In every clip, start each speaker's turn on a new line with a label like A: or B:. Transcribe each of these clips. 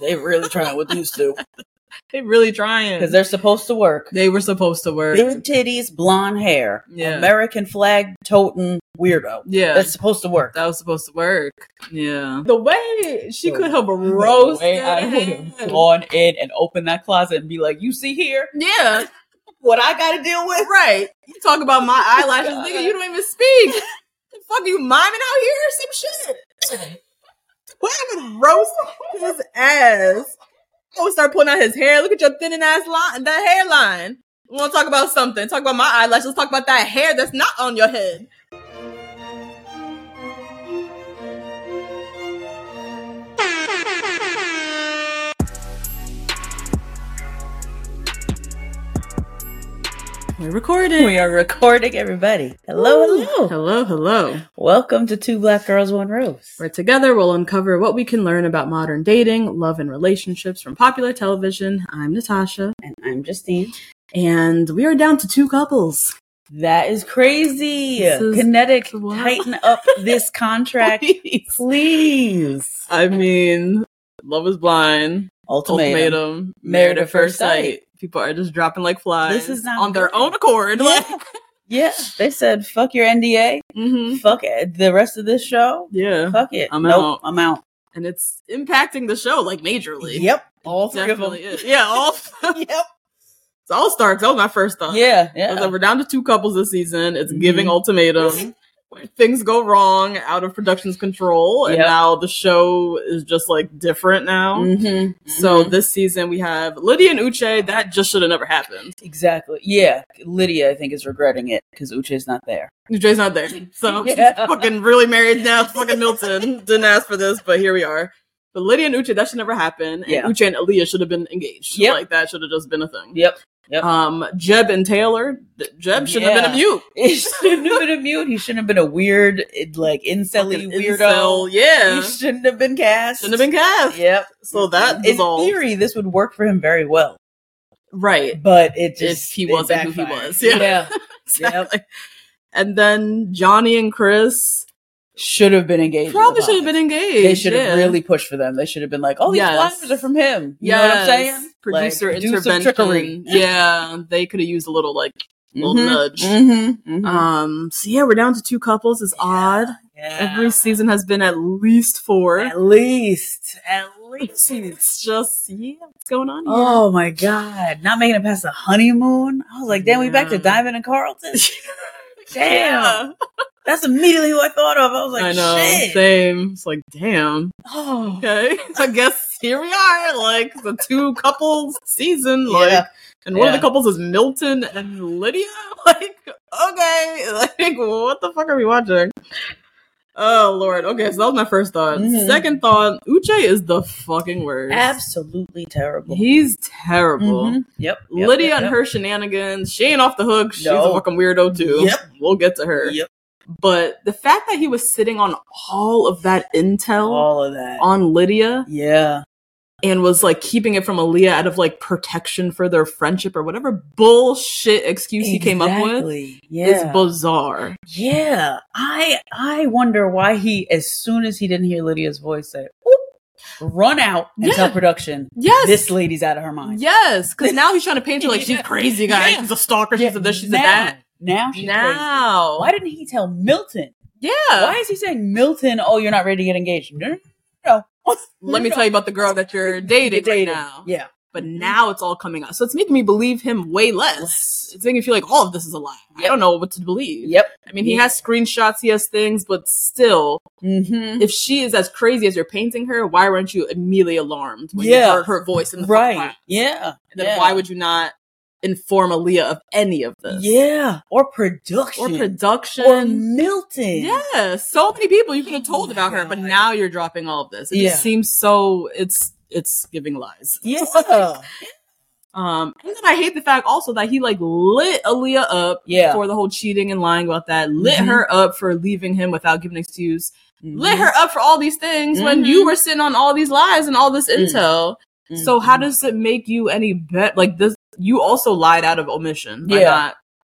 A: They really trying with these two
B: They really trying
A: because they're supposed to work.
B: they were supposed to work.
A: Big titties, blonde hair,
B: Yeah.
A: American flag toting weirdo.
B: Yeah.
A: that's supposed to work.
B: That was supposed to work. Yeah. The way she could have
C: The
B: roasted
C: way I would have
B: him.
C: gone in and opened that closet and be like, "You see here
B: Yeah.
C: what I got to deal with?
B: Right. You talk about my eyelashes, nigga. You don't even speak. The fuck you miming out here or some shit. What I would roast his ass. I would start pulling out his hair. Look at your thinning ass line, that hairline. We want to talk about something. Talk about my eyelashes. Let's talk about that hair that's not on your head. We're recording.
A: We are recording, everybody. Hello, hello.
B: Hello, hello.
A: Welcome to Two Black Girls One Rose.
B: Where together we'll uncover what we can learn about modern dating, love, and relationships from popular television. I'm Natasha,
A: And I'm Justine.
B: and we are down to two couples.
A: That is crazy.
B: This is-
A: Kinetic,
B: Wow.
A: tighten up this contract,
B: Please.
A: please.
B: I mean, Love is Blind,
A: Ultimatum.
B: Ultimatum, Married at First Sight. People are just dropping like flies
A: This is not
B: on their
A: good.
B: own accord. Like,
A: Yeah. yeah, they said, "Fuck your NDA,
B: Mhm.
A: fuck it. the rest of this show,
B: Yeah.
A: fuck it."
B: I'm out.
A: I'm out.
B: And it's impacting the show like majorly.
A: Yep, all three of them.
B: Definitely is. Yeah, all
A: Yep.
B: it's all starts. That was my first thought.
A: Yeah,
B: I was
A: yeah. Mm-hmm.
B: like, we're down to two couples this season. It's
A: Mhm.
B: giving ultimatum. When Things go wrong out of production's control, and
A: Yep.
B: now the show is just like different now.
A: Mm-hmm.
B: So this season we have Lydia and Uche. That just should have never happened.
A: exactly. Yeah, Lydia, I think is regretting it because Uche's not there.
B: Uche's not there, so
A: Yeah.
B: she's fucking really married now. to Fucking Milton didn't ask for this, but here we are. But Lydia and Uche, that should never happen. And
A: Yeah.
B: Uche and Aaliyah should have been engaged.
A: Yep.
B: Like that should have just been a thing.
A: Yep. Yep.
B: Um, Jeb and Taylor. Jeb should have been a
A: Yeah.
B: mute.
A: He shouldn't have been a mute. He shouldn't have been a weird, like incelly
B: Fucking
A: weirdo.
B: incel. Yeah.
A: He shouldn't have been cast.
B: Shouldn't have been cast.
A: Yep.
B: So that
A: in
B: dissolved.
A: theory, this would work for him very well,
B: Right.
A: but it just
B: If he
A: it
B: wasn't who he
A: backfired.
B: was. Yeah. Exactly. And then Johnny and Chris
A: should have been engaged.
B: probably should have been engaged.
A: They should have
B: yeah.
A: really pushed for them. They should have been like, "Oh, these
B: Yes.
A: flyers are from him." You know what I'm
B: Yes.
A: saying?
B: Producer
A: Like, do some trickery.
B: intervention. yeah. They could have used a little like little
A: Mhm.
B: nudge.
A: Mhm. Mhm.
B: Um so yeah, we're down to two couples. It's odd.
A: Yeah.
B: Every season has been at least four.
A: at least, at least.
B: It's just yeah, what's going on here?
A: Oh my god! Not making it past the honeymoon. I was like, "Damn, we back to
B: Yeah.
A: Diamond and Carlton." Damn,
B: Yeah.
A: that's immediately who I thought of. I was like,
B: I know.
A: "Shit."
B: Same. It's like, damn.
A: oh,
B: okay, I guess here we are, like the two couples season, like,
A: Yeah.
B: and one of
A: Yeah.
B: the couples is Milton and Lydia. Like, okay, like what the fuck are we watching? Oh lord. Okay, so that was my first thought.
A: Mhm.
B: Second thought, Uche is the fucking worst.
A: absolutely terrible."
B: He's terrible.
A: Mhm. Yep. yep,
B: mm-hmm. Lydia
A: yep,
B: and
A: yep.
B: her shenanigans. She ain't off the hook. She's
A: No.
B: a fucking weirdo too.
A: Yep.
B: We'll get to her.
A: Yep.
B: But the fact that he was sitting on all of that intel
A: All of that.
B: on Lydia,
A: yeah.
B: and was like keeping it from Aaliyah out of like protection for their friendship or whatever bullshit excuse he came up with
A: Exactly.
B: It's
A: Yeah.
B: is bizarre.
A: yeah. I I wonder why he, as soon as he didn't hear Lydia's voice, said, Oop, "Run out and
B: Yeah.
A: tell production,
B: Yes.
A: this lady's out of her mind."
B: Yes, because now he's trying to paint her like she's
A: Yeah.
B: crazy, guys.
A: Yeah.
B: She's a stalker.
A: Yeah,
B: She's a this. She's
A: now,
B: a that.
A: Now she's crazy.
B: Now,
A: Why didn't he tell Milton?
B: yeah,
A: Why is he saying Milton? Oh, you're not ready to get engaged. No, no,
D: No.
B: Let me tell you about the girl that you're dating, right now.
D: Yeah.
B: But now it's all coming out. So it's making me believe him way less. It's making me feel like all of this is a lie. I don't know what to believe.
D: Yep.
B: I mean, he has screenshots, he has things, but still,
D: Mm-hmm.
B: if she is as crazy as you're painting her, why weren't you immediately alarmed when you
D: Yeah.
B: heard her voice in the
D: Right.
B: front?
D: Yeah.
B: And then
D: yeah.
B: why would you not inform Aaliyah of any of this?
D: Yeah. Or production.
B: Or production.
D: Or Milton.
B: Yeah, so many people you could have told about her, but now you're dropping all of this. It
D: Yeah.
B: just seems so it's it's giving lies.
D: Yeah. Mm-hmm.
B: Um, and then I hate the fact also that he like lit Aaliyah up
D: Yeah.
B: for the whole cheating and lying about that. Lit
D: Mhm.
B: her up for leaving him without giving an excuse. Lit her up for all these things when
D: Mhm.
B: you were sitting on all these lies and all this
D: Mm. Mm-hmm.
B: intel. So how does it make you any bet? Like this, you also lied out of omission. by
D: Yeah.
B: not-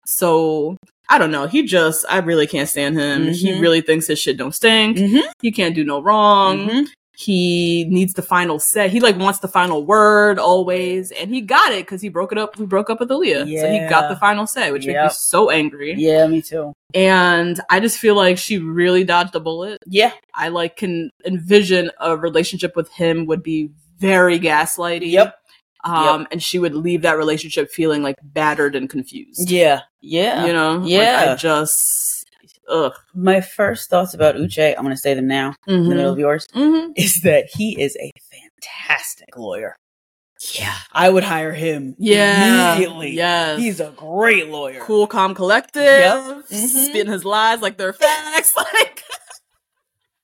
B: so I don't know. He just, I really can't stand him. He
D: Mhm.
B: really thinks his shit don't stink.
D: Mhm.
B: He can't do no wrong.
D: Mhm.
B: He needs the final say. He like wants the final word always, and he got it because he broke it up. We broke up with Aaliyah, so he got
D: Yeah.
B: the final say, which made me
D: Yep.
B: so angry.
D: Yeah, me too.
B: And I just feel like she really dodged a bullet.
D: Yeah.
B: I like can envision a relationship with him would be very gaslighty.
D: Yep.
B: Um, and she would leave that relationship feeling like battered and confused.
D: Yeah. Yeah.
B: You know? Like,
D: Yeah.
B: I just ugh.
A: My first thoughts about Uche, I'm going to say them now
D: Mm-hmm.
A: in the middle of yours,
B: Mhm.
A: is that he is a fantastic lawyer.
D: Yeah. I would hire him
B: Yeah.
D: immediately.
B: Yes.
D: He's a great lawyer.
B: cool, calm, collective.
D: Yep. Mhm.
B: Spitting his lies like they're facts. Like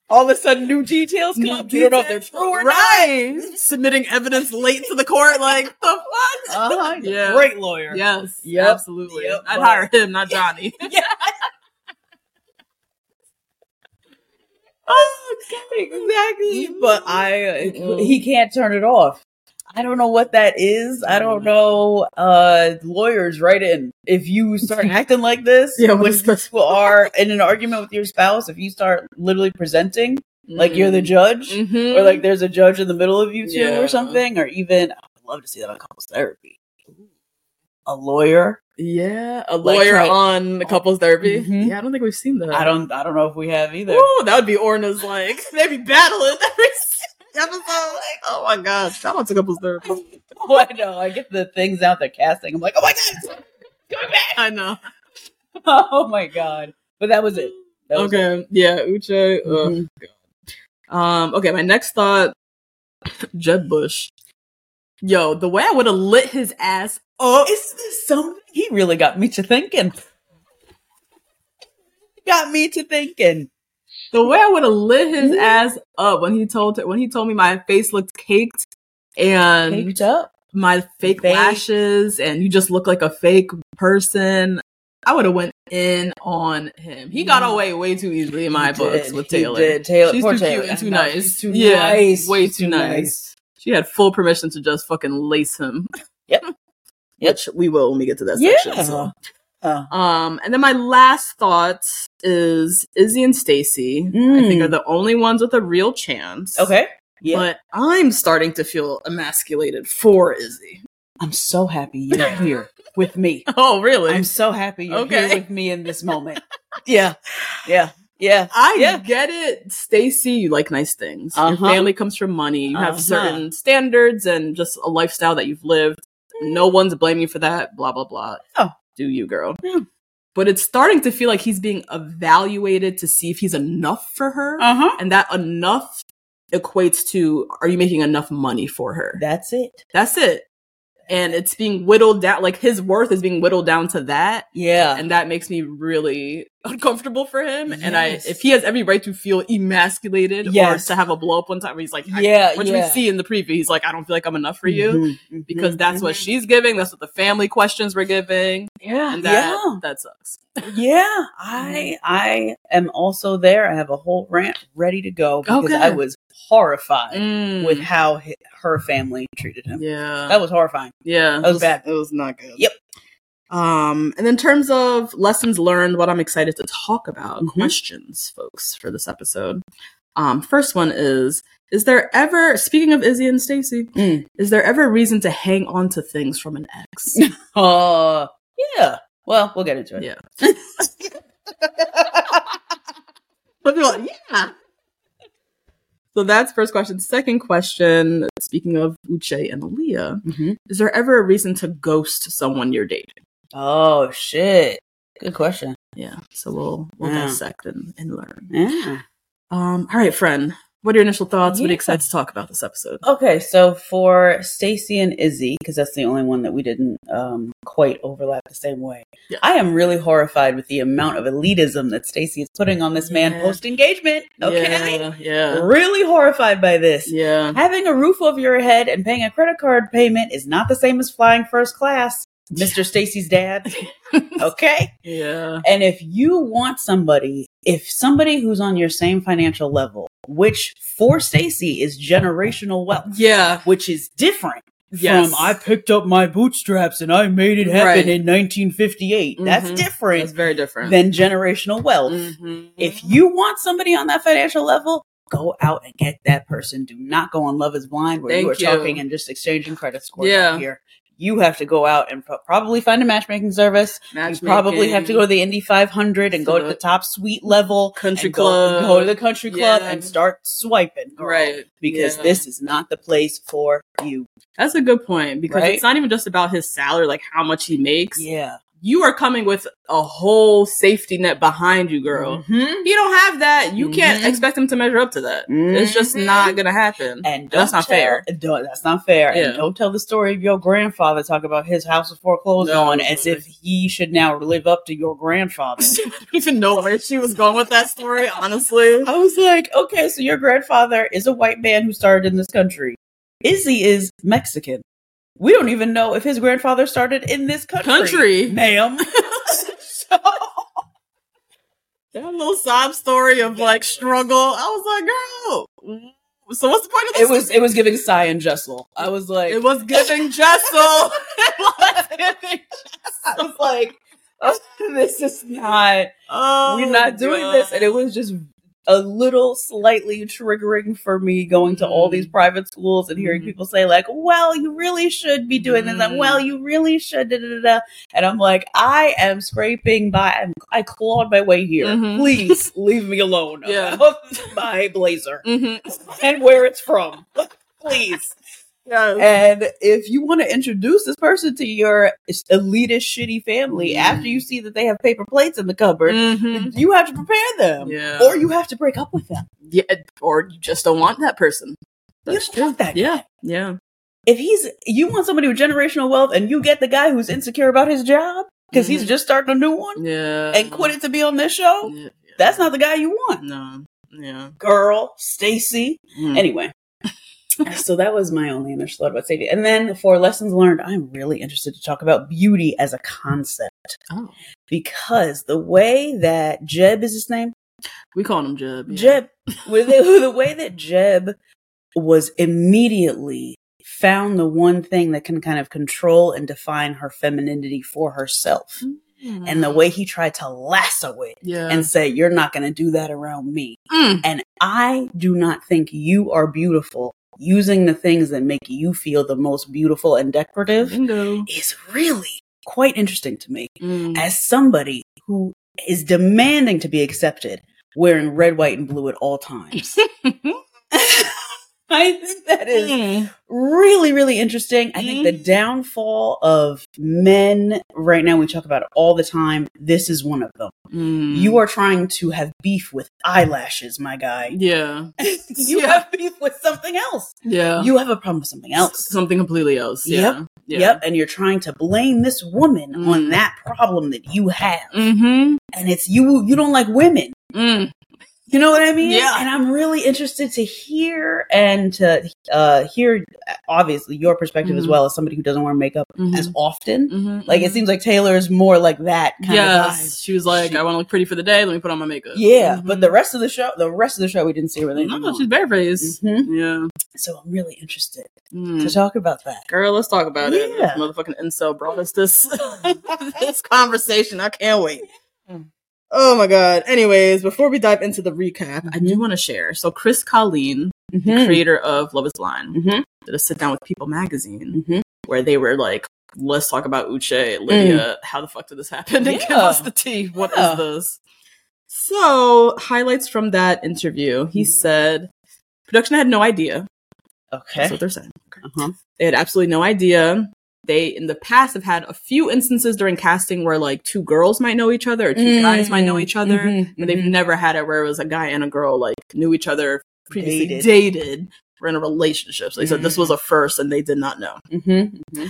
D: All of a sudden, new details come up. You don't know if they're true or Mm-hmm.
B: right. Submitting evidence late to the court. Like the fuck.
D: not. Uh-huh. He's
B: Yeah.
D: a great lawyer.
B: Yes.
D: Yep.
B: Absolutely.
D: Yep,
B: I'd
D: but-
B: hire him, not Johnny.
D: Exactly.
A: But I, he can't turn it off. I don't know what that is. I don't know. Uh, lawyers, write in. If you start acting like this,
B: Yeah, what
A: when
B: is this?
A: you are in an argument with your spouse, if you start literally presenting like you're the
D: Mm-hmm.
A: judge,
B: Mhm.
A: or like there's a judge in the middle of you two
B: Yeah.
A: or something, or even I would love to see that on couples therapy. A lawyer.
B: yeah, a oh,
A: Like,
B: lawyer
A: try-
B: on the couples therapy.
A: Mhm.
B: Yeah, I don't think we've seen that.
A: I don't. I don't know if we have either.
B: mm-hmm. Ooh, that would be Orna's like they'd be battling every episode. Like, oh my gosh, shout out to couples therapy.
A: I know. I get the things out they're casting. I'm like, oh my god,
B: I know.
A: oh my god. But that was it. That was it.
B: Okay, uh, yeah, Uche. ugh.
A: Mhm.
B: Um, okay, my next thought, Jeb Bush. Yo, the way I would have lit his ass
A: Oh, is this something? He really got me to thinking. got me to thinking.
B: The way I would have lit his ass up when he told when he told me my face looked caked and
A: Caked up.
B: my fake
A: Fake.
B: lashes and you just look like a fake person. I would have went in on him. He got away way too easily in my
A: Mm. He
B: books
A: did.
B: with
A: He
B: Taylor.
A: did. Taylor,
B: She's
A: poor
B: too
A: Taylor.
B: cute and too
A: No,
B: nice.
A: she's too
B: yeah,
A: nice.
B: way
A: She's
B: too
A: too
B: nice.
A: nice.
B: She had full permission to just fucking lace him.
A: Yep. Yep.
B: Which we will when we get to that
A: Yeah.
B: section. so.
A: Uh,
B: Um, and then my last thought is Izzy and Stacy. I think
A: Mm.
B: are the only ones with a real chance.
A: okay. Yeah.
B: But I'm starting to feel emasculated for Izzy.
A: I'm so happy you're here with me.
B: Oh, really?
A: I'm so happy you're
B: Okay.
A: here with me in this moment. yeah. Yeah. Yeah.
B: I
A: Yeah.
B: get it, Stacy. You like nice things. Your
A: Uh-huh.
B: family comes from money. You have
A: Uh-huh.
B: certain standards and just a lifestyle that you've lived. No one's blaming you for that. Blah blah blah.
A: Oh.
B: do you, girl?
A: Yeah.
B: But it's starting to feel like he's being evaluated to see if he's enough for her,
A: Uh-huh.
B: and that enough equates to are you making enough money for her?
A: That's it.
B: That's it. And it's being whittled down. Like his worth is being whittled down to that
A: Yeah.
B: and that makes me really uncomfortable for him. And I,
A: Yes.
B: if he has every right to feel emasculated
A: Yes.
B: or to have a blow up one time where he's like, I-
A: Yeah,
B: which we
A: yeah. Mm-hmm.
B: see in the preview, he's like, I don't feel like I'm enough for you because that's what she's giving. That's what the family questions were giving,
A: Mm-hmm. Yeah.
B: and that that sucks.
A: yeah. Yeah. Mm-hmm. I I am also there. I have a whole rant ready to go because
B: Okay.
A: I was horrified with
B: Mm.
A: how hi her family treated him.
B: yeah,
A: That was horrifying.
B: yeah,
A: that was bad.
B: It was not good.
A: Yep.
B: Um, and in terms of lessons learned, what I'm excited to talk about,
A: Mhm.
B: questions, folks, for this episode. Um, first one is Is there ever, speaking of Izzy and Stacy,
A: Mm.
B: is there ever reason to hang on to things from an ex?
A: Uh yeah. Well, we'll get into it.
B: yeah. But people are like, yeah. So that's first question. Second question, speaking of Uche and Aaliyah,
A: Mhm.
B: is there ever a reason to ghost someone you're dating?
A: Oh shit. Good question.
B: Yeah. So we'll we'll
A: Yeah.
B: dissect and, and learn.
A: Yeah.
B: Um, all right, friend. What are your initial thoughts? What are
A: Yeah.
B: you excited to talk about this episode?
A: Okay, so for Stacy and Izzy, because that's the only one that we didn't um, quite overlap the same way.
B: Yeah.
A: I am really horrified with the amount of elitism that Stacy is putting on this man
B: Yeah.
A: post engagement. Okay,
B: Yeah. Yeah.
A: really horrified by this.
B: yeah.
A: Having a roof over your head and paying a credit card payment is not the same as flying first class, Mr. Stacy's dad. Okay.
B: Yeah.
A: And if you want somebody, if somebody who's on your same financial level, which for Stacy is generational wealth,
B: Yeah.
A: which is different
B: Yes.
A: from I picked up my bootstraps and I made it happen
B: Right.
A: in 1958. That's
B: Mhm.
A: different
B: It's very different.
A: than generational wealth.
B: Mhm.
A: If you want somebody on that financial level, go out and get that person. Do not go on Love is Blind where you are
B: Thank you.
A: talking and just exchanging credit scores
B: Yeah.
A: out here. You have to go out and pro- probably find a matchmaking service. You probably have to go to the Indy 500 and go to the top suite level,
B: Country
A: and go-
B: club.
A: go to the country club,
B: Yeah.
A: and start swiping, girl,
B: Right.
A: Because
B: Yeah.
A: this is not the place for you.
B: That's a good point because
A: Right?
B: it's not even just about his salary, like how much he makes.
A: Yeah,
B: You are coming with a whole safety net behind you, girl.
A: Mhm.
B: You don't have that. You can't
A: Mhm.
B: expect him to measure up to that. It's just
A: Mhm.
B: not gonna happen.
A: And
B: that's
A: don't
B: not fair.
A: tell- don't- that's not fair.
B: Yeah.
A: And don't tell the story of your grandfather talking about his house was foreclosed
B: No.
A: on as if he should now live up to your grandfather.
B: I don't even know where she was going with that story, honestly.
A: I was like, okay, so your grandfather is a white man who started in this country. Izzy is Mexican. We don't even know if his grandfather started in this country.
B: Country.
A: Ma'am. so,
B: That little sob story of like struggle. I was like, girl. So what's the point of this?
A: it was it was giving Cy and Jessel. I was like
B: it was giving Jessel. It was giving
A: I was like, oh, this is not
B: Oh,
A: we're not doing this. And it was just a little slightly triggering for me going to all
B: Mm-hmm.
A: these private schools and hearing
B: Mhm.
A: people say, like, well, you really should be doing this.
B: Mm.
A: And well, you really should. Da, da, da, da. And I'm like, I am scraping by. I'm, I clawed my way here.
B: Mhm.
A: Please leave me alone.
B: Yeah.
A: about my blazer
B: Mm-hmm.
A: and where it's from. Please.
B: Yes.
A: And if you want to introduce this person to your elitist, shitty family
B: Mm.
A: after you see that they have paper plates in the cupboard,
B: Mhm.
A: you have to prepare them,
B: Yeah.
A: or you have to break up with them.
B: Yeah, or you just don't want that person.
A: you don't want that.
B: Yeah, yeah.
A: If he's, you want somebody with generational wealth, and you get the guy who's insecure about his job because he's
B: Mhm.
A: just starting a new one
B: Yeah.
A: and quitting to be on this show.
B: Yeah, yeah.
A: That's not the guy you want,
B: No. Yeah.
A: girl. Stacy.
B: Mm.
A: Anyway. So that was my only initial thought about safety. And then for lessons learned, I'm really interested to talk about beauty as a concept
B: Oh.
A: because the way that Jeb is his name,
B: We call him Jeb. yeah.
A: Jeb, with the, the way that Jeb was immediately found the one thing that can kind of control and define her femininity for herself.
B: Mm.
A: And the way he tried to lasso it
B: Yeah.
A: and say, You're not going to do that around me.
B: Mm.
A: And I do not think you are beautiful using the things that make you feel the most beautiful and
B: Mm-hmm.
A: decorative
B: Bingo.
A: is really quite interesting to me
B: Mm.
A: as somebody who is demanding to be accepted wearing red, white, and blue at all times. I think that is
B: Mm.
A: really, really interesting. I think the downfall of men right now, we talk about it all the time. This is one of them.
B: Mm.
A: You are trying to have beef with eyelashes, my guy.
B: Yeah.
A: you
B: Yeah.
A: have beef with something else.
B: Yeah.
A: You have a problem with something else.
B: Something completely else. Yeah. Yeah.
A: Yep. And you're trying to blame this woman
B: Mm.
A: on that problem that you have.
B: Mm-hmm.
A: And it's you, you don't like women.
B: Mm.
A: You know what I mean?
B: Yeah.
A: And I'm really interested to hear and to uh, hear, uh, obviously, your perspective as
B: Mhm.
A: well as somebody who doesn't wear makeup
B: Mhm.
A: as often.
B: Mhm.
A: Like, it seems like Taylor is more like that kind of
B: Yes.
A: vibe.
B: She was like,
A: She-
B: I want to look pretty for the day. Let me put on my makeup.
A: Yeah,
B: Mhm.
A: but the rest of the show, the rest of the show, we didn't see her with anything.
B: No,
A: on.
B: she's bare face.
A: Mhm.
B: Yeah.
A: So I'm really interested
B: Mm.
A: to talk about that.
B: Girl, let's talk about it. This
A: Yeah.
B: motherfucking incel brought us this this conversation. I can't wait.
A: Mm.
B: Oh my god. Anyways, before we dive into the recap, I do want to share. So Chris Colleen,
A: Mm-hmm. Hmm.
B: the creator of Love Is Blind,
A: Mhm.
B: did a sit down with People Magazine
A: Mhm.
B: where they were like, "Let's talk about Uche, Lydia. How the fuck did this happen? And give
A: Mm. Yeah.
B: us the tea. What is
A: Yeah. Mm-hmm.
B: this?" So highlights from that interview. He said. Production had no idea. That's
A: Okay.
B: what they're saying.
A: Uh-huh.
B: They had absolutely no idea. They in the past have had a few instances during casting where like two girls might know each other or 2 guys might know each other,
A: mhm,
B: but they've
A: mhm.
B: never had it where it was a guy and a girl like knew each other previously
A: Mm-hmm. Dated.
B: dated, were in a relationship. So they said this was a first and they did not know.
A: Mm-hmm.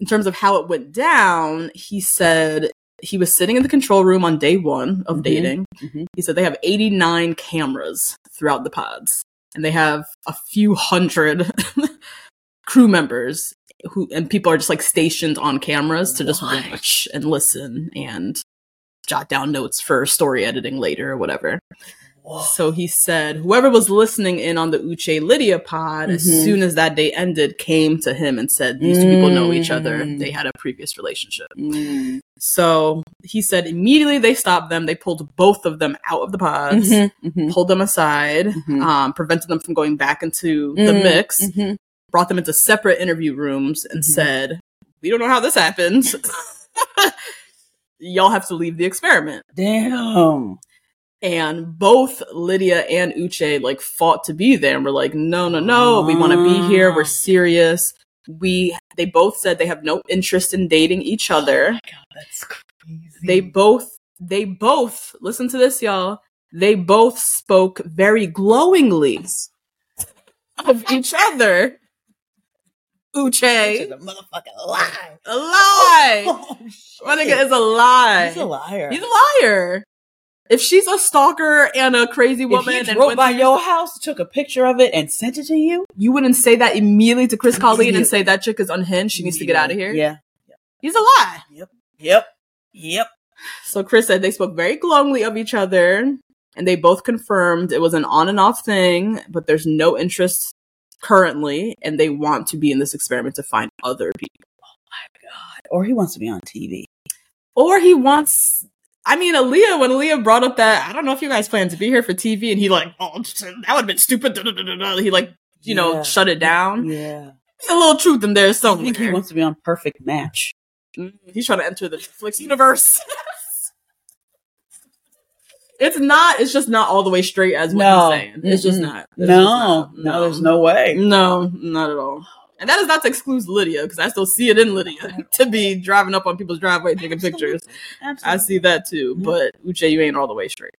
B: In terms of how it went down, he said he was sitting in the control room on day one of
A: Mhm,
B: dating.
A: mhm.
B: He said they have 89 cameras throughout the pods and they have a few hundred crew members who and people are just like stationed on cameras to just watch and listen and jot down notes for story editing later or whatever. So he said whoever was listening in on the Uche Lydia pod as
A: Mhm.
B: soon as that day ended came to him and said these two people know each other.
A: Mm.
B: They had a previous relationship.
A: Mm-hmm.
B: So he said immediately they stopped them. They pulled both of them out of the pods,
A: Mm-hmm.
B: pulled them aside,
A: Mhm.
B: um, prevented them from going back into the mix,
A: Mm-hmm.
B: brought them into separate interview rooms, and
A: Mhm.
B: said, "We don't know how this happened. Y'all have to leave the experiment."
A: Damn.
B: And both Lydia and Uche like fought to be there and were like, no, no, no, we want to be here.
A: Ah.
B: We're serious. We they both said they have no interest in dating each other.
A: Oh That's crazy.
B: They both they both listen to this, y'all. They both spoke very glowingly of each other.
A: She's
B: Uche,
A: a motherfucking lie.
B: a lie.
A: Oh, shit.
B: My nigga is a lie.
A: He's a liar.
B: He's a liar. If she's a stalker and a crazy
A: if
B: woman,
A: he
B: and
A: drove
B: went
A: by
B: to-
A: your house, took a picture of it, and sent it to you,
B: you wouldn't say that immediately to Chris Colleen
A: Immediate-
B: and say that chick is unhinged. She needs to get out of here.
A: Yeah.
B: He's a lie.
A: Yep. Yep.
B: So Chris said they spoke very glowingly of each other and they both confirmed it was an on and off thing, but there's no interest currently and they want to be in this experiment to find other people.
A: Or he wants to be on TV.
B: Or he wants I mean Aaliyah, when Aaliyah brought up that I don't know if you guys plan to be here for TV and he like, oh that would have been stupid. da, da, da, da, da," He like,
A: Yeah.
B: you know, shut it down.
A: Yeah.
B: A little truth in there
A: I
B: somewhere.
A: think he wants to be on Perfect Match.
B: Mm, He's trying to enter the Netflix universe. it's not. It's just not all the way straight as what
A: No.
B: he's saying. It's just
A: Mm-mm.
B: not. It's just
A: No,
B: not. Mm-hmm.
A: no, there's no way.
B: No, not at all. And that is not to exclude Lydia because I still see it in Lydia to be driving up on people's driveway taking pictures. I see that too,
A: Mm-hmm.
B: but Uche, you ain't all the way straight.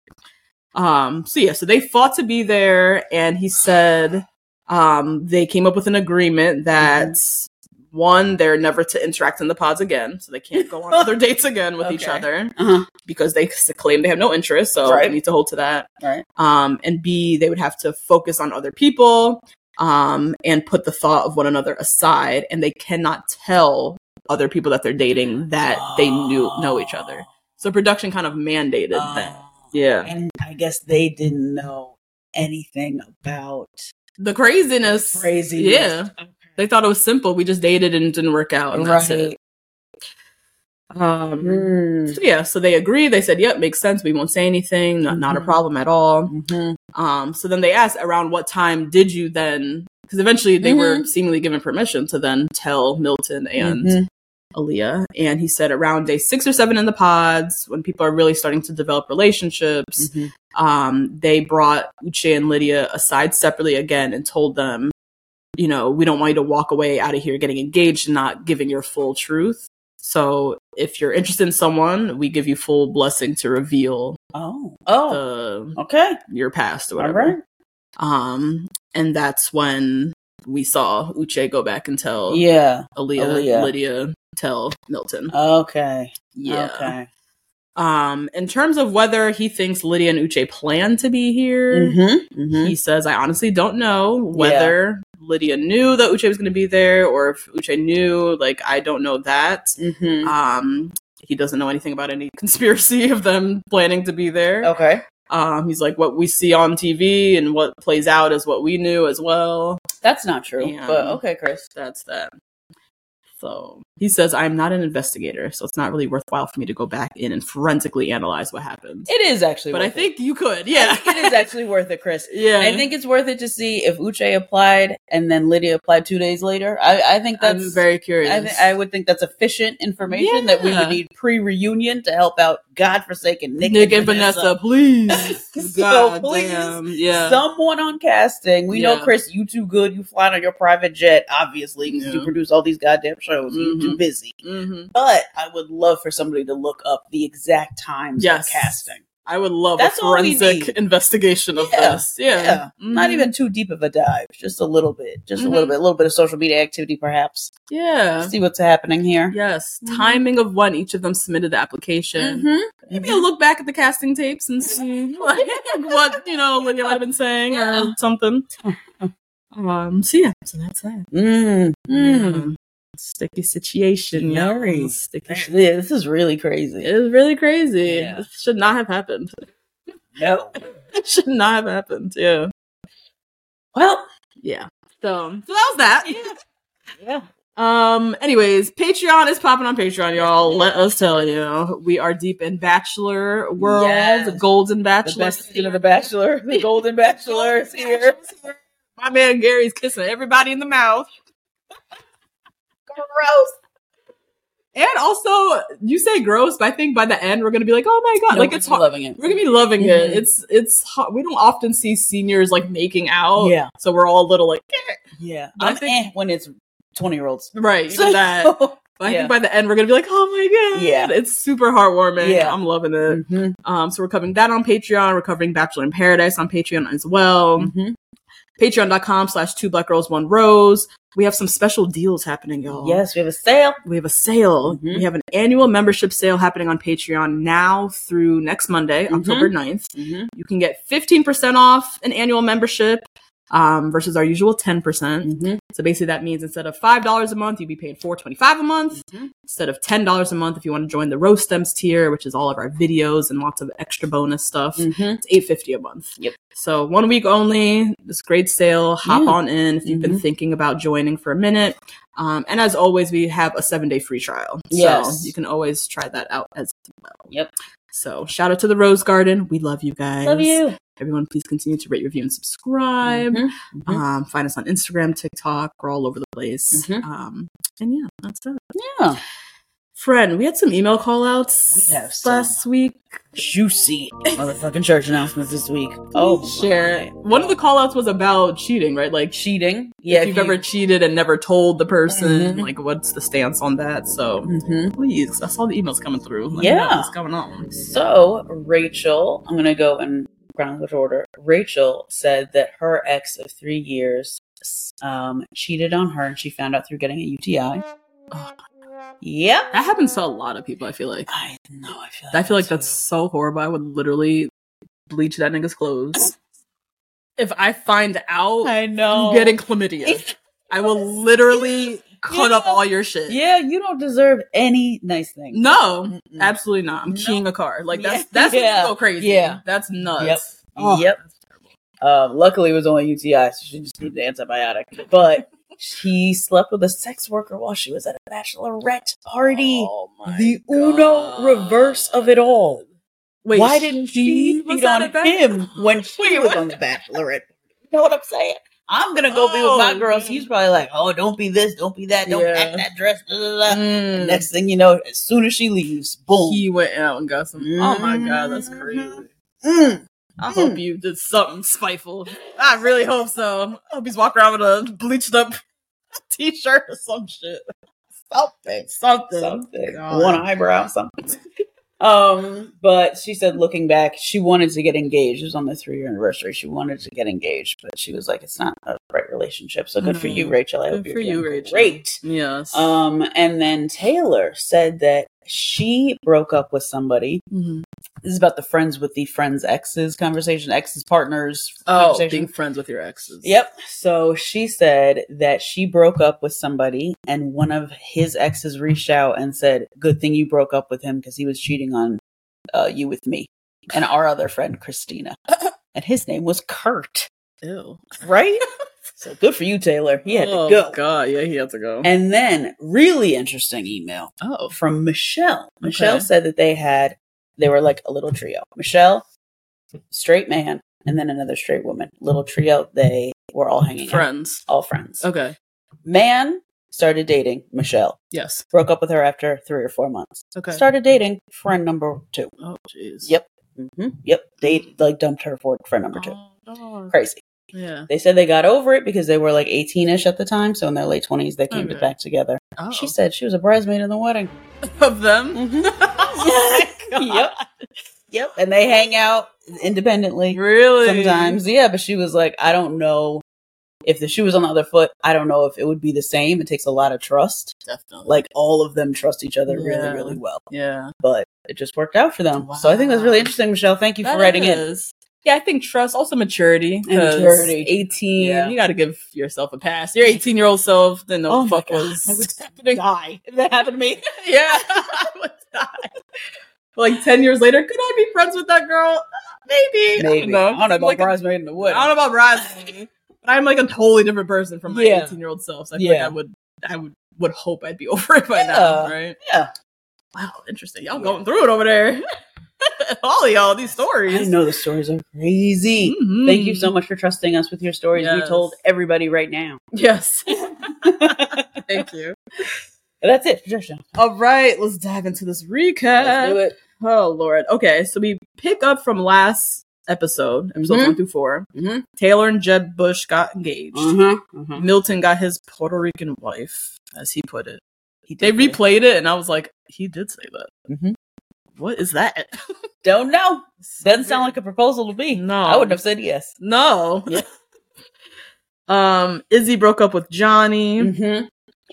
B: Um, so yeah, so they fought to be there, and he said um, they came up with an agreement that
A: Mm-hmm.
B: one, they're never to interact in the pods again, so they can't go on other dates again with each
A: Okay.
B: other
A: Uh-huh.
B: because they s- claim they have no interest, so
A: Right.
B: they need to hold to that.
A: Right.
B: Um, and B, they would have to focus on other people um, and put the thought of one another aside, and they cannot tell other people that they're dating that they knew know each other. So production kind of mandated that.
A: Oh.
B: Yeah.
A: And I guess they didn't know anything about
B: The craziness.
A: craziness.
B: Yeah. They thought it was simple. We just dated and it didn't work out. And that's it. Um,
A: Mm.
B: So yeah, so they agree. They said, "Yep, makes sense. We won't say anything. Not, not a
A: Mhm.
B: problem at all."
A: Mhm.
B: Um, so then they asked, "Around what time did you then?" Because eventually they
A: Mm-hmm.
B: were seemingly given permission to then tell Milton and
A: Mhm.
B: Aaliyah, and he said around day six or seven in the pods when people are really starting to develop relationships.
A: Mhm.
B: Um, they brought Uche and Lydia aside separately again and told them, you know, we don't want you to walk away out of here getting engaged and not giving your full truth. So if you're interested in someone, we give you full blessing to reveal
A: Oh. Oh.
B: the,
A: okay.
B: your past or
A: All
B: whatever.
A: right.
B: Um, and that's when we saw Uche go back and tell
A: Yeah.
B: Aaliyah,
A: Aaliyah.
B: Lydia tell Milton.
A: Okay.
B: yeah.
A: Okay.
B: Um, in terms of whether he thinks Lydia and Uche plan to be here,
A: Mm-hmm. Mm-hmm.
B: he says, I honestly don't know whether Lydia knew that Uche was going to be there or if Uche knew. Like, I don't know that.
A: Mm-hmm.
B: Um, he doesn't know anything about any conspiracy of them planning to be there.
A: Okay.
B: Um, he's like, what we see on TV and what plays out is what we knew as well.
A: That's not true.
B: Yeah.
A: But okay, Chris.
B: That's that. So he says, I am not an investigator, so it's not really worthwhile for me to go back in and forensically analyze what happened.
A: It is actually,
B: But I
A: worth it.
B: think you could, yeah.
A: it is actually worth it, Chris.
B: Yeah.
A: I think it's worth it to see if Uche applied and then Lydia applied two days later. I, I think that's
B: I'm very curious.
A: I, th- I would think that's efficient information that we
B: Yeah.
A: would need pre reunion to help out godforsaken Nick,
B: Nick, and Vanessa, please.
A: so
B: God
A: please,
B: damn, Yeah.
A: someone on casting. We know,
B: Yeah.
A: Chris, you too good. You flying on your private jet, obviously, 'cause you
B: Yeah.
A: produce all these goddamn shows. You too busy.
B: Mhm.
A: But I would love for somebody to look up the exact times
B: Yes.
A: of casting.
B: I would love
A: That's
B: a
A: all we
B: forensic
A: need.
B: investigation of
A: Yeah,
B: this. Yeah.
A: yeah. Not
B: Mhm.
A: even too deep of a dive, just a little bit, just
B: Mhm.
A: a little bit, a little bit of social media activity, perhaps.
B: Mm-hmm. Yeah.
A: See what's happening here.
B: Yes.
A: Mm-hmm.
B: Timing of when each of them submitted the application. Maybe I'll look back at the casting tapes and
A: Mm-hmm.
B: see like, what, you know, Lydia might have been saying or something. Um, so yeah, so that's that.
A: Mm. Mm.
B: Mm. Sticky situation, yeah.
A: Nice.
B: Sticky
A: Yeah,
B: shit.
A: This is really crazy.
B: It was really crazy.
A: Yeah.
B: It should not have happened.
A: No.
B: It should not have happened. Yeah.
A: Well,
B: Yeah. So, so that was that.
A: yeah.
B: Um. Anyways, Patreon is popping on Patreon, y'all. Let us tell you, we are deep in Bachelor world,
A: Yes.
B: Golden
A: The
B: Bachelor.
A: best season of The Bachelor, The Golden Bachelor is here.
B: My man Gary's kissing everybody in the mouth. gross. And also, you say gross, but I think by the end we're gonna be like, oh my god,
A: No,
B: like
A: we're
B: it's
A: just
B: hard.
A: loving it.
B: We're gonna be loving it.
A: Mhm.
B: It's it's hot. we don't often see seniors like making out.
A: Yeah.
B: So we're all a little like eh.
A: Yeah.
B: But I
A: I'm
B: think-
A: eh when it's 20 year olds.
B: right even that. But I
A: Yeah.
B: think by the end we're gonna be like, oh my god,
A: Yeah.
B: it's super heartwarming.
A: Yeah. Mm-hmm.
B: I'm loving it. Um, so we're covering that on Patreon. We're covering Bachelor in Paradise on Patreon as well. Patreon.com slash two black girls, one rose. We have some special deals happening, y'all.
A: Yes, we have a sale.
B: We have a sale.
A: Mhm.
B: We have an annual membership sale happening on Patreon now through next Monday, October 9th.
A: Mhm.
B: You can get 15% off an annual membership um, versus our usual 10%. percent
A: Mhm.
B: So basically, that means instead of $5 a month, you'd be paying $4.25 a month instead of $10 a month if you want to join the Rose Stems tier, which is all of our videos and lots of extra bonus stuff.
A: Mhm.
B: It's eight fifty a month.
A: Yep.
B: So one week only. This great sale.
A: Yeah.
B: Hop
A: Mm-hmm.
B: on in if you've been thinking about joining for a minute. Um, and as always, we have a seven day free trial.
A: Yes.
B: So you can always try that out as well.
A: Yep.
B: So shout out to the Rose Garden. We love you guys.
A: Love you.
B: Everyone, please continue to rate, review, and subscribe.
A: Mhm. Mhm.
B: Um, find us on Instagram, TikTok. We're all over the place.
A: Mhm.
B: Um, and yeah, that's it.
A: Yeah.
B: Friend, we had some email call outs
A: We have some.
B: last week.
A: Juicy motherfucking church announcements this week. Oh,
B: share.
A: my.
B: One of the call outs was about cheating, right? Like, she,
A: Cheating. Yeah.
B: if
A: if
B: you've
A: you-
B: ever cheated and never told the person,
A: Mhm.
B: like, what's the stance on that? So,
A: Mhm.
B: please, I saw the emails coming through. Let me
A: Yeah.
B: know what's going on?
A: So, Rachel, I'm going to go in chronological order. Rachel said that her ex of three years um, cheated on her and she found out through getting a UTI. Yep.
B: That happens to a lot of people, I feel like.
A: I know. I feel like,
B: I feel like
A: too.
B: that's so horrible. I would literally bleach that nigga's clothes. If I find out
A: I know.
B: I'm getting chlamydia, I will literally cut up
A: Yeah.
B: all your shit.
A: Yeah, you don't deserve any nice thing.
B: No,
A: Mm-mm.
B: absolutely not. I'm
A: No.
B: keying a car. Like that's
A: Yeah.
B: that's
A: Yeah.
B: so crazy.
A: Yeah.
B: that's nuts.
A: Yep.
B: Oh,
A: Yep. Um, luckily, it was only UTI, so she just needed an antibiotic. But she slept with a sex worker while she was at a bachelorette party. the Uno reverse of it all.
B: Wait,
A: Why didn't she
B: she was
A: cheat
B: at
A: on
B: a bachelor-
A: him when she
B: Wait,
A: was
B: what?
A: on the bachelorette? You know what I'm saying? I'm gonna go be with my
B: Oh,
A: girl.
B: man.
A: She's probably like, "Oh, don't be this, don't be that, don't
B: Yeah.
A: pack that dress." Da, da, da.
B: Mm.
A: Next thing you know, as soon as she leaves, boom. Mm-hmm.
B: He went out and got some. Oh my god, that's crazy.
A: Mm.
B: I
A: Hmm.
B: hope you did something spiteful. I really hope so. I hope he's walking around with a bleached up t-shirt or some shit.
A: something,
B: Something.
A: something,
B: God.
A: one eyebrow, something. um, but she said, looking back, she wanted to get engaged. It was on the three year anniversary. She wanted to get engaged, but she was like, "It's not a right relationship." So good for you,
B: Mm.
A: Rachel. I
B: Good
A: hope you're
B: for you,
A: doing
B: Rachel.
A: Great.
B: Yes.
A: Um, and then Taylor said that she broke up with somebody.
B: Mhm.
A: This is about the friends with the friends exes conversation, exes partners
B: Oh,
A: conversation.
B: being friends with your exes.
A: Yep. So she said that she broke up with somebody, and one of his exes reached out and said, "Good thing you broke up with him because he was cheating on uh, you with me and our other friend Christina." And his name was Kurt,
B: Ew.
A: right? So good for you, Taylor. He had
B: oh
A: to go.
B: God, yeah, he had to go.
A: And then really interesting email
B: oh,
A: from Michelle. Michelle said that they had they were like a little trio. Michelle, straight man, and then another straight woman. Little trio. They were all hanging out,
B: friends.
A: all friends.
B: Okay.
A: Man started dating Michelle.
B: Yes.
A: Broke up with her after three or four months.
B: Okay.
A: Started dating friend number two.
B: Oh, jeez.
A: Yep. hmm Yep. They like dumped her for friend number two.
B: Oh, darn.
A: Crazy.
B: Yeah.
A: They said they got over it because they were like 18 ish at the time. So in their late 20s, they came
B: Okay.
A: back together.
B: Oh.
A: She said she was a bridesmaid in the wedding.
B: of them.
A: Mm-hmm.
B: Oh
A: yep. Yep. And they hang out independently
B: Really?
A: sometimes. Yeah. But she was like, I don't know if the shoe was on the other foot. I don't know if it would be the same. It takes a lot of trust.
B: Definitely.
A: Like all of them trust each other really,
B: Yeah.
A: really well.
B: yeah.
A: But it just worked out for them. So I think that's
B: Wow.
A: really interesting, Michelle. Thank you for
B: That
A: writing in.
B: is. Yeah, I think trust, also maturity. 'cause
A: Maturity.
B: 18,
A: Yeah.
B: you got to give yourself a pass. Your 18 year old self, then the
A: Oh my
B: fuck
A: God,
B: was.
A: I would
B: happening.
A: Die. If that happened to me.
B: yeah. I would die. Like 10 years later, could I be friends with that girl? Uh, Maybe.
A: Maybe.
B: I don't know.
A: about
B: Like a-
A: bridesmaid in the wood.
B: I don't know about Roz, but I'm like a totally different person from my
A: Yeah.
B: 18 year old self. So I
A: Yeah.
B: yeah. I would, I would, would hope I'd be over it by now,
A: Yeah.
B: right?
A: Yeah.
B: Wow, interesting. Y'all going through it over there. All of y'all, these stories.
A: I know the stories are crazy.
B: Mhm.
A: Thank you so much for trusting us with your stories. We
B: Yes.
A: told everybody right now.
B: Yes. Thank you.
A: That's it, Patricia.
B: All right, let's dive into this recap.
A: Let's do it.
B: Oh Lord. Okay, so we pick up from last episode, episode
A: Mhm.
B: one through 4
A: Mhm.
B: Taylor and Jeb Bush got engaged.
A: Mm-hmm. Mm-hmm.
B: Milton got his Puerto Rican wife, as he put it.
A: He
B: They
A: did say
B: replayed it, and I was like, he did say that.
A: Mhm.
B: What is that?
A: that. Don't know. Doesn't sound like a proposal to me.
B: No.
A: I wouldn't have said yes.
B: no.
A: Yeah.
B: um, Izzy broke up with Johnny.
A: Mm-hmm.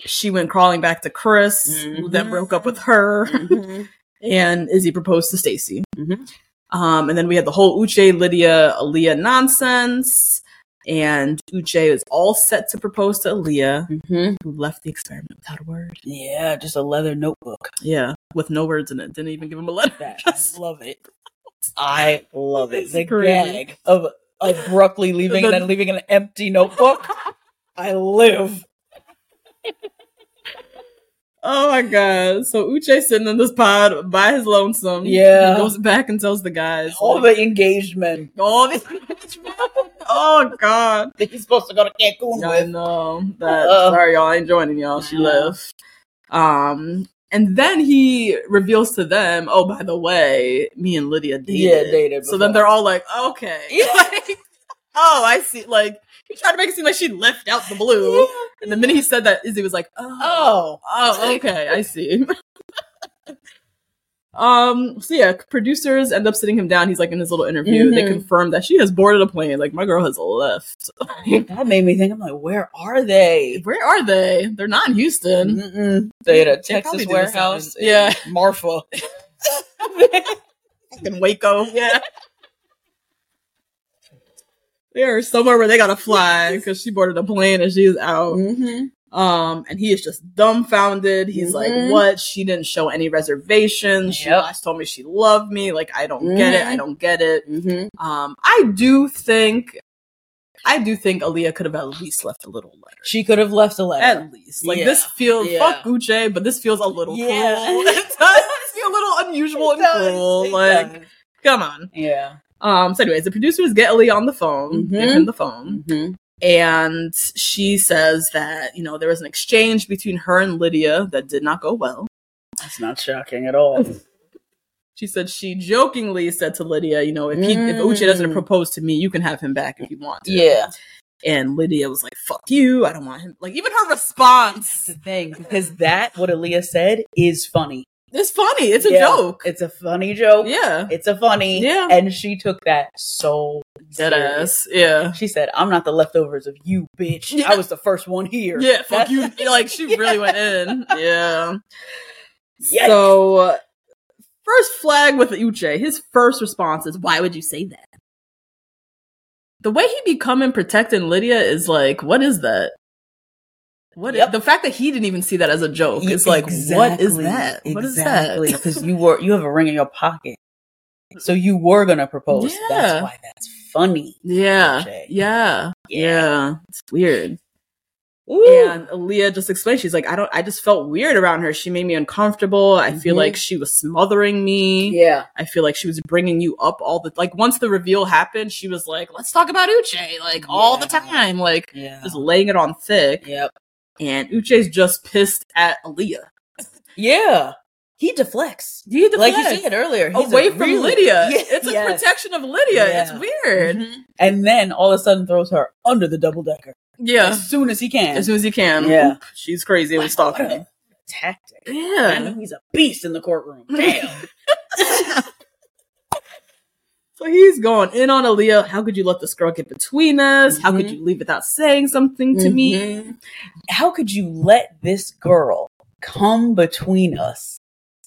B: She went crawling back to Chris, who then
A: Mhm.
B: broke up with her.
A: Mm-hmm.
B: Mm-hmm. and Izzy proposed to Stacy.
A: Mhm.
B: Um, and then we had the whole Uche, Lydia, Aaliyah nonsense. And Uche is all set to propose to Aaliyah,
A: mm-hmm.
B: who left the experiment without a word.
A: Yeah, just a leather notebook.
B: Yeah, with no words in it. Didn't even give him a letter.
A: That I
B: Just-
A: love it. I love it.
B: It's
A: The
B: crazy.
A: gag of abruptly leaving and
B: The-
A: then leaving an empty notebook. I live.
B: oh my god! So Uche sitting in this pod by his lonesome.
A: Yeah.
B: he goes back and tells the guys
A: All
B: like,
A: the engaged men
B: all this. oh god!
A: that he's supposed to go to Cancun
B: Yeah, I
A: with.
B: know that.
A: Uh-oh.
B: sorry, y'all. I ain't joining y'all. She
A: Yeah.
B: left. Um, and then he reveals to them, "Oh, by the way, me and Lydia dated."
A: Yeah, dated
B: So then
A: before.
B: they're all like, "Okay,
A: Yeah.
B: Like, oh, I see." Like he tried to make it seem like she left out the blue, and the minute he said that, Izzy was like, "Oh,
A: Oh,
B: oh, okay, I see." Um. So yeah, producers end up sitting him down. He's like in his little interview. They
A: Mhm.
B: confirm that she has boarded a plane. Like my girl has left.
A: that made me think. I'm like, where are they?
B: Where are they? They're not in Houston.
A: Mm-mm. They had a
B: They probably
A: Texas
B: do this
A: warehouse.
B: out in- Yeah.
A: in Marfa.
B: In Waco. Yeah. they are somewhere where they gotta fly because she boarded a plane and she's out.
A: mm-hmm.
B: Um, and he is just dumbfounded.
A: Mhm.
B: He's like, "What? She didn't show any reservations. She
A: Yep.
B: last told me she loved me. Like, I don't get it. I
A: Mhm.
B: don't get it."
A: Mm-hmm.
B: Um, I do think, I do think Aaliyah could have at least left a little letter.
A: She could have left a letter.
B: At least. Like this
A: Yeah.
B: feels
A: Yeah.
B: fuck Gucci, but this feels a little
A: Yeah.
B: cruel. It does feel a little unusual
A: It
B: and
A: does.
B: cruel.
A: It
B: like,
A: does.
B: come on.
A: yeah.
B: Um, so anyways, the producers get Lee on the phone, give
A: Mhm.
B: him the phone, and she says that, you know, there was an exchange between her and Lydia that did not go well.
A: That's not shocking at all.
B: She said she jokingly said to Lydia, you know, if he if Uche doesn't
A: Mm.
B: propose to me, you can have him back if you want to.
A: yeah.
B: And Lydia was like, Fuck you, I don't want him like even her
A: That's
B: response
A: the thing because that what Aaliyah said is funny.
B: It's funny, it's a
A: Yeah.
B: joke.
A: It's a funny joke.
B: yeah.
A: It's a funny.
B: Yeah.
A: And she took that so
B: Dead
A: serious.
B: ass. Yeah.
A: She said, "I'm not the leftovers of you, bitch.
B: Yeah.
A: I was the first one here.
B: Yeah, fuck
A: That's-
B: you. Like she really went in. Yeah.
A: Yikes.
B: So uh, first flag with Uche. His first response is, "Why would you say that?" The way he becoming protecting Lydia is like, what is that? What is-
A: Yep. E
B: the fact that he didn't even see that as a joke? It's like, what is that? What is that?
A: Because you were you have a ring in your pocket, so you were gonna propose.
B: Yeah.
A: That's why that's funny.
B: Yeah.
A: Jay.
B: Yeah. Yeah. It's weird.
A: Ooh.
B: And Aaliyah just explained, she's like, I don't, I just felt weird around her. She made me uncomfortable. I feel
A: Mhm.
B: like she was smothering me.
A: yeah.
B: I feel like she was bringing you up all the, like, once the reveal happened, she was like, let's talk about Uche, like, all the
A: Yeah.
B: time, like,
A: Yeah.
B: just laying it on thick.
A: Yep.
B: And Uche's just pissed at Aaliyah.
A: Yeah. He deflects.
B: You
A: Like you said earlier, he's
B: away
A: a
B: from
A: really-
B: Lydia.
A: Yeah,
B: It's a
A: yes.
B: protection of Lydia. It's
A: Yeah. Mm-hmm.
B: weird.
A: And then all of a sudden throws her under the double decker
B: Yeah.
A: as soon as he can.
B: As soon as you can.
A: Yeah.
B: She's crazy and stalking
A: What
B: him.
A: a tactic. I
B: Yeah.
A: know he's a beast in the courtroom. Damn.
B: So he's going in on Aaliyah. How could you let this girl get between us? How could
A: Mhm.
B: you leave without saying something to me?
A: Mhm. How could you let this girl come between us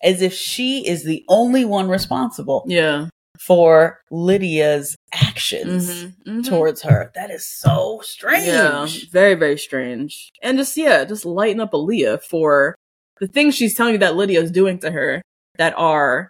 A: as if she is the only one responsible
B: Yeah.
A: for Lydia's actions
B: Mhm. Mhm.
A: towards her? That is so strange.
B: Yeah. Very, very strange. And just, yeah, just lighten up Aaliyah for the things she's telling you that Lydia is doing to her that are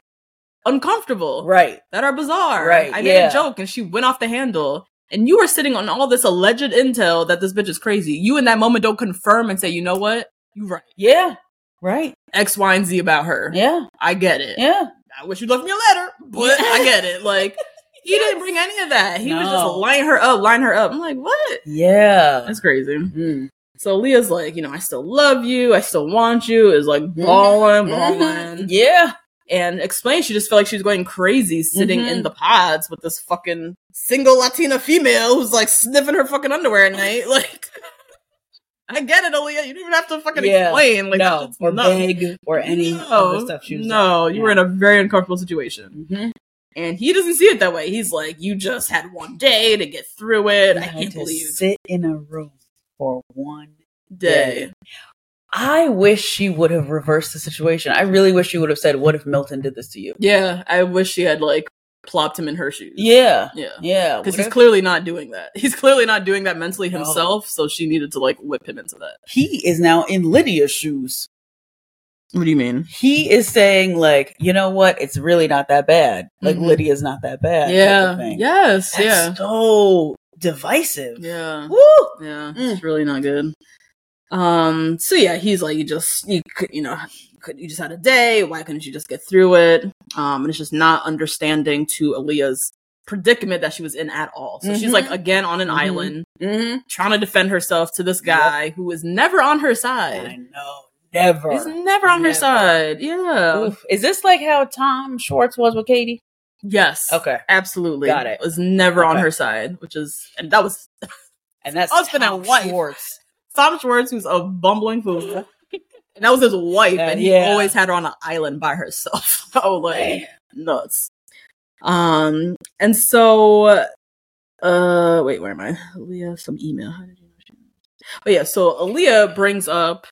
B: uncomfortable.
A: Right.
B: that are bizarre.
A: Right,
B: I made
A: yeah.
B: a joke and she went off the handle. And you were sitting on all this alleged intel that this bitch is crazy. You in that moment don't confirm and say, you know what? You right.
A: Yeah. Right.
B: X, Y, and Z about her.
A: Yeah.
B: I get it.
A: Yeah.
B: I wish you left me a letter, but I get it. Like, he didn't bring any of that. He was just
A: No.
B: line her up, line her up. I'm like, what?
A: Yeah.
B: That's crazy.
A: Mm.
B: So Leah's like, you know, I still love you. I still want you. Is like bawling, bawling.
A: Mm-hmm. Yeah.
B: and explained she just felt like she was going crazy sitting
A: Mhm.
B: in the pods with this fucking single Latina female who's like sniffing her fucking underwear at night. Like, I get it, Aaliyah. You didn't even have to fucking
A: Yeah.
B: explain. Like,
A: no.
B: that's
A: Or
B: nuts.
A: beg or any
B: no,
A: other stuff she was
B: No, you were in a very uncomfortable situation.
A: Mhm.
B: And he doesn't see it that way. He's like, you just had one day to get through it. I
A: Now
B: can't
A: to
B: believe
A: sit in a room for one
B: day.
A: I wish she would have reversed the situation. I really wish she would have said, What if Milton did this to you?
B: Yeah, I wish she had like plopped him in her shoes.
A: Yeah.
B: Yeah.
A: Yeah.
B: because
A: what
B: he's
A: if-
B: clearly not doing that. He's clearly not doing that mentally
A: No.
B: himself. So she needed to like whip him into that.
A: he is now in Lydia's shoes.
B: What do you mean?
A: He is saying, like, you know what? It's really not that bad. Like
B: Mhm.
A: Lydia's not that bad. type of
B: Yeah.
A: thing.
B: Yes.
A: That's
B: yeah.
A: so divisive.
B: Yeah.
A: Woo!
B: Yeah. It's really not good. Um. So yeah, he's like, you just you could you know could you just had a day? Why couldn't you just get through it? Um. And it's just not understanding to Aaliyah's predicament that she was in at all. So she's like
A: Mhm.
B: again on an
A: Mhm.
B: island
A: Mm-hmm.
B: trying to defend herself to this guy who is never on her
A: I
B: side.
A: know. Never.
B: He's never on her
A: Never.
B: side. Yeah.
A: Oof. Is this like how Tom Schwartz was with Katie?
B: Yes.
A: Okay.
B: Absolutely.
A: Got it.
B: Was never on
A: Okay.
B: her side, which is and that was
A: And that's
B: Husband
A: Tom
B: and wife.
A: Schwartz.
B: Tom Schwartz, who's a bumbling fool. And that was his wife,
A: Uh,
B: and he
A: yeah.
B: always had her on an island by herself. oh like nuts. Um and so uh wait, where am I? Aaliyah, some email. How did you know she Oh yeah, so Aaliyah brings up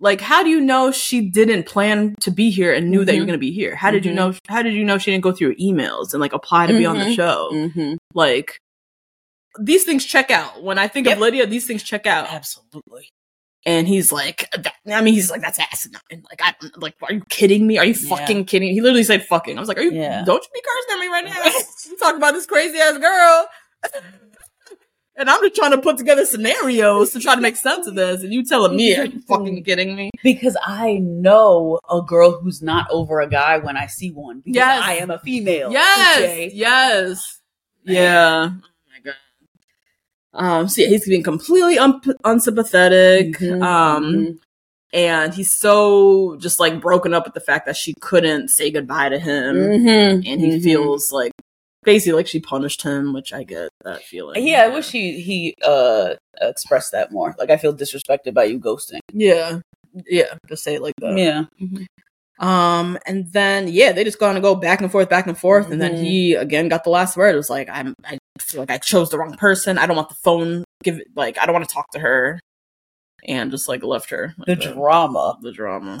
B: like how do you know she didn't plan to be here and knew that you were
A: Mhm.
B: gonna be here? How did you
A: Mhm.
B: know how did you know she didn't go through your emails and like apply to be on the
A: Mhm.
B: show?
A: Mm-hmm.
B: like these things check out when i think
A: Yep.
B: of lydia these things check out
A: Absolutely.
B: and he's like that- i mean he's like that's asinine like i like are you kidding me are you
A: Yeah.
B: fucking kidding he literally said fucking i was like are you
A: Yeah.
B: don't you be cursing at me right now you talking about this crazy ass girl and i'm just trying to put together scenarios to try to make sense of this and you telling me are you fucking kidding me
A: Because I know a girl who's not over a guy when I see one. Because
B: Yes.
A: I am a female.
B: Yes,
A: Okay?
B: yes, yeah. Oh my god. Um. So yeah, he's being completely un- unsympathetic.
A: Mhm,
B: Um.
A: mhm.
B: And he's so just like broken up with the fact that she couldn't say goodbye to
A: Mm-hmm.
B: him, Mm-hmm. and he
A: Mhm.
B: feels like basically like she punished him, which I get that feeling.
A: Yeah, I wish he he uh expressed that more. Like I feel disrespected by you ghosting.
B: Yeah. Yeah. Just say it like that.
A: Yeah.
B: Um, and then yeah, they just gonna go back and forth, back and forth, and then
A: Mhm.
B: he again got the last word. It was like I'm, I feel like I chose the wrong person. I don't want the phone. Give it- like I don't want to talk to her, and just like left her.
A: The
B: Like,
A: drama.
B: the drama,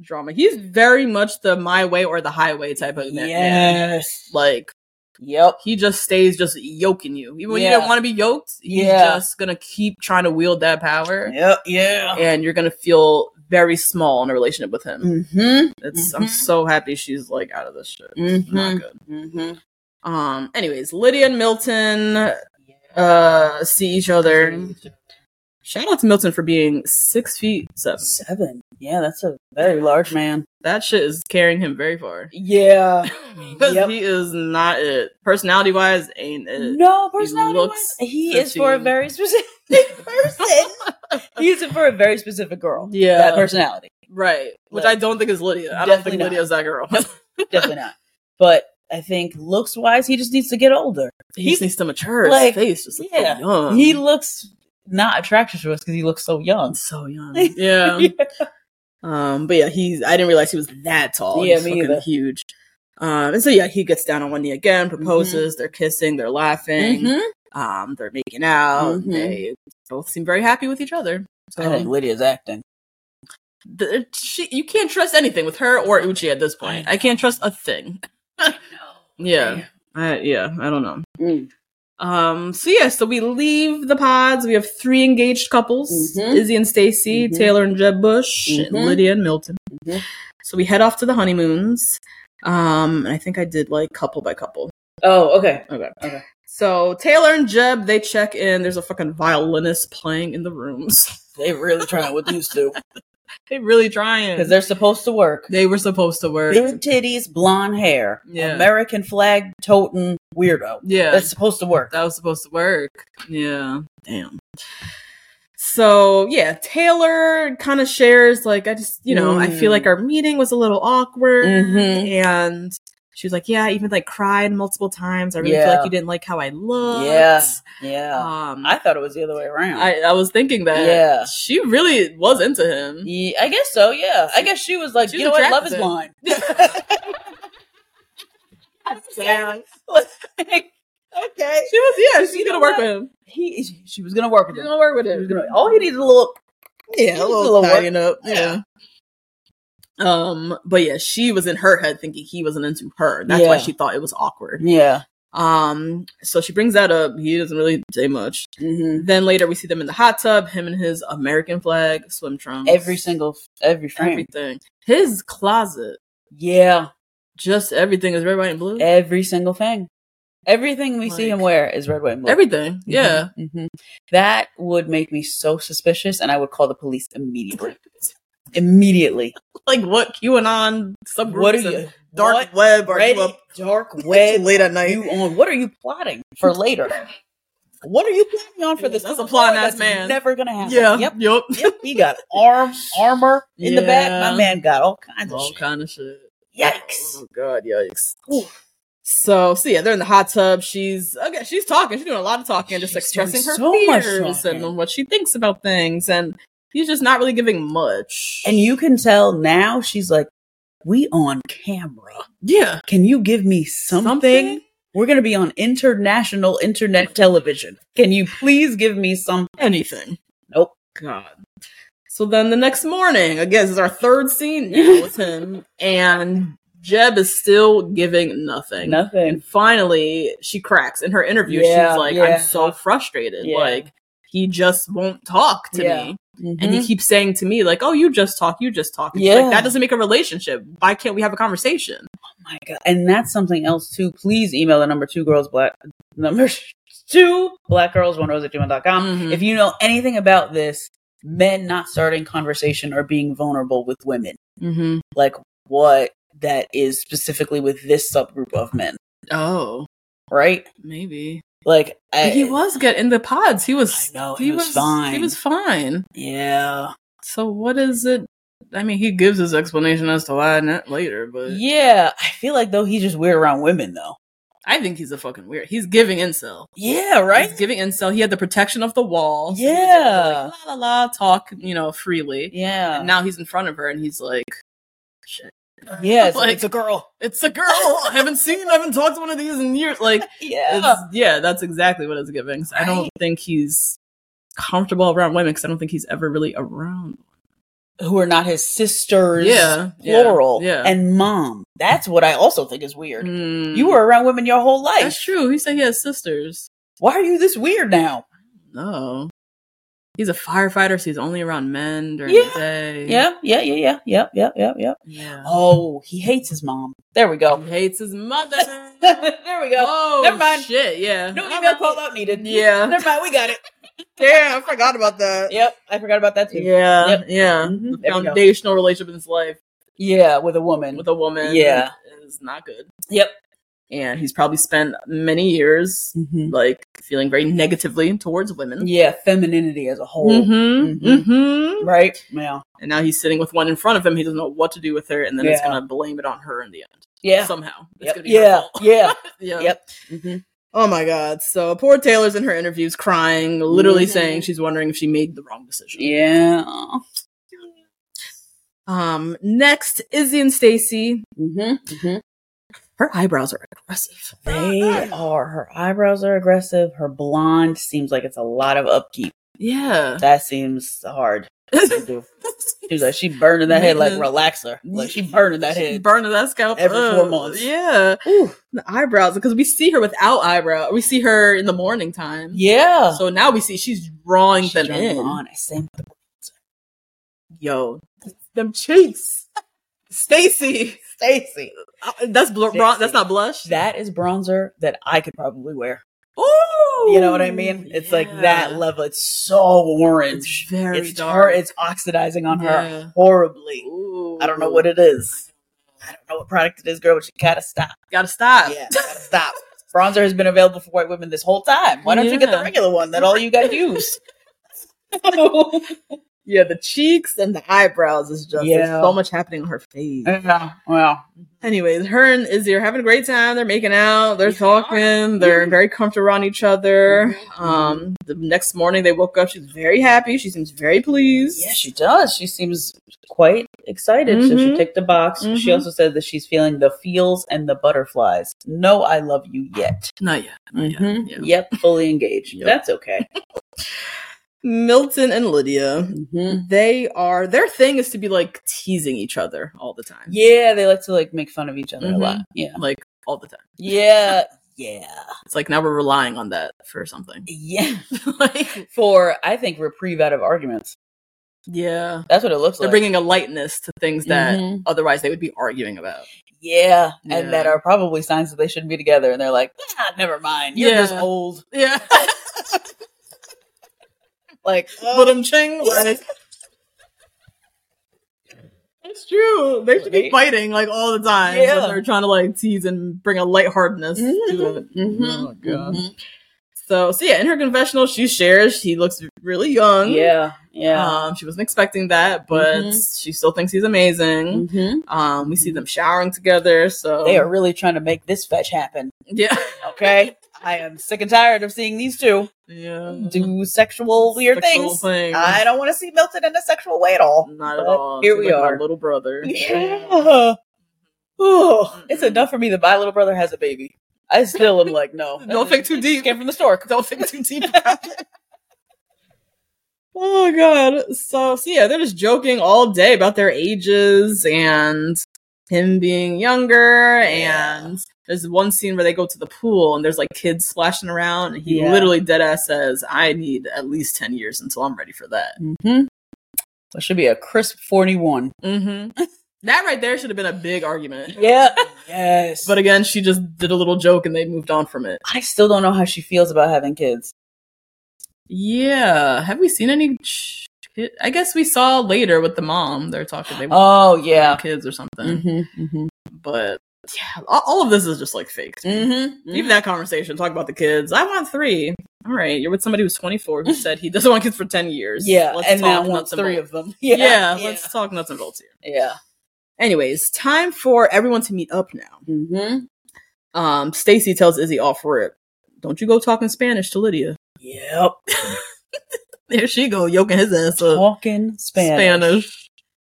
B: drama. He's very much the my way or the highway type of man.
A: Yes.
B: Like
A: Yep.
B: he just stays just yoking you, even when you
A: Yeah.
B: don't want to be yoked. He's
A: Yeah.
B: just gonna keep trying to wield that power,
A: Yep. Yeah.
B: and you're gonna feel very small in a relationship with him.
A: Mm-hmm.
B: It's
A: Mhm.
B: I'm so happy she's like out of this shit. It's not good.
A: Mm-hmm.
B: Um, anyways, Lydia and Milton uh see each
A: Mm-hmm.
B: other. Shout out to Milton for being six feet seven.
A: Seven. Yeah, that's a very large man. Uh,
B: That shit is carrying him very far.
A: Yeah.
B: Because
A: Yep.
B: he is not it. Personality wise, ain't it.
A: No, personality
B: looks
A: wise, he is for a
B: fifteen.
A: very specific person. He's for a very specific girl.
B: Yeah.
A: That personality.
B: Right. Which
A: Look.
B: I don't think is Lydia. I don't
A: Definitely
B: think
A: not.
B: Lydia's that girl.
A: Definitely not. But I think looks wise, he just needs to get older.
B: he just needs to mature.
A: like,
B: His face just looks
A: yeah.
B: so young.
A: He looks not attractive to us because he looks so young.
B: so young. Yeah. Um, but yeah, he's I didn't realize he was that tall.
A: Yeah,
B: he's
A: me
B: fucking
A: either. Mm-hmm.
B: huge. Um, and so yeah, he gets down on one knee again, proposes, they're kissing, they're laughing, um, they're making out.
A: Mhm.
B: They both seem very happy with each other. So
A: I think Lydia's acting.
B: th- she, you can't trust anything with her or Uchi at this point. I can't trust a thing. yeah. I, yeah, I don't know.
A: Mm.
B: Um, so yeah, so we leave the pods. We have three engaged couples:
A: Mhm.
B: Izzy and Stacy,
A: Mhm.
B: Taylor and Jeb Bush,
A: Mhm.
B: and Lydia and Milton.
A: Mhm.
B: So we head off to the honeymoons. Um, and I think I did like couple by couple.
A: Oh, okay.
B: Okay.
A: Okay.
B: So Taylor and Jeb, they check in. There's a fucking violinist playing in the rooms.
A: They really trying with these two
B: they really trying.
A: because they're supposed to work.
B: They were supposed to work.
A: Big titties, blonde hair,
B: Yeah.
A: American flag toting weirdo.
B: yeah.
A: That's supposed to work.
B: that was supposed to work. Yeah. Damn. So yeah, Taylor kind of shares like I just you know I feel
A: Mm.
B: like our meeting was a little awkward Mm-hmm.
A: Mhm.
B: and she was like yeah I even like cried multiple times I really feel
A: Yeah.
B: like you didn't like how I looked
A: Yeah, yeah.
B: um
A: I
B: I
A: thought it was the other way around.
B: I, I was thinking that
A: Yeah.
B: she really was into him
A: Yeah, I guess so. Yeah, I guess she was like,
B: She
A: you
B: was
A: know what, love is
B: attracted.
A: blind.
B: Damn.
A: Like, okay,
B: she was yeah she's
A: You
B: gonna
A: know
B: work
A: what?
B: with him
A: he she- she was gonna work with
B: she's
A: him.
B: gonna work with
A: She was
B: him
A: gonna. All he needs is a little.
B: yeah,
A: He was
B: a little,
A: a little
B: tidying up. Yeah. Um, but yeah, she was in her head thinking he wasn't into her. That's why
A: Yeah.
B: she thought it was awkward.
A: Yeah.
B: Um, so she brings that up. He doesn't really say much.
A: hmm
B: Then later we see them in the hot tub, him and his American flag swim trunks.
A: Every single every frame.
B: everything. His closet,
A: Yeah,
B: just everything is red, white, and blue.
A: every single thing. Everything we see
B: Like-
A: him wear is red, white, and blue.
B: Everything. Yeah.
A: Mhm, mhm. That would make me so suspicious, and I would call the police immediately. immediately.
B: Like what QAnon subgroups
A: What are you?
B: and dark
A: what
B: web are
A: red,
B: you up
A: dark web
B: late at night?
A: you on? What are you plotting for later? What are you planning on for this?
B: That's a
A: little
B: plotting
A: boy
B: ass
A: that's
B: man.
A: Never gonna happen.
B: Yeah.
A: Yep.
B: Yep.
A: Yep. He got arm armor in the back.
B: Yeah.
A: My man got all kinds of
B: All
A: shit.
B: kind of shit.
A: Yikes.
B: Oh god, yikes. So, so yeah, they're in the hot tub. She's okay, she's talking. She's doing a lot of talking, and just
A: She's
B: expressing her
A: doing so much
B: fears
A: talking.
B: and what she thinks about things. And he's just not really giving much.
A: And you can tell now she's like, we on camera.
B: yeah,
A: Can you give me something? We're gonna be on international internet television. Can you please give me some?
B: anything.
A: Nope.
B: God. So then the next morning, I guess this is our third scene now with him, and Jeb is still giving nothing.
A: Nothing.
B: And finally, she cracks in her interview.
A: Yeah,
B: she's like,
A: yeah.
B: "I'm so frustrated.
A: Yeah.
B: Like he just won't talk to
A: Yeah. Mm-hmm.
B: me." and he keeps saying to me like oh you just talk you just talk It's
A: Yeah.
B: like that doesn't make a relationship why can't we have a conversation
A: my god and that's something else too please email the number two girls black number two black girls one oh rose at gmail.com
B: Mhm.
A: if you know anything about this men not starting conversation or being vulnerable with women
B: mm-hmm.
A: like what that is specifically with this subgroup of men
B: oh
A: right
B: maybe
A: like I,
B: he was good in the pods he was
A: I know, he was fine.
B: he was fine
A: yeah
B: so what is it i mean he gives his explanation as to why not later but
A: yeah i feel like though he's just weird around women though
B: i think he's a fucking weird he's giving incel
A: yeah right
B: He's giving incel. He had the protection of the wall. so he was able to,
A: Yeah.
B: like, la la la, talk, you know, freely.
A: yeah
B: And now he's in front of her and he's like,
A: yeah it's,
B: like-
A: it's a girl
B: It's a girl. I haven't seen, I haven't talked to one of these in years. Like,
A: yeah
B: it's, yeah, that's exactly what it's giving. So I don't
A: Right.
B: think he's comfortable around women because I don't think he's ever really around.
A: who are not his sisters,
B: Yeah, yeah,
A: plural,
B: yeah.
A: and mom. That's what I also think is weird.
B: Mm.
A: You were around women your whole life.
B: That's true. He said he has sisters.
A: Why are you this weird now?
B: No. Oh. He's a firefighter, so he's only around men during
A: Yeah.
B: the day.
A: Yeah, yeah, yeah, yeah, yep, yep, yep, yep.
B: Yeah.
A: Oh, he hates his mom. There we go.
B: He hates his mother.
A: there we go.
B: oh,
A: Oh. Never mind.
B: Shit, yeah.
A: No
B: All
A: email
B: right.
A: call out needed.
B: Yeah.
A: Never mind. We got it.
E: Damn, I forgot about that.
A: Yep. I forgot about that too.
B: Yeah,
A: Yep.
B: yeah.
A: Mhm.
B: The
A: There we go.
B: Mm-hmm. foundational relationship in his life
A: Yeah, with a woman.
B: with a woman
A: Yeah.
B: is not good.
A: Yep.
B: And he's probably spent many years
A: Mhm.
B: like feeling very negatively towards women.
A: Yeah, femininity as a whole.
B: Mm-hmm.
A: Mhm.
B: Mm-hmm.
A: Right? Yeah.
B: And now he's sitting with one in front of him. He doesn't know what to do with her, and then it's
A: Yeah.
B: gonna blame it on her in the end.
A: Yeah.
B: Somehow. It's
A: Yep.
B: gonna be her
A: Yeah.
B: fault.
A: Yeah.
B: yeah.
A: Yep. Mhm.
B: Oh my god. So poor Taylor's in her interviews crying, literally
A: Mhm.
B: saying she's wondering if she made the wrong decision.
A: Yeah.
B: Um next, Izzy and Stacy.
A: Mm-hmm.
B: Her eyebrows are aggressive.
A: They are. Her eyebrows are aggressive. Her blonde seems like it's a lot of upkeep.
B: Yeah.
A: That seems hard to do. She's like, she burning that head like
B: Mm-hmm.
A: relaxer. Like, she burning that
B: She's
A: head.
B: burning that scalp
A: Every four
B: up.
A: months.
B: Yeah,
A: Ooh.
B: the eyebrows because we see her without eyebrow. We see her in the morning time.
A: Yeah.
B: So now we see she's drawing
A: She's
B: them
A: drawing
B: in.
A: on. I say-
B: Yo, them cheeks, Stacy.
A: Stacy.
B: Uh, That's bl- bron-
A: Stacey.
B: that's not blush.
A: That is bronzer that I could probably wear.
B: Ooh,
A: You know what I mean? It's like that
B: yeah.
A: level. It's so orange.
B: It's very
A: it's
B: dark.
A: her- it's oxidizing on
B: Yeah.
A: her horribly.
B: Ooh.
A: I don't know what it is. I don't know what product it is, girl, but you gotta stop.
B: Gotta stop.
A: Yeah, gotta stop. Bronzer has been available for white women this whole time. Why don't you get the
B: Yeah.
A: regular one that all you gotta use?
B: yeah, the cheeks and the eyebrows is just there's
A: Yeah.
B: so much happening on her face.
A: yeah, well,
B: Anyways, her and Izzy are having a great time. They're making out. They're
A: Yeah.
B: talking. They're very comfortable around each other. Um, the next morning they woke up. She's very happy. She seems very pleased.
A: yeah, she does. She seems quite excited. So she
B: Mhm.
A: ticked the box. She
B: Mhm.
A: also said that she's feeling the feels and the butterflies. No, I love you yet.
B: not yet. Not yet.
A: Mhm.
B: Yeah.
A: Yep, fully engaged.
B: Yep.
A: That's okay.
B: Mm-hmm. Milton and Lydia.
A: mm-hmm.
B: They are their thing is to be like teasing each other all the time.
A: Yeah, they like to like make fun of each other
B: Mhm.
A: a lot. Yeah,
B: Like all the time.
A: yeah, yeah,
B: It's like now we're relying on that for something.
A: yeah.
B: like
A: For I think reprieve out of arguments.
B: yeah. Mm-hmm.
A: That's what it looks
B: They're
A: like.
B: bringing a lightness to things that
A: Mhm.
B: otherwise they would be arguing about.
A: yeah,
B: Yeah.
A: and that are probably signs that they shouldn't be together. And they're like, ah, never mind. You're just
B: Yeah.
A: old.
B: Yeah.
A: Like, oh,
B: but I'm ching like It's true. They should be
A: Right.
B: fighting like all the time. when
A: Yeah.
B: They're trying to like tease and bring a lightheartedness to it. Oh god. So so yeah, in her confessional she shares she looks really young.
A: yeah, yeah.
B: Mm-hmm. Um, she wasn't expecting that, but she still thinks he's amazing.
A: Mhm.
B: Um, we see them showering together, so
A: They are really trying to make this fetch happen.
B: yeah,
A: Okay, I am sick and tired of seeing these two
B: yeah,
A: do sexual weird
B: Sexual
A: things. I don't want to see Milton in a sexual way at all.
B: Not at
A: But
B: all.
A: Here
B: She's
A: we
B: like
A: are.
B: my little brother.
A: Yeah. Oh, it's enough for me that my little brother has a baby. I still am like, no.
B: Don't think too deep.
A: Came from the Mm-hmm. store.
B: Don't think too deep. about it. oh god. So, so yeah, they're just joking all day about their ages and him being younger
A: Yeah.
B: and there's one scene where they go to the pool and there's like kids splashing around and he
A: Yeah.
B: literally dead ass says, I need at least ten years until I'm ready for that.
A: Mm-hmm. It should be a crisp forty-one.
B: Mm-hmm. that right there should have been a big argument.
A: Yeah. yes.
B: But
A: But
B: again, she just did a little joke and they moved on from it.
A: I still don't know how she feels about having kids.
B: Yeah. Have we seen any? ch- kid- I guess we saw later with the mom. They're talking. They want
A: Oh yeah.
B: kids or something.
A: Mm-hmm. Mm-hmm.
B: But yeah, all, all of this is just like fake.
A: Mm-hmm.
B: Leave that conversation. Talk about the kids. I want three. All right, you're with somebody who's 24 who said he doesn't want kids for 10 years.
A: Yeah, and now
B: talk
A: wants
B: nuts
A: three
B: bolts.
A: of them.
B: Yeah,
A: Yeah. Yeah.
B: let's talk nuts and bolts here.
A: yeah.
B: Anyways, time for everyone to meet up now.
A: Mm-hmm.
B: Um, Stacy tells Izzy off rip, "Don't you go talking Spanish to Lydia."
A: Yep.
B: There she go, yoking his ass up.
A: Talking Spanish.
B: Spanish.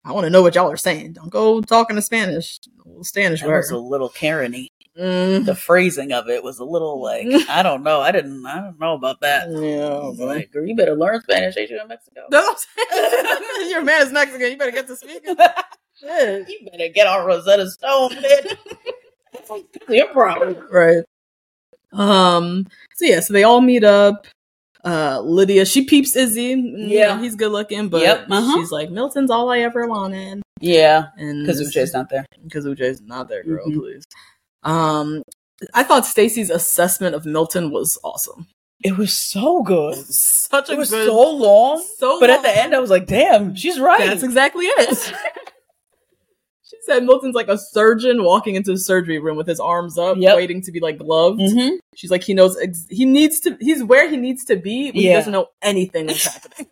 B: I want to know what y'all are saying. Don't go talking to Spanish. Well, Spanish
A: That
B: word.
A: was a little Karen-y.
B: Mm.
A: the phrasing of it was a little like I don't know. I didn't I don't know about that.
B: Mm.
A: I was
B: Yeah.
A: like, girl, you better learn Spanish. Ain't you in Mexico?
B: That's what I'm saying. Your man is Mexican. You better get to speaking. Shit.
A: you better get on Rosetta Stone, bitch. That's your problem.
B: Right. Um. So yeah. So they all meet up. uh, Lydia, she peeps Izzy. Yeah,
A: Yeah.
B: he's good looking, but
A: Yep, uh-huh.
B: she's like Milton's all I ever wanted,
A: Yeah,
B: and
A: because Uche's not there.
B: because Uche's not there, girl.
A: Mhm.
B: Please. Um, I thought Stacy's assessment of Milton was awesome.
A: It was so good.
B: Such a
A: It was
B: good.
A: so long.
B: so
A: but at the
B: long.
A: end, I was like, "Damn, she's right."
B: That's exactly it. she said Milton's like a surgeon walking into the surgery room with his arms up,
A: Yep.
B: waiting to be like gloved.
A: hmm
B: She's like, he knows ex- he needs to. He's where he needs to be. But He
A: Yeah.
B: doesn't know anything that's happening.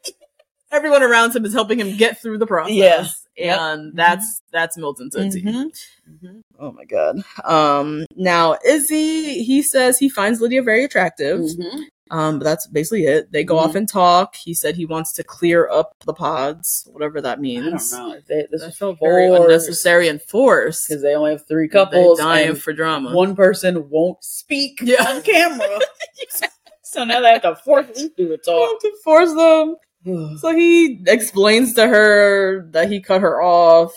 B: Everyone around him is helping him get through the process.
A: Yeah. Yep.
B: and that's that's Milton to a T.
A: Mhm.
B: Oh my god. Um, now Izzy, he says he finds Lydia very attractive.
A: Mhm.
B: Um, but that's basically it. They go
A: Mm-hmm.
B: off and talk. He said he wants to clear up the pods, whatever that
A: I
B: means.
A: don't know. They, this
B: I
A: is
B: felt very unnecessary and forced.
A: because they only have three couples.
B: They dying
A: and
B: for drama.
A: One person won't speak
B: Yeah.
A: on camera, so now they have to force you to talk.
B: to force them. So he explains to her that he cut her off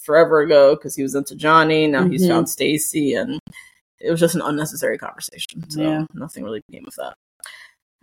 B: forever ago because he was into Johnny. Now he's
A: Mhm.
B: found Stacy, and it was just an unnecessary conversation. So
A: Yeah.
B: nothing really came of that.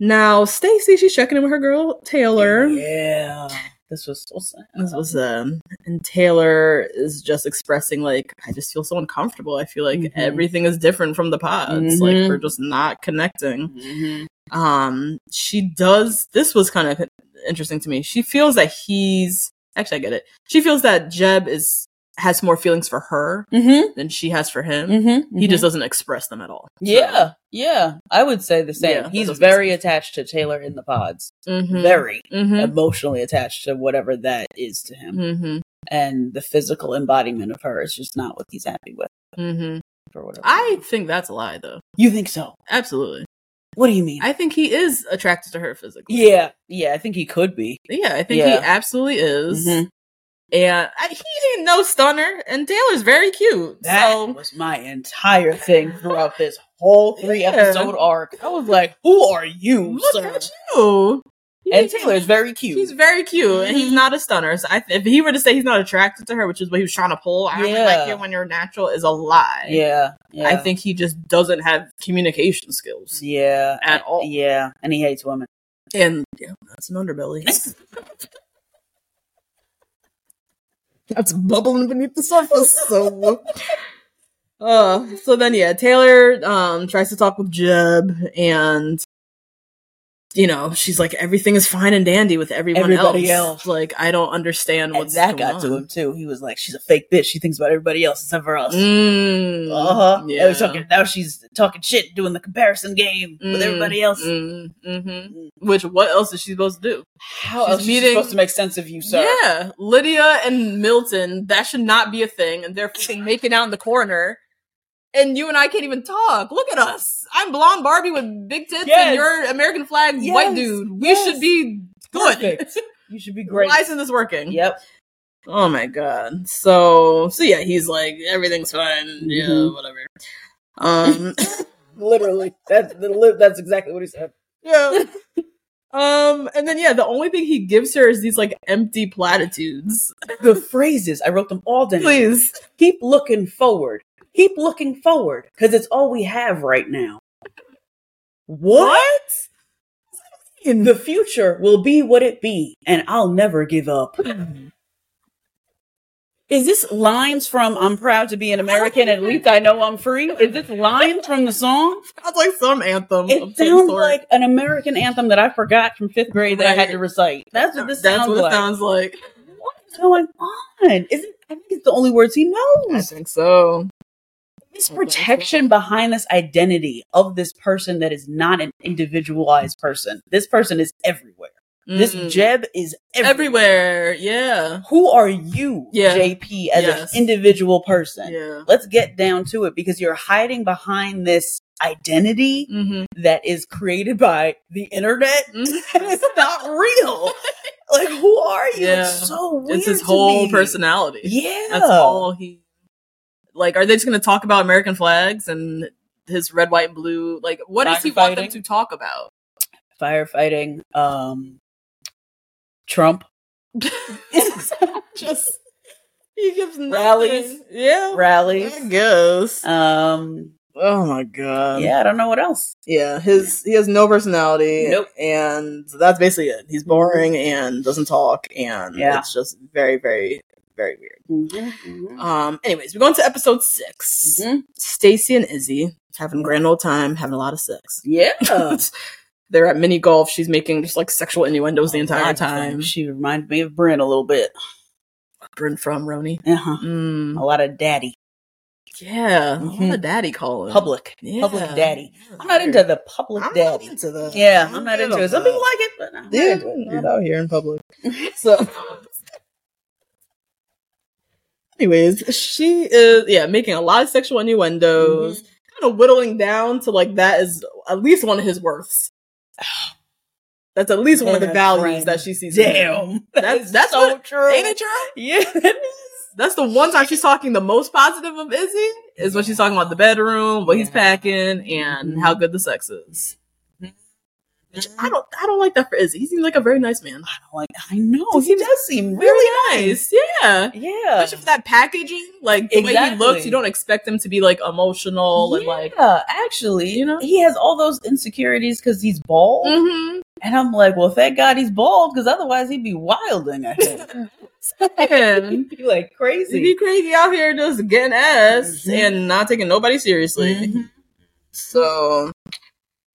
B: Now Stacy, she's checking in with her girl Taylor.
A: Yeah, this was so sad.
B: This was um, and Taylor is just expressing like, I just feel so uncomfortable. I feel like
A: Mhm.
B: everything is different from the pods. Like
A: Mhm.
B: we're just not connecting.
A: Mhm.
B: um she does this was kind of interesting to me she feels that he's actually i get it she feels that jeb is has more feelings for her
A: Mhm.
B: than she has for him
A: Mhm.
B: Mm-hmm. he just doesn't express them at all
A: Yeah, yeah. I would say the
B: Yeah,
A: same.
B: that
A: He's
B: doesn't
A: very
B: make
A: attached to Taylor in the pods.
B: mm-hmm.
A: Very
B: mm-hmm.
A: emotionally attached to whatever that is to him.
B: Mm-hmm.
A: And the physical embodiment of her is just not what he's happy with
B: Mm-hmm.
A: or whatever.
B: i think that's a lie though
A: You think so?
B: absolutely
A: What do you mean?
B: i think he is attracted to her physically
A: yeah, yeah, I think he could be.
B: yeah i think he
A: Yeah.
B: absolutely is
A: Mhm.
B: and I, he ain't no stunner and taylor's very cute
A: That
B: so
A: was my entire thing throughout this whole three
B: Yeah.
A: episode arc. I was like, "Who are you,
B: look
A: sir?"
B: at you
A: And
B: He-
A: Taylor's very cute. Mm-hmm.
B: He's very cute, and he's not a stunner. So I, if he were to say he's not attracted to her, which is what he was trying to pull, I don't
A: Yeah.
B: like you when you're natural, is a lie.
A: yeah, yeah,
B: I think he just doesn't have communication skills
A: yeah,
B: at all.
A: yeah, and he hates women.
B: And yeah, that's an underbelly. that's bubbling beneath the surface. So. Uh, so then, yeah, Taylor um tries to talk with Jeb, and you know she's like, everything is fine and dandy with everyone
A: Everybody else.
B: Like, I don't understand
A: And
B: what's
A: that
B: going
A: got
B: on.
A: to him too. He was like, "She's a fake bitch. She thinks about everybody else except for us."
B: Mm,
A: Uh huh.
B: Yeah.
A: now she's talking shit, doing the comparison game with
B: Mm,
A: everybody else.
B: mm, mhm. Which what else is she supposed to do?
A: How
B: She's
A: else is she
B: meeting-
A: supposed to make sense of you, sir?
B: Yeah, Lydia and Milton. That should not be a thing, and they're fucking making out in the corner. And you and I can't even talk. Look at us. I'm blonde Barbie with big tits, and
A: Yes.
B: you're American flag
A: Yes,
B: white dude. We
A: yes.
B: should be good.
A: Perfect. You should be great.
B: Why isn't this working?
A: Yep.
B: Oh my god. So so yeah, he's like everything's fine. Yeah,
A: Mhm.
B: whatever. Um.
A: Literally. That's the li- that's exactly what he said.
B: Yeah. um, and then yeah, the only thing he gives her is these like empty platitudes.
A: The phrases, I wrote them all down.
B: Please.
A: Keep looking forward. Keep looking forward. Because it's all we have right now. What? In the future will be what it be, and I'll never give up. Is this lines from I'm Proud to Be an American, at least I know I'm free? Is this lines from the song?
B: That's like some anthem of
A: It
B: some
A: sounds
B: sort.
A: like an American anthem that I forgot from fifth grade that I had to recite. That's what this
B: That's
A: sounds
B: what
A: like.
B: it sounds like.
A: What's going on? Is it, I think it's the only words he
B: I
A: knows.
B: think so.
A: This protection behind this identity of this person that is not an individualized person. This person is everywhere. This
B: Mm.
A: Jeb is everywhere.
B: everywhere. Yeah.
A: Who are you,
B: Yeah.
A: JP, as
B: Yes.
A: an individual person?
B: Yeah.
A: Let's get down to it because you're hiding behind this identity
B: Mm-hmm.
A: that is created by the internet
B: Mhm.
A: and it's not real. like, who are you?
B: Yeah.
A: It's so weird.
B: It's his
A: to
B: whole
A: me.
B: personality.
A: Yeah.
B: That's all he like are they just gonna talk about American flags and his red, white, and blue like what does he want them
A: Firefighting.
B: to talk about?
A: Firefighting, um, Trump
B: just he gives nothing.
A: Rallies.
B: Yeah.
A: rallies,
B: I guess.
A: um,
B: Oh my god.
A: yeah, I don't know what else.
B: Yeah, his he has no personality.
A: Nope.
B: And that's basically it. He's boring and doesn't talk and
A: Yeah.
B: it's just very, very, very weird.
A: Mm-hmm,
B: Um anyways, we're going to episode 6 Stacy and Izzy having a grand old time, having a lot of sex.
A: Yeah.
B: They're at mini golf, she's making just like sexual innuendos
A: Oh,
B: the entire
A: God,
B: time.
A: She reminded me of Brynn a little bit.
B: Bryn from Roni.
A: Uh-huh.
B: Mm,
A: A lot of daddy.
B: yeah. I want
A: Mhm.
B: a daddy calling.
A: Public.
B: Yeah.
A: Public daddy. I'm not into the public
B: I'm not
A: daddy.
B: into that.
A: yeah, I'm not into it. Some
B: Something
A: people like it, but I'm
B: Yeah,
A: not into it.
B: not out here in public. So, anyways, she is yeah making a lot of sexual innuendos, kind of whittling down to like that is at least one of his worths. That's at least one of the
A: What a
B: values
A: friend.
B: that she sees. in him.
A: Damn. That's
B: that's
A: that's so
B: what-
A: true.
B: ain't it true?
A: Yeah, it is.
B: That's the one time she's talking the most positive of Izzy is when she's talking about the bedroom, what he's packing, and how good the sex is. Mm-hmm. Which I don't, I don't like that for Izzy. He seems like a very nice man.
A: Like I know
B: Does
A: he
B: he-
A: does seem really.
B: Really nice, yeah.
A: Yeah.
B: especially for that packaging, like the way he
A: Exactly.
B: looks, you don't expect him to be like emotional and like,
A: yeah, actually,
B: you know?
A: he has all those insecurities because he's bald,
B: mm-hmm.
A: and I'm like, well, thank God he's bald, because otherwise he'd be wilding. I think
B: man,
A: he'd be like
B: he'd be
A: crazy.
B: crazy Mm-hmm. out here just getting ass
A: Mhm.
B: and not taking nobody seriously.
A: Mhm.
B: So,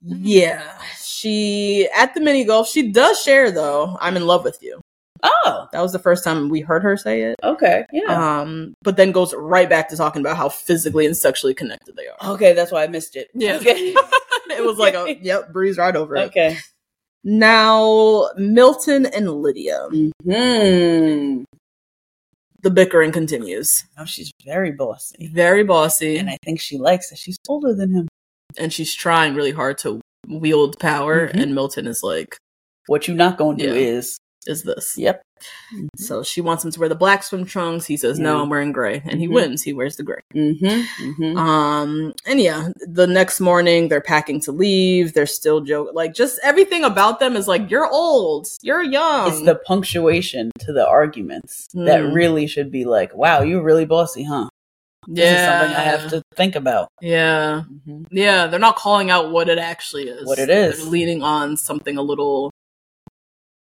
B: yeah, she at the mini golf. She does share though. I'm in love with you.
A: Oh,
B: That was the first time we heard her say it.
A: okay, yeah,
B: Um, but then goes right back to talking about how physically and sexually connected they are.
A: okay, that's why I missed it.
B: Yeah.
A: okay,
B: it was like a yep, breeze right over it.
A: okay.
B: Now, Milton and Lydia.
A: Mm. Hmm.
B: The bickering continues.
A: Oh, she's very bossy,
B: Very bossy,
A: and
B: and,
A: I think she likes that she's older than him.
B: she's trying really hard to wield power.
A: Mhm.
B: And Milton is like,
A: What you not going to do
B: Yeah. Mm-hmm.
A: is,
B: "Is this?"
A: yep,
B: So she wants him to wear the black swim trunks. He says, "No,
A: Yeah.
B: I'm wearing gray," and he
A: Mhm.
B: wins. He wears the gray.
A: mm-hmm, mm-hmm.
B: Um, and yeah, the next morning they're packing to leave. They're still joking. Like, just everything about them is like, "You're old. You're young."
A: it's the punctuation to the arguments that
B: Mm.
A: really should be like, wow, you're really bossy, huh?
B: yeah, Mm-hmm.
A: This is something I have to think about.
B: yeah. Yeah, they're not calling out what it actually is.
A: What it is.
B: They're leaning on something a little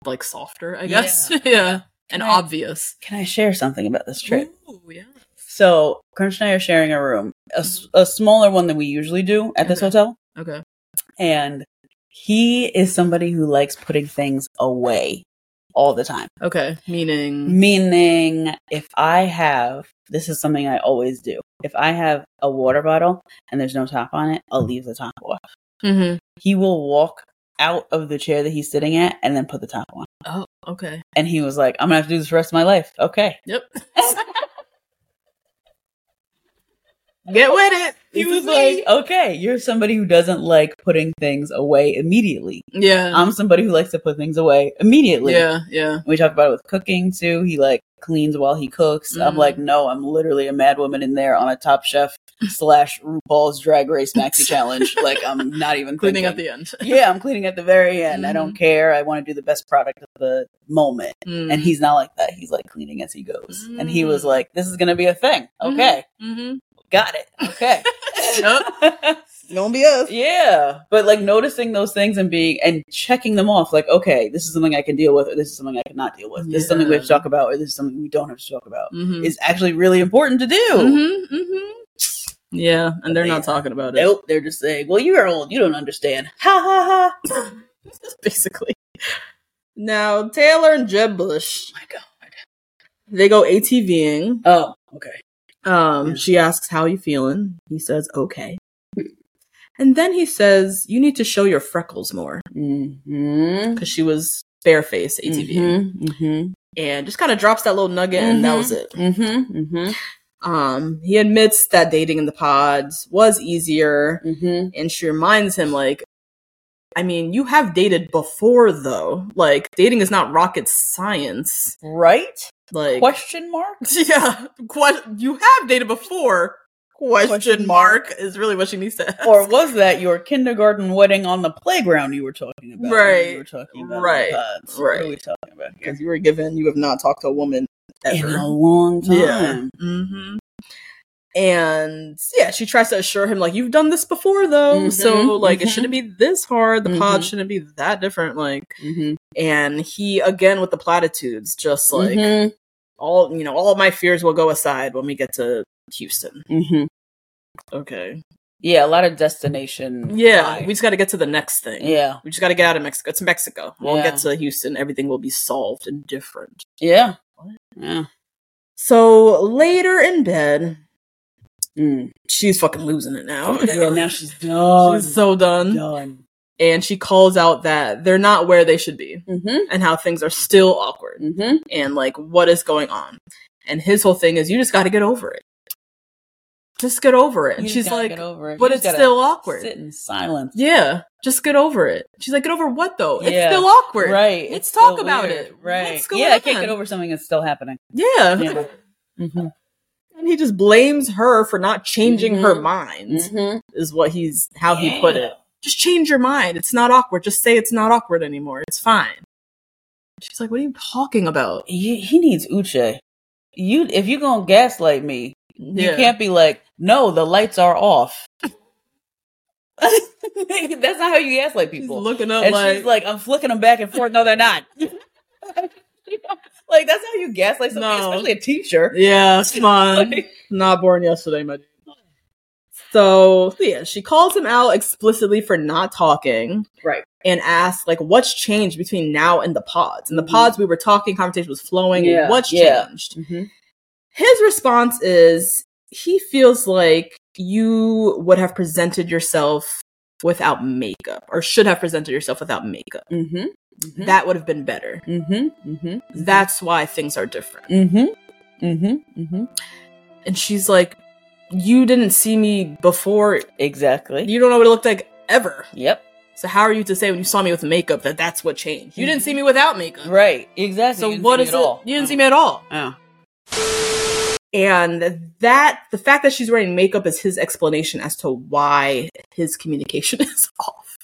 B: like softer, I
A: Yeah.
B: guess. yeah. And
A: Right.
B: obvious.
A: Can I share something about this trip?
B: Ooh, yeah.
A: So, Crunch and I are sharing a room, a, s- a smaller one than we usually do at this
B: Okay.
A: hotel.
B: Okay.
A: And he is somebody who likes putting things away all the time.
B: Okay. Meaning
A: Meaning, if I have, this is something I always do. If I have a water bottle and there's no top on it,
B: Mm-hmm.
A: I'll leave the top off.
B: Mhm.
A: he will walk out of the chair that he's sitting at and then put the top on.
B: Oh, okay.
A: And he was like, I'm gonna have to do this the rest of my life. Okay.
B: Yep. Get with it.
A: He
B: This
A: was
B: is me.
A: like, oh. okay, you're somebody who doesn't like putting things away immediately.
B: Yeah.
A: I'm somebody who likes to put things away immediately.
B: yeah, yeah.
A: We talk about it with cooking too. He like cleans while he cooks. I'm
B: Mhm.
A: like, no, I'm literally a mad woman in there on a Top Chef slash RuPaul's Drag Race Maxi Challenge. Like, I'm not even thinking.
B: Cleaning at the Mm-hmm. end.
A: yeah, I'm cleaning at the very end. I don't care. I want to do the best product of the moment. and he's not like that. He's like cleaning as he goes. And he was
B: Mm.
A: like, "This is gonna be a thing. Okay,
B: Mm-hmm.
A: got it. Okay,
B: Don't be us.
A: yeah." But like noticing those things and being and checking them off, like, okay, this is something I can deal with, or this is something I cannot deal with. This is something we have to talk about, or this is something we don't have to talk about.
B: Mm-hmm.
A: Is actually really important to do.
B: Mm-hmm. Yeah, and they're not
A: Yeah.
B: talking about it.
A: Nope, they're just saying, "Well, you're old. You don't understand." Ha ha ha.
B: basically. Now Taylor and Jeb Bush,
A: Oh my god.
B: they go ATVing.
A: Oh, okay.
B: Um, she asks, "How you feeling?" He says, "Okay." And then he says, "You need to show your freckles more,"
A: Mm-hmm.
B: because she was barefaced ATVing,
A: Mm-hmm.
B: and just kind of drops that little nugget, and that was it.
A: Mm-hmm. Mm-hmm.
B: Um, he admits that dating in the pods was easier,
A: Mm-hmm.
B: and she reminds him, like, "I mean, you have dated before, though. Like, dating is not rocket science.
A: Right?
B: Like,
A: Question mark.
B: Yeah, que- you have dated before? Question,
A: Question
B: mark, is really what she needs to ask.
A: or was that your kindergarten wedding on the playground you were talking about? when
B: Right.
A: You were talking about
B: Right.
A: the pods? What
B: Right.
A: are we talking about here?
B: because you were given, you have not talked to a woman
A: In a
B: ever.
A: long time.
B: hmm And yeah, she tries to assure him, like, you've done this before, though.
A: Mhm,
B: so, like, it
A: mhm.
B: shouldn't be this hard. The pod
A: Mhm.
B: shouldn't be that different. Like,
A: Mm-hmm.
B: and he, again, with the platitudes, just like, all, you know, all my fears will go aside when we get to Houston.
A: hmm
B: Okay.
A: Yeah, a lot of destination.
B: Yeah.
A: fly.
B: We just got to get to the next thing.
A: Mm, yeah.
B: We just got to get out of Mexico. It's Mexico. We'll
A: Yeah.
B: get to Houston. Everything will be solved and different.
A: Yeah. Yeah.
B: So later in bed,
A: Mm.
B: she's fucking losing it now. Oh,
A: Yeah, now she's done.
B: she's so done.
A: done.
B: And she calls out that they're not where they should be
A: Mm-hmm.
B: and how things are still awkward
A: Mm-hmm.
B: and like what is going on. And his whole thing is you just got to get over it. Just get over it. And she's like, but it's still awkward.
A: Sit in silence.
B: Yeah, just get over it. She's like, get over what though?
A: Yeah.
B: It's still awkward.
A: Right.
B: Let's
A: it's
B: talk
A: still
B: about
A: weird.
B: it.
A: Right.
B: What's going
A: yeah, I can't
B: on?
A: get over something that's still happening.
B: Yeah.
A: Yeah. Mm-hmm.
B: And he just blames her for not changing her
A: Mhm.
B: mind.
A: Mm-hmm.
B: is what he's how he put it. Just change your mind. It's not awkward. Just say it's not awkward anymore. It's fine. She's like, "What are you talking about?"
A: He, he needs Uche. You, if you're gonna gaslight me,
B: Yeah.
A: you can't be like, no, the lights are off. that's not how you gaslight
B: She's
A: people.
B: looking up
A: and
B: like,
A: she's like, I'm flicking them back and forth. No, they're not. like that's how you gaslight somebody,
B: No.
A: especially a teacher.
B: "Yeah, it's fine.
A: Like-
B: not born yesterday, my dude." So yeah, she calls him out explicitly for not talking.
A: Right.
B: And asks like, "What's changed between now and the pods?" And the
A: Mhm.
B: pods we were talking, conversation was flowing.
A: Yeah,
B: What's
A: yeah.
B: changed?
A: Mm-hmm.
B: his response is he feels like you would have presented yourself without makeup or should have presented yourself without makeup.
A: Mm-hmm. Mhm.
B: That would have been better.
A: Mm-hmm. Mm-hmm.
B: That's why things are different.
A: Mm-hmm. Mm-hmm. Mm-hmm.
B: And she's like, You didn't see me before.
A: Exactly.
B: You don't know what it looked like ever.
A: yep.
B: So, how are you to say when you saw me with makeup that that's what changed? You didn't see me without makeup.
A: Mm-hmm. Right. Exactly.
B: So,
A: You didn't
B: what
A: see
B: is
A: me
B: it?
A: at all.
B: You didn't see me at all.
A: Oh.
B: And that, the fact that she's wearing makeup is his explanation as to why his communication is off.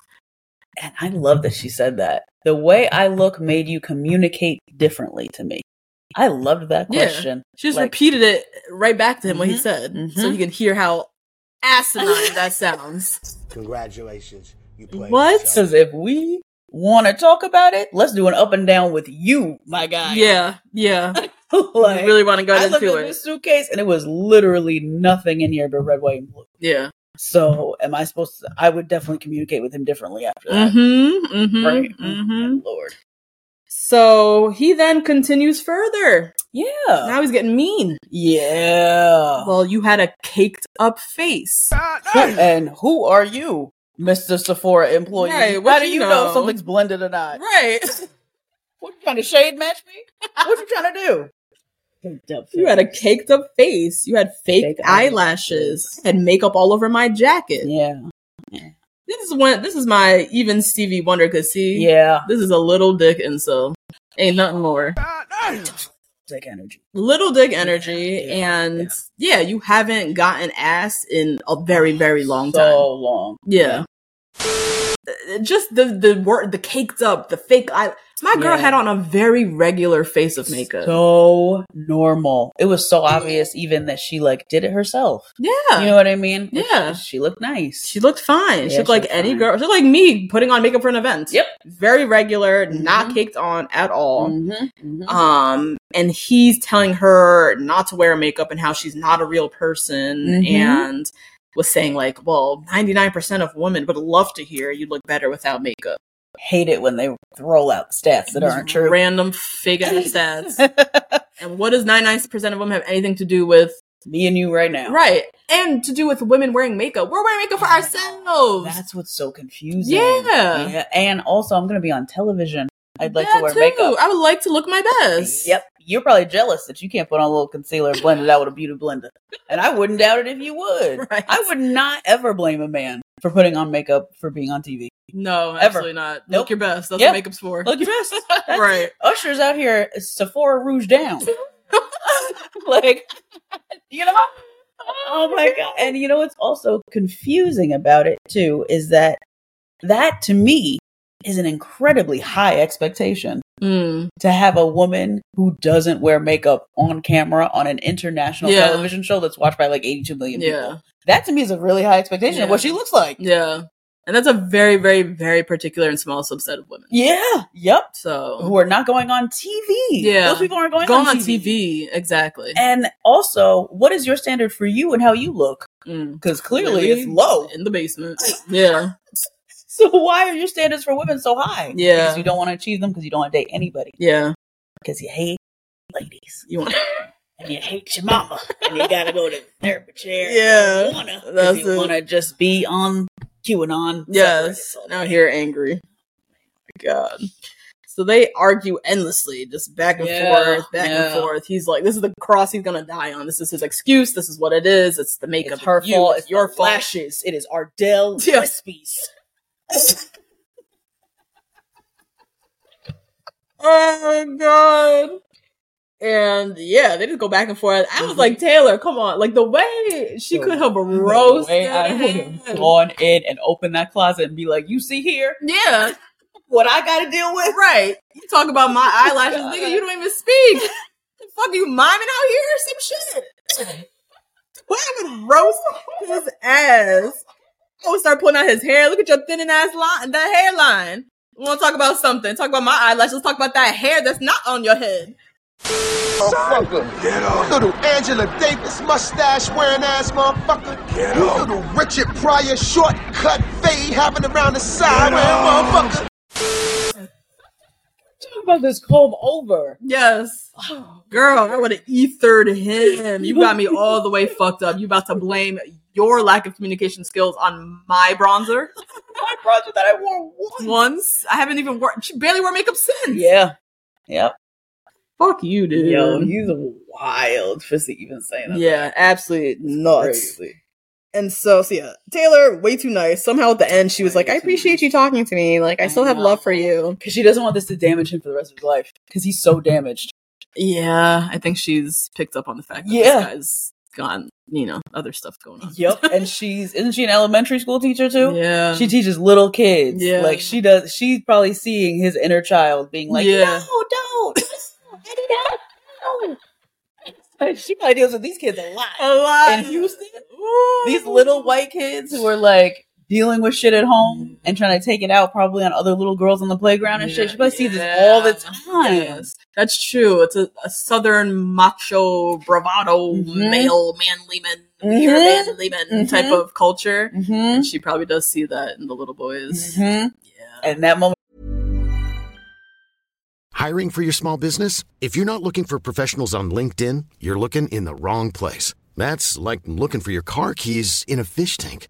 A: And I love that she said that. The way I look made you communicate differently to me. I loved that
B: Yeah.
A: question.
B: She just
A: Like-
B: repeated it right back to him what he
A: Mhm,
B: said, so
A: mhm.
B: he could hear how asinine that sounds.
F: Congratulations, you played.
B: What?
F: yourself.
A: Because if we want to talk about it, let's do an up and down with you, my guy.
B: Yeah, yeah.
A: like,
B: you really want to go
A: I looked
B: into
A: in
B: it?
A: this suitcase and it was literally nothing in here but red, white, and blue.
B: Yeah.
A: So am I supposed to? I would definitely communicate with him differently after that.
B: Mm-hmm. Mm-hmm.
A: Right.
B: Mm-hmm.
A: Lord.
B: So he then continues further.
A: Yeah.
B: Now he's getting mean.
A: yeah.
B: Well, you had a caked up face.
A: and who are you, Mr. Sephora employee?
B: Right,
A: How
B: what
A: do
B: you
A: you know?
B: know?
A: if something's blended or not?
B: Right.
A: What you trying to shade match me? what you trying to do? Caked up
B: You had a caked up face. You had fake
A: Fake
B: eyelashes
A: eyelashes.
B: and makeup all over my jacket.
A: Yeah.
B: This is when this is my even Stevie Wonder could see.
A: Yeah.
B: This is a little dick and so ain't nothing more.
A: Take energy.
B: Little dick energy
A: Yeah,
B: and yeah. you haven't gotten ass in a very very long time.
A: So long.
B: Yeah. Uh, Just the the word the caked up, the fake eye. My girl
A: Yeah.
B: had on a very regular face of makeup.
A: So normal. It was so obvious even that she like did it herself.
B: yeah.
A: You know what I mean? Like,
B: Yeah.
A: She, she looked nice.
B: she looked fine. she
A: Yeah,
B: looked
A: she
B: like
A: looked
B: any
A: fine.
B: girl. She looked like me putting on makeup for an event.
A: Yep.
B: Very regular, not
A: Mhm.
B: caked on at all.
A: Mm-hmm.
B: um and he's telling her not to wear makeup and how she's not a real person
A: Mhm.
B: and was saying like well 99% of women would love to hear you look better without makeup
A: Hate it when they throw out stats that aren't
B: These
A: true.
B: random fake ass stats and what does 99% of women have anything to do with
A: Me and you right now.
B: right and to do with women wearing makeup we're wearing makeup for ourselves
A: That's what's so confusing.
B: Yeah.
A: And also, I'm going to be on television. I'd like
B: Yeah,
A: to wear
B: too.
A: makeup.
B: i would like to look my best
A: Yep. You're probably jealous that you can't put on a little concealer and blend it out with a beauty blender. And I wouldn't doubt it if you would.
B: Right.
A: I would not ever blame a man for putting on makeup for being on TV.
B: no
A: Ever.
B: absolutely not look
A: Nope.
B: your best that's
A: Yep.
B: what makeup's for
A: Look your best.
B: Right.
A: Usher's out here Sephora Rouge down. like, you know? Oh my God. And you know what's also confusing about it too is that that to me is an incredibly high expectation
B: Mm.
A: to have a woman who doesn't wear makeup on camera on an international
B: Yeah.
A: television show that's watched by like 82 million people.
B: Yeah.
A: That to me is a really high expectation of
B: Yeah.
A: what she looks like.
B: Yeah. And that's a very, very, very particular and small subset of women.
A: Yeah. Yep.
B: So
A: Who are not going on TV.
B: Yeah.
A: Those people aren't going,
B: going
A: on,
B: on TV, exactly.
A: And also, what is your standard for you and how you look?
B: Mm.
A: Because clearly it's low.
B: in the basement. Yeah.
A: So why are your standards for women so high?
B: Yeah.
A: Because you don't want to achieve them because you don't want to date anybody.
B: Yeah.
A: Because you hate ladies.
B: You want
A: And you hate your mama. and you gotta go to therapy chair.
B: Yeah,
A: You wanna, 'cause
B: that's
A: you
B: it.
A: wanna just be on QAnon.
B: Yes. Now here angry. God. So they argue endlessly, just back and
A: Yeah,
B: forth, back and
A: yeah.
B: forth. He's like, "This is the cross he's gonna die on. This is his excuse. This is what it is. It's the makeup.
A: It's her
B: you,
A: fault. It's
B: your
A: your
B: fault."
A: flashes. It is Ardell
B: Yeah.
A: Wispies.
B: Oh god. And yeah, they just go back and forth. I was like, Taylor, come on. Like the way she
A: The-
B: could have roasted.
A: way I would
B: him.
A: have gone in and opened that closet and be like, "You see here
B: Yeah.
A: what I got to deal with?
B: Right. You talk about my eyelashes, nigga, you don't even speak. The fuck you miming out here? Some shit.
E: Well, I would roast his ass. I would start pulling out his hair. Look at your thinning ass line, that hairline. We want to talk about something. Talk about my eyelashes. Let's talk about that hair that's not on your head.
F: Motherfucker. Get up. Little Angela Davis mustache wearing ass motherfucker. Get up. Little Richard Pryor shortcut fade having around the side wearing motherfucker.
A: Talk about this comb over."
B: Yes. Girl, I would have ethered him. You got me all the way fucked up. You about to blame your lack of communication skills on my bronzer
A: My project that I wore once.
B: once. I haven't even worn she barely wore makeup since.
A: Yeah, yep.
B: Fuck you, dude.
A: Yo, he's wild for even saying that.
B: yeah, absolutely nuts.
A: Crazy.
B: And so, so yeah, Taylor, way too nice. Somehow at the end, she was like, "I appreciate you talking to me. Like, I
A: I
B: still have
A: know.
B: love for you."
A: Because she doesn't want this to damage him for the rest of his life. Because he's so damaged.
B: Yeah, I think she's picked up on the fact that
A: Yeah.
B: this guy's gone. You know, other stuff going on.
A: Yep. and she's isn't she an elementary school teacher too?
B: Yeah,
A: She teaches little kids.
B: Yeah.
A: Like she does she's probably seeing his inner child being like,
B: Yeah.
A: No, don't. Eddie, don't. Like, she probably deals with these kids a lot.
B: a lot
A: In Houston. These little white kids who are like dealing with shit at home and trying to take it out probably on other little girls on the playground and shit. She probably sees this all the time.
B: Yes, that's true. It's a, a southern macho bravado
A: Mhm.
B: male manly man,
A: Mhm.
B: pure manly man
A: Mhm.
B: type of culture.
A: Mm-hmm.
B: And she probably does see that in the little boys.
A: Mm-hmm.
B: Yeah.
A: And that moment
G: Hiring for your small business? If you're not looking for professionals on LinkedIn, you're looking in the wrong place. That's like looking for your car keys in a fish tank.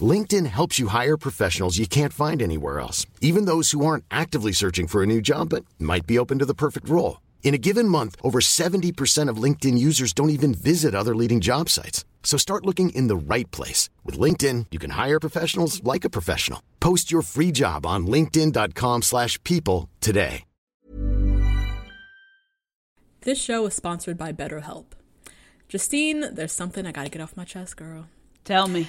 G: LinkedIn helps you hire professionals you can't find anywhere else, even those who aren't actively searching for a new job but might be open to the perfect role. In a given month, over 70% of LinkedIn users don't even visit other leading job sites. So start looking in the right place. With LinkedIn, you can hire professionals like a professional. Post your free job on linkedin.com/people slash people today.
H: This show is sponsored by BetterHelp. Justine, there's something I gotta get off my chest, girl.
A: Tell me.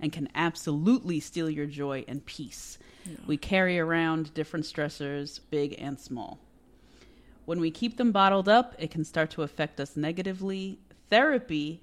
I: and can absolutely steal your joy and peace. We carry around different stressors, big and small. When we keep them bottled up, it can start to affect us negatively. Therapy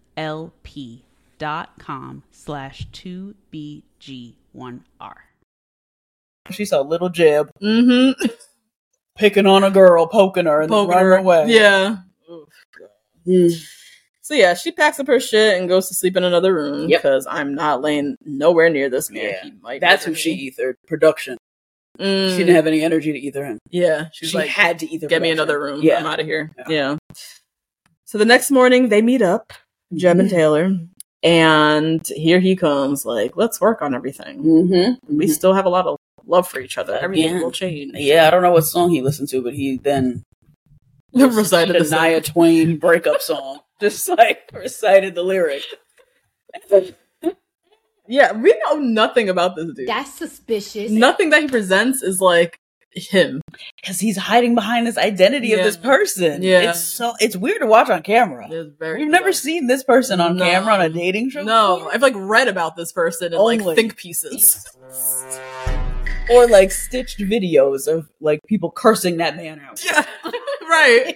I: dot com slash 2bg1r.
A: She saw little Jib
B: Mm-hmm.
A: picking on a girl, poking her, and
B: Poking
A: then
B: her.
A: running away.
B: Yeah.
A: Hmm.
B: So yeah, she packs up her shit and goes to sleep in another room
A: Yep.
B: because I'm not laying nowhere near this man.
A: Yeah.
B: He might
A: That's
B: murder
A: who she
B: me.
A: ethered. Production.
B: Mm.
A: She didn't have any energy to ether him.
B: Yeah,
A: She,
B: she's like,
A: had to ether.
B: get me
A: production.
B: another room.
A: Yeah.
B: I'm out of here. Yeah. So the next morning they meet up, Jeb
A: Mm-hmm.
B: and Taylor, and here he comes. Like, let's work on everything.
A: Mm-hmm.
B: We still have a lot of love for each other. Everything
A: Again.
B: will change.
A: Yeah, I don't know what song he listened to, but he then
B: Recited the
A: the
B: song.
A: Nia Twain breakup song. Just like recited the lyric.
B: Yeah, we know nothing about this dude.
J: That's suspicious.
B: nothing that he presents is like him.
A: Because he's hiding behind this identity
B: Yeah.
A: of this person.
B: Yeah.
A: It's so it's weird to watch on camera.
B: It's very
A: We've never
B: bizarre.
A: seen this person on
B: No.
A: camera on a dating show.
B: No,
A: before.
B: I've like read about this person in like
A: Only.
B: think pieces.
A: or like stitched videos of like people cursing that man out.
B: Yeah, right.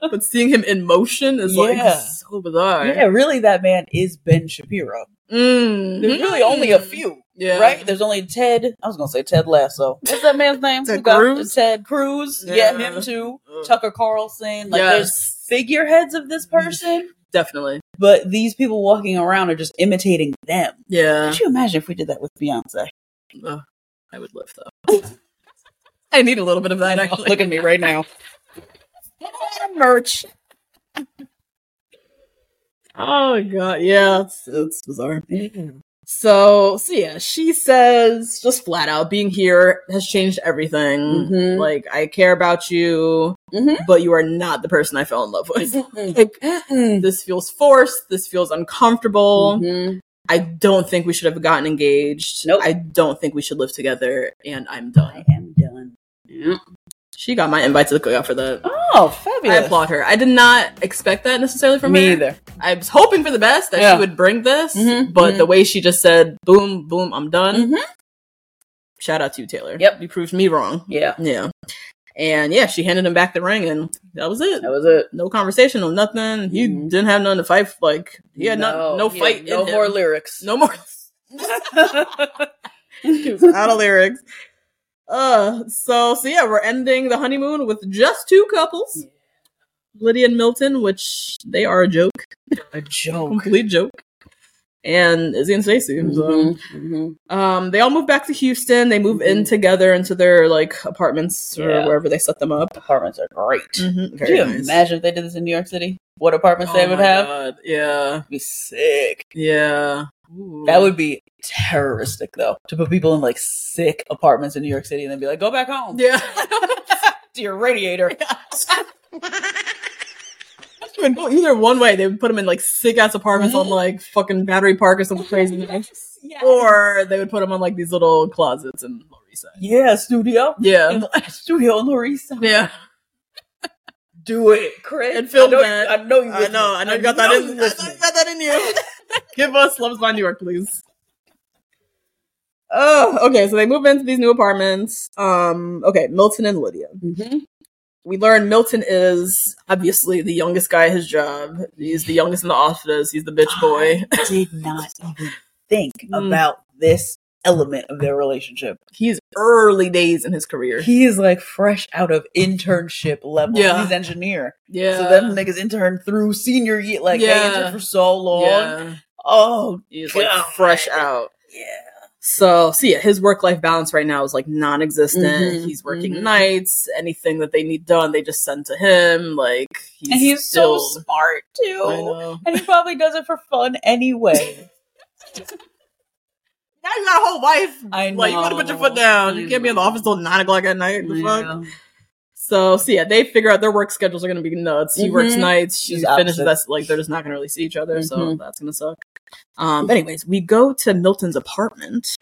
B: But seeing him in motion is
A: Yeah.
B: like so bizarre.
A: Yeah, really, that man is Ben Shapiro.
B: Mm.
A: There's really only a few,
B: Yeah.
A: right? There's only Ted. I was gonna say Ted Lasso. What's that man's name?
B: Ted
A: Who got-
B: Cruz?
A: Ted Cruz. Yeah,
B: Yeah.
A: him too.
B: Ugh.
A: Tucker Carlson. Like,
B: Yes.
A: there's figureheads of this person,
B: Definitely.
A: but these people walking around are just imitating them.
B: Yeah.
A: Could you imagine if we did that with Beyonce?
B: Ugh, Oh, I would live though. I need a little bit of that actually.
A: Oh, Look at me right now.
B: merch. Oh god, yeah, it's, it's bizarre.
A: Oh,
B: So, so yeah, she says just flat out, being here has changed everything.
A: Mhm.
B: Like, I care about you,
A: Mhm.
B: but you are not the person I fell in love with.
A: Mm-hmm.
B: Like,
A: Mm-mm.
B: this feels forced. This feels uncomfortable.
A: Mhm.
B: I don't think we should have gotten engaged.
A: Nope.
B: I don't think we should live together. And I'm done.
A: I am done.
B: Mm.
A: Yeah.
B: She got my invite to the cookout for that.
A: Oh,
B: I
A: fabulous!
B: applaud her. I did not expect that necessarily from
A: me
B: her.
A: either.
B: I was hoping for the best that
A: Yeah.
B: she would bring this,
A: Mhm,
B: but
A: mhm.
B: the way she just said, boom, boom, I'm done.
A: Mhm.
B: Shout out to you, Taylor.
A: Yep.
B: Mm-hmm. You proved me wrong.
A: Yeah,
B: Yeah. And yeah, she handed him back the ring and that was it.
A: that was it.
B: No conversation, no nothing. He
A: Mhm.
B: didn't have nothing to fight. Like he had no, no
A: he
B: fight.
A: had No
B: in him.
A: more lyrics.
B: No more. He was out of lyrics. Uh, so so yeah, we're ending the honeymoon with just two couples, Lydia and Milton, which they are a joke,
A: a joke.
B: complete joke, and Izzy and Stacey. So
A: Mm-hmm.
B: um, they all move back to Houston. They move in
A: Mhm.
B: together into their like apartments or
A: Yeah.
B: wherever they set them up.
A: Apartments are great.
B: Mm-hmm.
A: Could you imagine if they did this in New York City? What apartments they would have?
B: Oh Yeah,
A: It'd be sick.
B: yeah.
A: That would be terroristic, though, to put people in like sick apartments in New York City and then be like, "Go back home
B: yeah.
A: to your radiator."
B: They would go either one way. They would put them in like sick ass apartments on like fucking Battery Park or some crazy thing. Or they would put them on like these little closets in Lower East Side.
A: Yeah, studio.
B: Yeah.
A: In- studio in Larissa.
B: Yeah.
A: Do it, Chris.
B: And film
A: I know,
B: that.
A: I know you.
B: I know. I know you got that in. I know you got that in you. Give us Love's by New York, please. Oh, okay. So they move into these new apartments. Um, okay, Milton and Lydia.
A: Mm-hmm.
B: we learn Milton is obviously the youngest guy at his job. He's the youngest in the office. He's the bitch boy.
A: did not even think about this element of their relationship.
B: He's early days in his career.
A: He is like fresh out of internship level.
B: Yeah.
A: He's engineer.
B: yeah.
A: So them niggas interned through senior year. Like
B: Yeah.
A: they interned for so long.
B: yeah.
A: Oh,
B: He's like
A: God.
B: fresh out.
A: yeah.
B: So, so yeah, his work life balance right now is like non existent.
A: Mhm,
B: He's working
A: mhm.
B: nights. Anything that they need done, they just send to him. Like he's,
A: and he's
B: still,
A: so smart
B: I
A: too.
B: know.
A: And he probably does it for fun anyway.
B: Now you got a whole wife.
A: I know.
B: Like you gotta put your foot down.
A: I
B: You can't be in the
A: know.
B: office till nine o'clock at night. The fuck?
A: Yeah.
B: So, so yeah, they figure out their work schedules are going to be nuts. He works
A: Mhm.
B: nights, she
A: She's
B: finishes.
A: opposite.
B: That's like they're just not going to really see each other, so
A: Mhm.
B: that's going to suck. Um, but anyways, we go to Milton's apartment,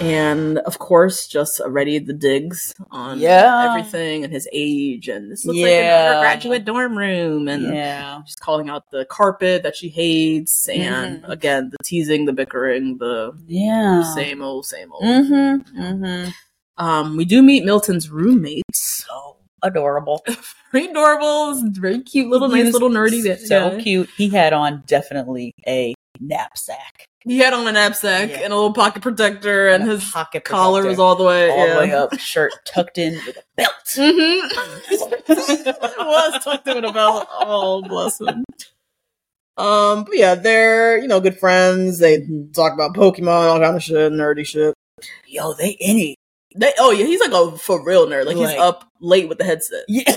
B: and of course, just already the digs on
A: Yeah.
B: everything and his age, and this looks like
A: Yeah.
B: an undergraduate dorm room, and
A: yeah.
B: she's calling out the carpet that she hates, and
A: Mm-hmm.
B: again the teasing, the bickering, the
A: Yeah.
B: same old, same old.
A: Mm-hmm. Mm-hmm.
B: Um, we do meet Milton's roommates.
A: So adorable.
B: Very adorable, very cute, little
A: He
B: nice,
A: was
B: little nerdy. bit.
A: So
B: Yeah.
A: cute. He had on definitely a knapsack.
B: He had on a knapsack
A: Yeah.
B: and a little pocket protector, and,
A: a
B: his
A: pocket
B: collar
A: protector
B: was all the way
A: all the
B: yeah.
A: way up, shirt tucked in with a belt.
B: it Mm-hmm. was tucked in a belt. Oh, bless him. Um, but yeah, they're you know good friends. They talk about Pokemon, all kind of shit, nerdy shit.
A: Yo, they in it.
B: They oh yeah, he's like a for real nerd. Like,
A: Like-
B: he's up late with the headset.
A: Yeah.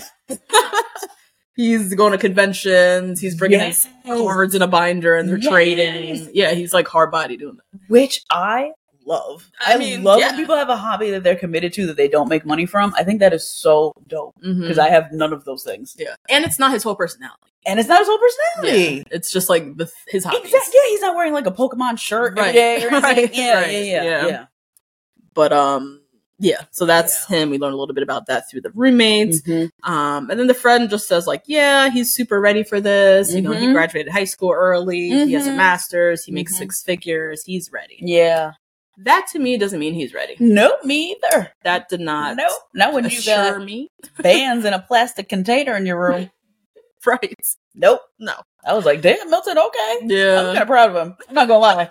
B: He's going to conventions. He's bringing
A: Yes.
B: his cards in a binder and they're
A: Yes.
B: trading. Yeah, he's like hard body doing that.
A: Which I love.
B: I
A: I,
B: mean,
A: love
B: yeah.
A: when people have a hobby that they're committed to that they don't make money from. I think that is so dope
B: Mhm.
A: because I have none of those things.
B: Yeah, and it's not his whole personality.
A: And it's not his whole personality.
B: Yeah, it's just like the, his hobbies.
A: Exactly. Yeah, he's not wearing like a Pokemon shirt
B: Right.
A: every day or anything.
B: Right,
A: Yeah,
B: right,
A: yeah, yeah,
B: yeah.
A: yeah,
B: But um, yeah. So that's him. We learned a little bit about that through the roommates.
A: Mm-hmm.
B: Um, and then the friend just says like, yeah, he's super ready for this. You know, he
A: Mhm.
B: graduated high school early. He has a
A: Mhm.
B: master's. He makes
A: Mhm.
B: six figures. He's ready.
A: Yeah.
B: That to me doesn't mean he's ready.
A: No, me either.
B: That did not
A: No, not when you uh,
B: assure
A: got
B: me.
A: bands in a plastic container in your room.
B: Right.
A: Nope.
B: No.
A: I was like, damn, Milton, okay. I'm kind
B: Yeah.
A: of proud of him. I'm not gonna lie.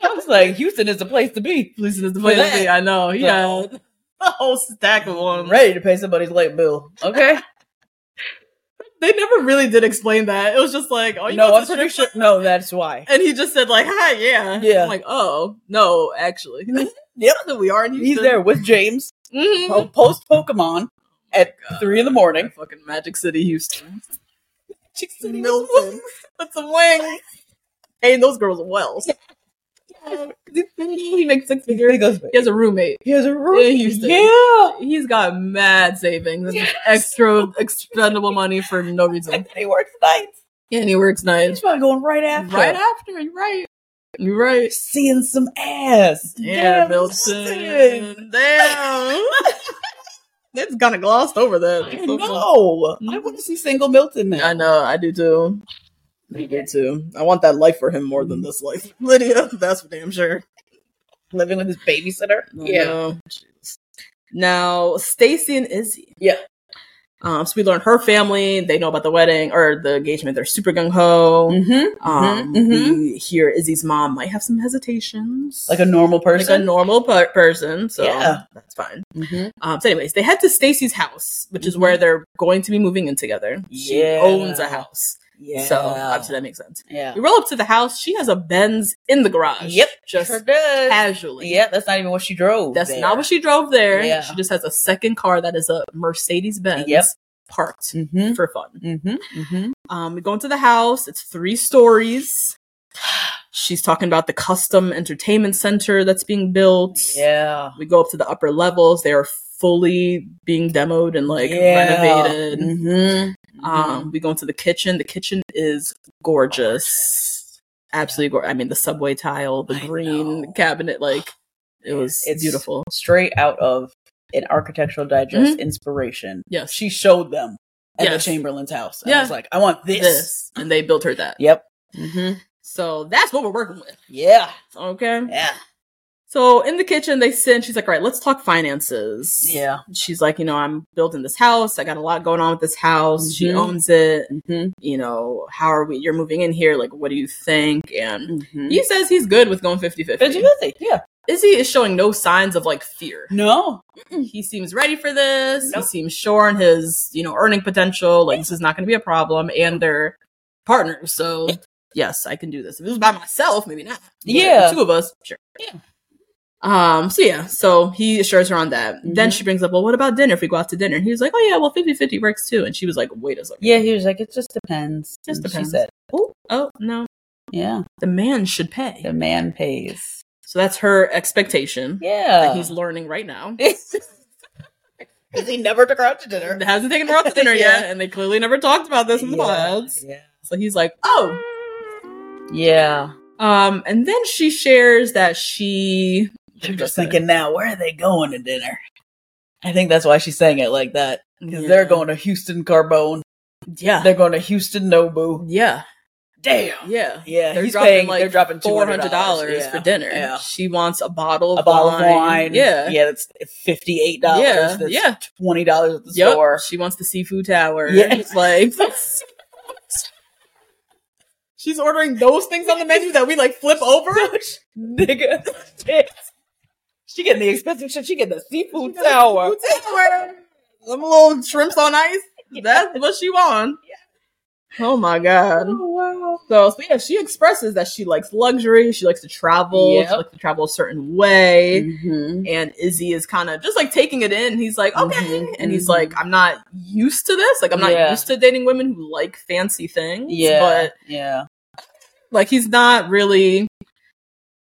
A: I was like, Houston is the place to be.
B: Listen to the
A: For
B: way
A: that.
B: I know. He
A: So-
B: had a whole stack of them.
A: I'm ready to pay somebody's late bill. Okay.
B: They never really did explain that. It was just like, oh, you
A: no,
B: know,
A: I'm pretty sure. No, that's why.
B: And he just said like, "Hi, yeah,
A: Yeah.
B: I'm like, "Oh no, actually,
A: Yep.
B: we are in
A: He's
B: Houston.
A: there with James
B: Mhm.
A: po- post Pokemon at
B: Oh
A: three in the morning.
B: fucking Magic City, Houston,
A: She's sitting with
B: Milton with some wings. Hey, those girls are well. he makes six
A: Here he
B: figures.
A: goes.
B: He has a roommate.
A: He has a room.
B: In Houston.
A: Yeah.
B: He's got mad savings and
A: Yes.
B: extra expendable money for no reason.
A: And he works nights.
B: And he works
A: He's
B: nights.
A: probably going right after.
B: Right after, you're right. You're right.
A: Seeing some ass.
B: Yeah,
A: Damn, Milton.
B: Milton. Damn. It's kind of glossed over that.
A: I know. I want to see single Milton now.
B: Mm-hmm. I know, I do too. I do too. I want that life for him more than this life. Lydia, that's for damn sure.
A: Living with his babysitter.
B: No. Now, Stacy and Izzy.
A: Yeah.
B: Um, so we learn her family, they know about the wedding or the engagement, they're super gung ho.
A: Mm-hmm.
B: Um,
A: mhm, mhm.
B: we hear Izzy's mom might have some hesitations.
A: Like a normal
B: like a
A: person.
B: normal per- person, so
A: Yeah.
B: that's fine.
A: Mhm.
B: Um, so, anyways, they head to Stacy's house, which is where they're going to be moving in together. She
A: Mm-hmm. Yeah.
B: owns a house,
A: Yeah.
B: so obviously that makes sense.
A: yeah.
B: We roll up to the house. She has a Benz in the garage.
A: Yep.
B: just
A: Sure does.
B: casually.
A: Yeah, that's not even what she drove.
B: that's not what she drove there.
A: Yeah.
B: She just has a second car that is a Mercedes Benz
A: Yep.
B: parked
A: Mm-hmm.
B: for fun.
A: Mm-hmm. Mm-hmm.
B: Um, we go into the house. It's three stories. She's talking about the custom entertainment center that's being built.
A: Yeah.
B: We go up to the upper levels. They are fully being demoed and like renovated.
A: Mm-hmm.
B: Um, we go into the kitchen. The kitchen is gorgeous, absolutely gorgeous. I mean, the subway tile, the
A: I
B: green
A: know.
B: cabinet, like it was
A: It's-
B: beautiful.
A: Straight out of an Architectural Digest inspiration.
B: Yes.
A: She showed them at
B: Yes.
A: the Chamberlain's house. I
B: Yeah.
A: was like, I want this.
B: This and they built her that.
A: Yep. Mm-hmm.
B: So that's what we're working with.
A: Yeah.
B: Okay.
A: Yeah.
B: So in the kitchen, they sit. And she's like, "All right, let's talk finances."
A: Yeah.
B: She's like, "You know, I'm building this house. I got a lot going on with this house. She
A: Mhm.
B: owns it.
A: Mm-hmm.
B: You know, how are we? You're moving in here. Like, what do you think?" And
A: Mm-hmm.
B: he says he's good with going 50-50.
A: Yeah.
B: Izzy is showing no signs of like fear.
A: No.
B: He seems ready for this.
A: Nope.
B: He seems sure in his, you know, earning potential. Like this is not going to be a problem, and they're partners. So yes, I can do this. If it was by myself, maybe not. But
A: Yeah.
B: the two of us, sure.
A: Yeah.
B: Um. So yeah. So he assures her on that. Then
A: Mhm.
B: she brings up, well, what about dinner? If we go out to dinner, and he was like, oh yeah, well, 50-50 works too. And she was like, wait a second.
A: Yeah, he was like, it just depends.
B: Just
A: And
B: depends.
A: She said, oh,
B: Oh no,
A: yeah,
B: the man should pay.
A: the man pays.
B: So that's her expectation
A: Yeah.
B: that he's learning right now.
A: Because he never took her out to dinner.
B: It hasn't taken her out to dinner
A: Yeah.
B: yet, and they clearly never talked about this in the pods.
A: Yeah.
B: So he's like, oh.
A: Yeah.
B: Um, and then she shares that she
A: I'm just thinking now, where are they going to dinner? I think that's why she sang it like that. Because
B: Yeah.
A: they're going to Houston Carbone.
B: Yeah.
A: They're going to Houston Nobu.
B: yeah.
A: Damn.
B: Yeah.
A: Yeah,
B: They're
A: he's
B: dropping
A: paying-
B: like
A: they're dropping
B: four hundred
A: $200
B: dollars
A: yeah,
B: for dinner.
A: yeah.
B: She wants a bottle of
A: A bottle
B: wine.
A: of wine.
B: Yeah.
A: Yeah, that's fifty eight dollars.
B: Yeah,
A: That's
B: yeah.
A: twenty dollars at the
B: Yep.
A: store.
B: She wants the seafood tower.
A: Yeah.
B: It's like
E: She's ordering those things on the menu that we like flip over.
A: Nigga. she getting the expensive shit. She getting the seafood tower.
E: Them little shrimps on ice.
B: that's what she wants. Oh my god.
E: wow.
B: So, so yeah, she expresses that she likes luxury, she likes to travel, she
A: Yep.
B: likes to travel a certain way.
A: Mm-hmm.
B: And Izzy is kind of just like taking it in. He's like, okay.
A: Mhm,
B: And he's
A: mhm.
B: like, I'm not used to this. Like, I'm not
A: Yeah.
B: used to dating women who like fancy things.
A: Yeah.
B: But
A: yeah.
B: like, he's not really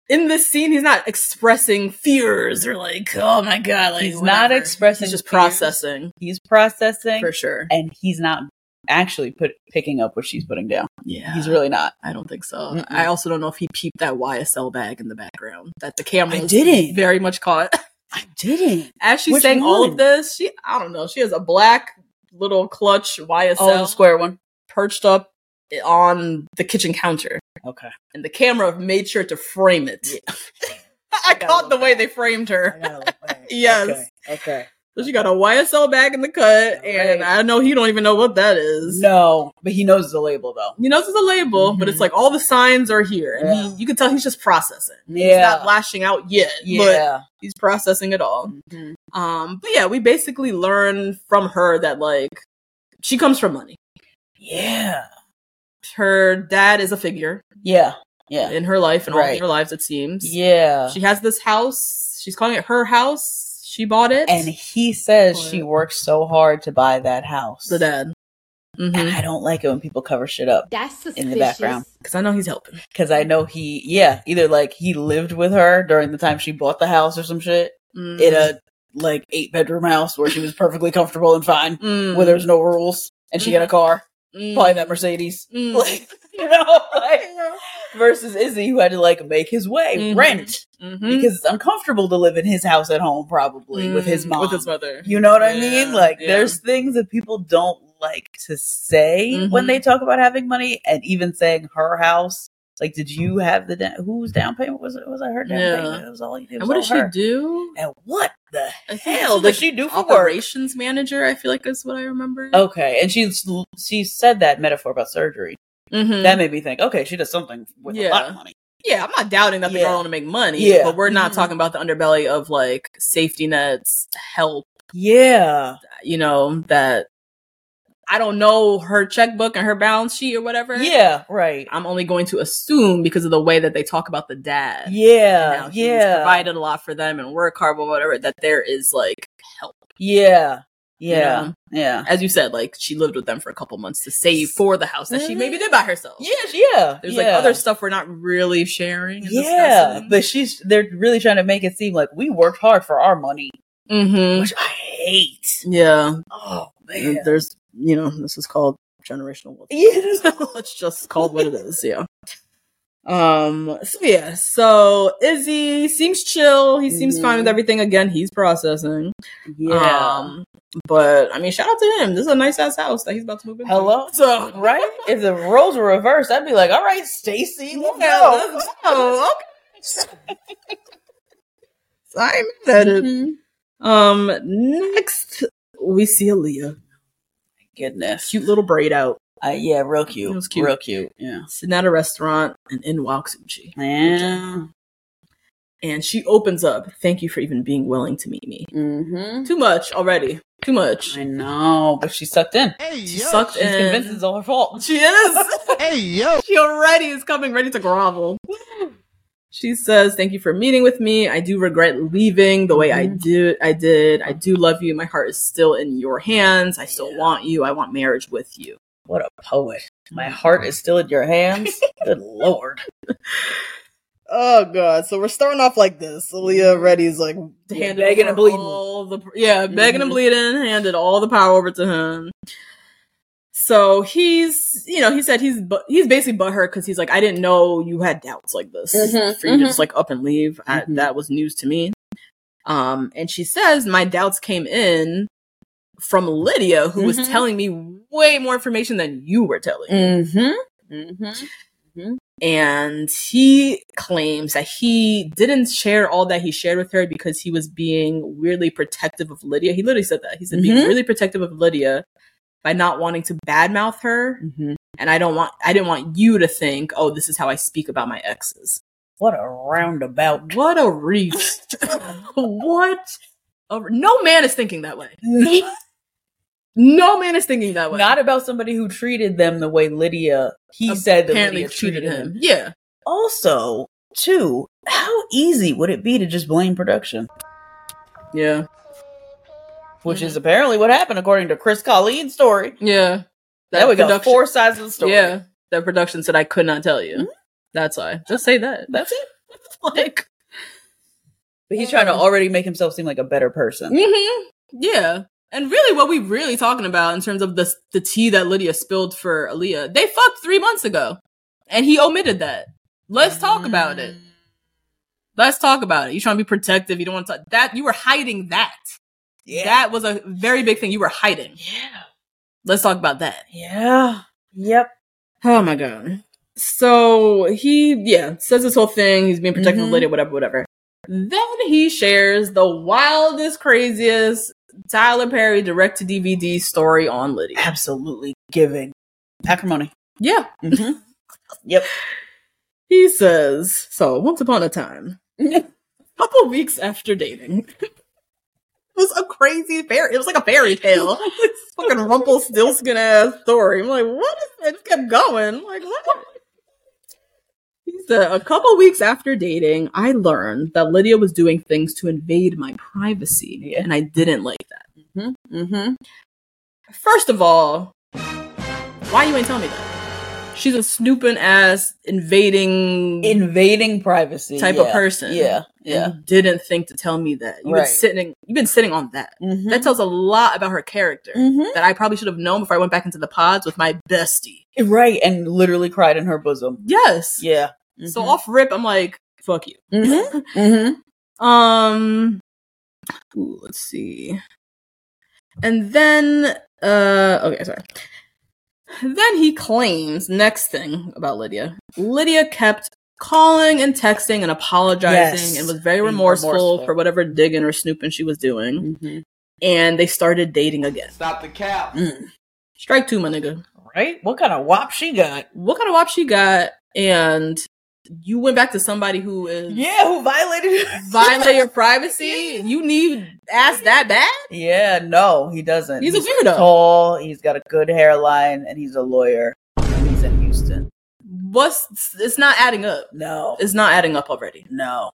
B: in this scene, he's not expressing fears or like, oh my God. Like,
A: He's not
B: whatever.
A: expressing
B: He's just
A: fears.
B: processing
A: He's processing
B: for sure.
A: and he's not actually put picking up what she's putting down.
B: Yeah.
A: He's really not.
B: I don't think so.
A: Mm-mm.
B: I also don't know if he peeped that YSL bag in the background that the camera
A: I
B: was
A: didn't.
B: very much caught.
A: I didn't.
B: As she's
A: Which
B: saying all
A: one?
B: of this, she I don't know. She has a black little clutch YSL
A: Oh, the square one.
B: perched up on the kitchen counter,
A: Okay.
B: and the camera made sure to frame it. I
A: gotta
B: caught the
A: look
B: way
A: back.
B: they framed her.
A: yes.
B: Yes.
A: Okay. okay.
B: So she got a YSL bag in the cut, and
A: Right.
B: I know he don't even know what that is.
A: No, but he knows the label though.
B: He knows it's a label, but it's like all the signs are here, and
A: Yeah.
B: he, you can tell he's just processing. He's
A: Yeah.
B: not lashing out yet, but
A: yeah.
B: he's processing it all.
A: Mm-hmm.
B: Um, but yeah, we basically learn from her that like she comes from money.
A: yeah.
B: Her dad is a figure
A: Yeah. Yeah.
B: in her life and all
A: Right.
B: of their lives, it seems.
A: Yeah.
B: She has this house. She's calling it her house. She bought it.
A: And he says she works so hard to buy that house.
B: the dad. Mm-hmm.
A: And
B: Because
A: I don't like it when people cover shit up
J: That's suspicious.
A: in the background
B: I know he's helping.
A: because I know he, yeah, either like he lived with her during the time she bought the house or some shit
B: Mm.
A: in a like eight bedroom house where she was perfectly comfortable and fine,
B: Mm.
A: where there's no rules, and she got a car,
B: Mm.
A: probably that Mercedes,
B: Mm.
A: like you know, like versus Izzy who had to like make his way,
B: Mhm.
A: rent
B: Mhm.
A: because it's uncomfortable to live in his house at home probably with his
B: Mm,
A: mom,
B: With his mother.
A: You know what I
B: Yeah,
A: mean? Like,
B: yeah.
A: there's things that people don't like to say when
B: Mhm.
A: they talk about having money, and even saying her house. Like, did you have the down? Whose down payment was it? Was it her down
B: Yeah.
A: payment? That was all you did.
B: and what did she
A: her.
B: do?
A: And what the
B: I think
A: hell
B: she's,
A: did
B: like,
A: she do for work? Oh,
B: Operations manager, I feel like is what I remember.
A: Okay, and she's she said that metaphor about surgery.
B: Mhm.
A: That made me think. Okay, she does something with a lot
B: Yeah.
A: of money.
B: Yeah, I'm not doubting that the
A: Yeah.
B: girl want to make money.
A: Yeah.
B: But we're not
A: Mhm.
B: talking about the underbelly of like safety nets, help,
A: Yeah,
B: you know, that I don't know her checkbook and her balance sheet or whatever.
A: yeah, right.
B: I'm only going to assume because of the way that they talk about the dad. And
A: Yeah,
B: how he's
A: yeah,
B: provided a lot for them and work hard or whatever, that there is like help.
A: yeah,
B: you
A: yeah,
B: know?
A: yeah,
B: As you said, like she lived with them for a couple months to save for the house that she
A: Mhm.
B: maybe did by herself.
A: yeah, yeah.
B: There's
A: yeah.
B: like other stuff we're not really sharing. And
A: Yeah,
B: discussing.
A: but she's they're really trying to make it seem like we worked hard for our money,
B: Mhm.
A: which I hate.
B: yeah,
A: Oh
B: And
A: man.
B: there's you know this is called generational wealth.
A: Yeah.
B: let's just call it what it is yeah um so yeah so izzy seems chill he seems fine
A: Mm-hmm.
B: with everything again he's processing um but i mean shout out to him this is a nice ass house that he's about to move into
A: Hello?
B: so
A: right? If the roles were reversed, I'd be like, all right, Stacy, look out.
B: oh okay so i'm at it um next we see Aaliyah.
A: Goodness.
B: cute little braid out
A: Uh, yeah, real
B: It
A: cute.
B: was cute.
A: Real cute. Yeah.
B: sitting at a restaurant and in walks uchi
A: Yeah.
B: and she opens up thank you for even being willing to meet me
A: Mm-hmm.
B: too much already too much
A: I know. But she sucked in.
B: she sucked
A: She's convinced
B: in
A: it's all her fault.
B: she is she already is coming ready to grovel she says thank you for meeting with me i do regret leaving the way i did i did i do love you my heart is still in your hands i still want you i want marriage with you
A: What a poet. My heart is still in your hands. Good lord.
E: Oh god. So we're starting off like this. Aaliyah already is like
A: Mm-hmm.
B: handed
A: begging
B: over
A: and bleeding. Mm-hmm.
B: all the- yeah, begging and bleeding, handed all the power over to him. So he's, you know, he said he's bu- he's basically butthurt because he's like, I didn't know you had doubts like this
E: Mhm,
A: Mm-hmm,
B: for you to
E: mhm.
B: just like up and leave. I,
A: Mhm.
B: That was news to me. Um, and she says my doubts came in from Lydia, who was
E: Mhm.
A: Mm-hmm.
B: telling me way more information than you were telling. me.
E: Mm-hmm. Mm-hmm.
B: And he claims that he didn't share all that he shared with her because he was being weirdly protective of Lydia. He literally said that. He said being
A: Mm-hmm.
E: Mhm.
B: really protective of Lydia by not wanting to badmouth her.
A: Mhm.
B: And I don't want I didn't want you to think, oh, this is how I speak about my exes.
A: What a roundabout.
B: What a reach. what a, no man is thinking that way. No man is thinking that way.
A: Not about somebody who treated them the way Lydia. He said that
B: apparently
A: Lydia
B: treated him.
A: him.
B: Yeah.
A: Also, too, how easy would it be to just blame production?
B: Yeah.
A: Which is apparently what happened according to Chris Colleen's story.
B: Yeah.
A: there we go.
B: production-
A: Four sides of the story.
B: Yeah, that production said I could not tell you. That's why. Just say that.
A: That's it.
B: Like,
A: But he's
B: Um,
A: trying to already make himself seem like a better person.
B: hmm yeah. And really, what we really talking about in terms of the the tea that Lydia spilled for Aaliyah, they fucked three months ago, and he omitted that. Let's talk about it. Let's talk about it. You trying to be protective? You don't want to talk that. You were hiding that. That was a very big thing you were hiding.
A: Yeah.
B: Let's talk about that.
A: Yeah. Yep.
B: Oh my god. So he yeah, says this whole thing, he's being protective of Lydia, whatever, whatever. Then he shares the wildest, craziest Tyler Perry direct to DVD story on Lydia.
A: Absolutely giving acrimony.
B: Yeah.
A: Mhm. yep.
B: He says, so once upon a time, a couple weeks after dating. it was a crazy fairy. It was like a fairy tale. It's fucking Rumpelstiltskin ass story. I'm like, what is it just kept going? I'm like, what? He said, a couple weeks after dating, I learned that Lydia was doing things to invade my privacy,
A: Yeah.
B: and I didn't like that.
A: Mm-hmm.
B: First of all, why you ain't tell me that? She's a snooping ass, invading
A: Invading privacy
B: Mm-hmm. type of
A: yeah.
B: person.
A: Yeah.
B: And
A: Yeah.
B: you didn't think to tell me that. You've
A: Right.
B: been sitting you've been sitting on that.
A: Mhm.
B: That tells a lot about her character
A: Mhm.
B: that I probably should have known before I went back into the pods with my bestie.
A: Right, and literally cried in her bosom.
B: Yes. Mm-hmm.
A: Yeah.
B: So off rip, I'm like, fuck you.
A: Mm-hmm. Mm-hmm.
B: Um ooh, let's see. And then uh okay, sorry. Then he claims next thing about Lydia. Lydia kept calling and texting and apologizing
A: Yes.
B: and was very
A: Being
B: remorseful,
A: remorseful. Mm-hmm.
B: for whatever digging or snooping she was doing. And they started dating again.
F: Stop the
B: Hmm?
F: cap.
B: Mm. Strike two, my nigga.
A: Right? What kind of wop she got?
B: What kind of wop she got? And you went back to somebody who is
A: Yeah, who violated her?
B: violating your privacy? You need ass that bad?
A: Yeah, no, he doesn't.
B: He's a weirdo.
A: Tall. He's got a good hairline, and he's a lawyer. And He's in Houston.
B: What's it's not adding up.
A: No,
B: It's not adding up already.
A: no.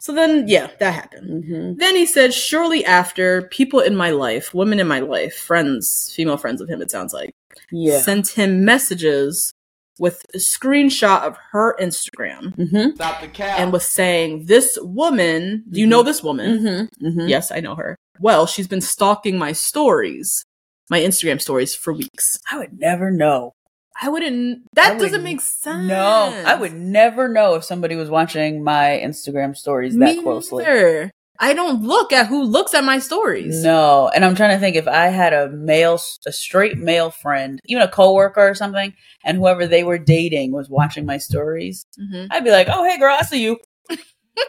B: So then, yeah, that happened.
A: Mm-hmm.
B: Then he said, shortly after, people in my life, women in my life, friends, female friends of him, it sounds like,
A: Yeah.
B: sent him messages with a screenshot of her Instagram
A: Mm-hmm.
F: Stop the cap.
B: and was saying, This woman, do you know this woman?
A: Mm-hmm. Mm-hmm.
B: Yes, I know her. Well, she's been stalking my stories, my Instagram stories for weeks.
A: I would never know.
B: I wouldn't, that
A: I would-
B: doesn't make sense.
A: No, I would never know if somebody was watching my Instagram stories that
B: Me
A: closely.
B: neither. I don't look at who looks at my stories.
A: No, and I'm trying to think if I had a male, a straight male friend, even a coworker or something, and whoever they were dating was watching my stories,
B: Mhm.
A: I'd be like, "Oh, hey, girl, I see you,"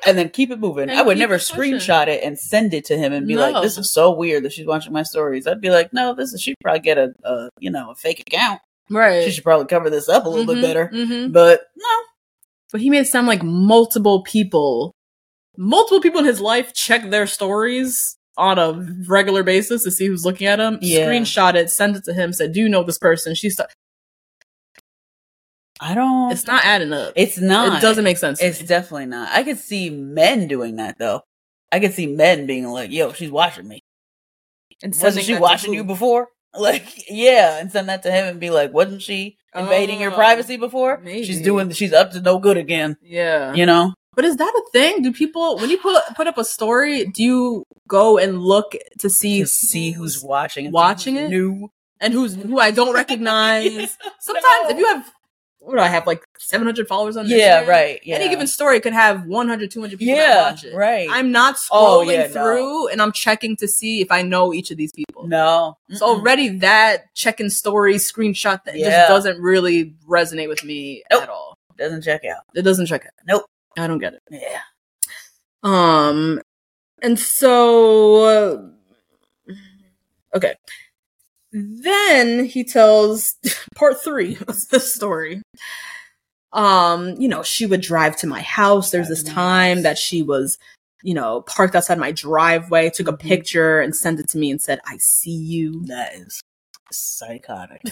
A: and then keep it moving.
B: And
A: I would
B: keep
A: never
B: it pushing.
A: screenshot it and send it to him and be
B: No.
A: like, "This is so weird that she's watching my stories." I'd be like, "No, this is she probably get a, a you know a fake account.
B: Right.
A: She should probably cover this up a little
B: Mhm,
A: bit better."
B: mhm.
A: But no,
B: But he made it sound like multiple people, multiple people in his life check their stories on a regular basis to see who's looking at them,
A: Yeah.
B: screenshot it, send it to him, said, Do you know this person? She's, st-.
A: I don't.
B: it's not adding up.
A: It's not.
B: It doesn't make sense. to
A: It's
B: me.
A: definitely not. I could see men doing that though. I could see men being like, "Yo, she's watching me.
B: And sending
A: Wasn't she
B: that to
A: watching you
B: who?
A: before?" Like, yeah, and send that to him and be like, "Wasn't she invading your
B: Oh,
A: privacy before? She's
B: maybe.
A: doing. She's up to no good again.
B: Yeah.
A: You know."
B: But is that a thing? Do people, when you put, put up a story, do you go and look to see
A: To see who's watching, and
B: Watching
A: who's
B: it?
A: New.
B: and who's who I don't recognize. Sometimes if you have what do I have like 700 followers on
A: Yeah,
B: Instagram?
A: right, yeah.
B: Any given story could have 100, 200 people that
A: Yeah,
B: watch it.
A: right.
B: I'm not scrolling
A: Oh, yeah, no.
B: through and I'm checking to see if I know each of these people.
A: No.
B: So already that checking story screenshot that
A: Yeah.
B: just doesn't really resonate with me
A: Nope.
B: at all.
A: doesn't check out.
B: It doesn't check out.
A: Nope.
B: I don't get it.
A: Yeah.
B: Um, and so, uh, okay. Then he tells part three of the story. Um, you know, she would drive to my house. There's this time that she was, you know, parked outside my driveway, took a picture and sent it to me and said, I see you.
A: Mm-hmm. That is psychotic.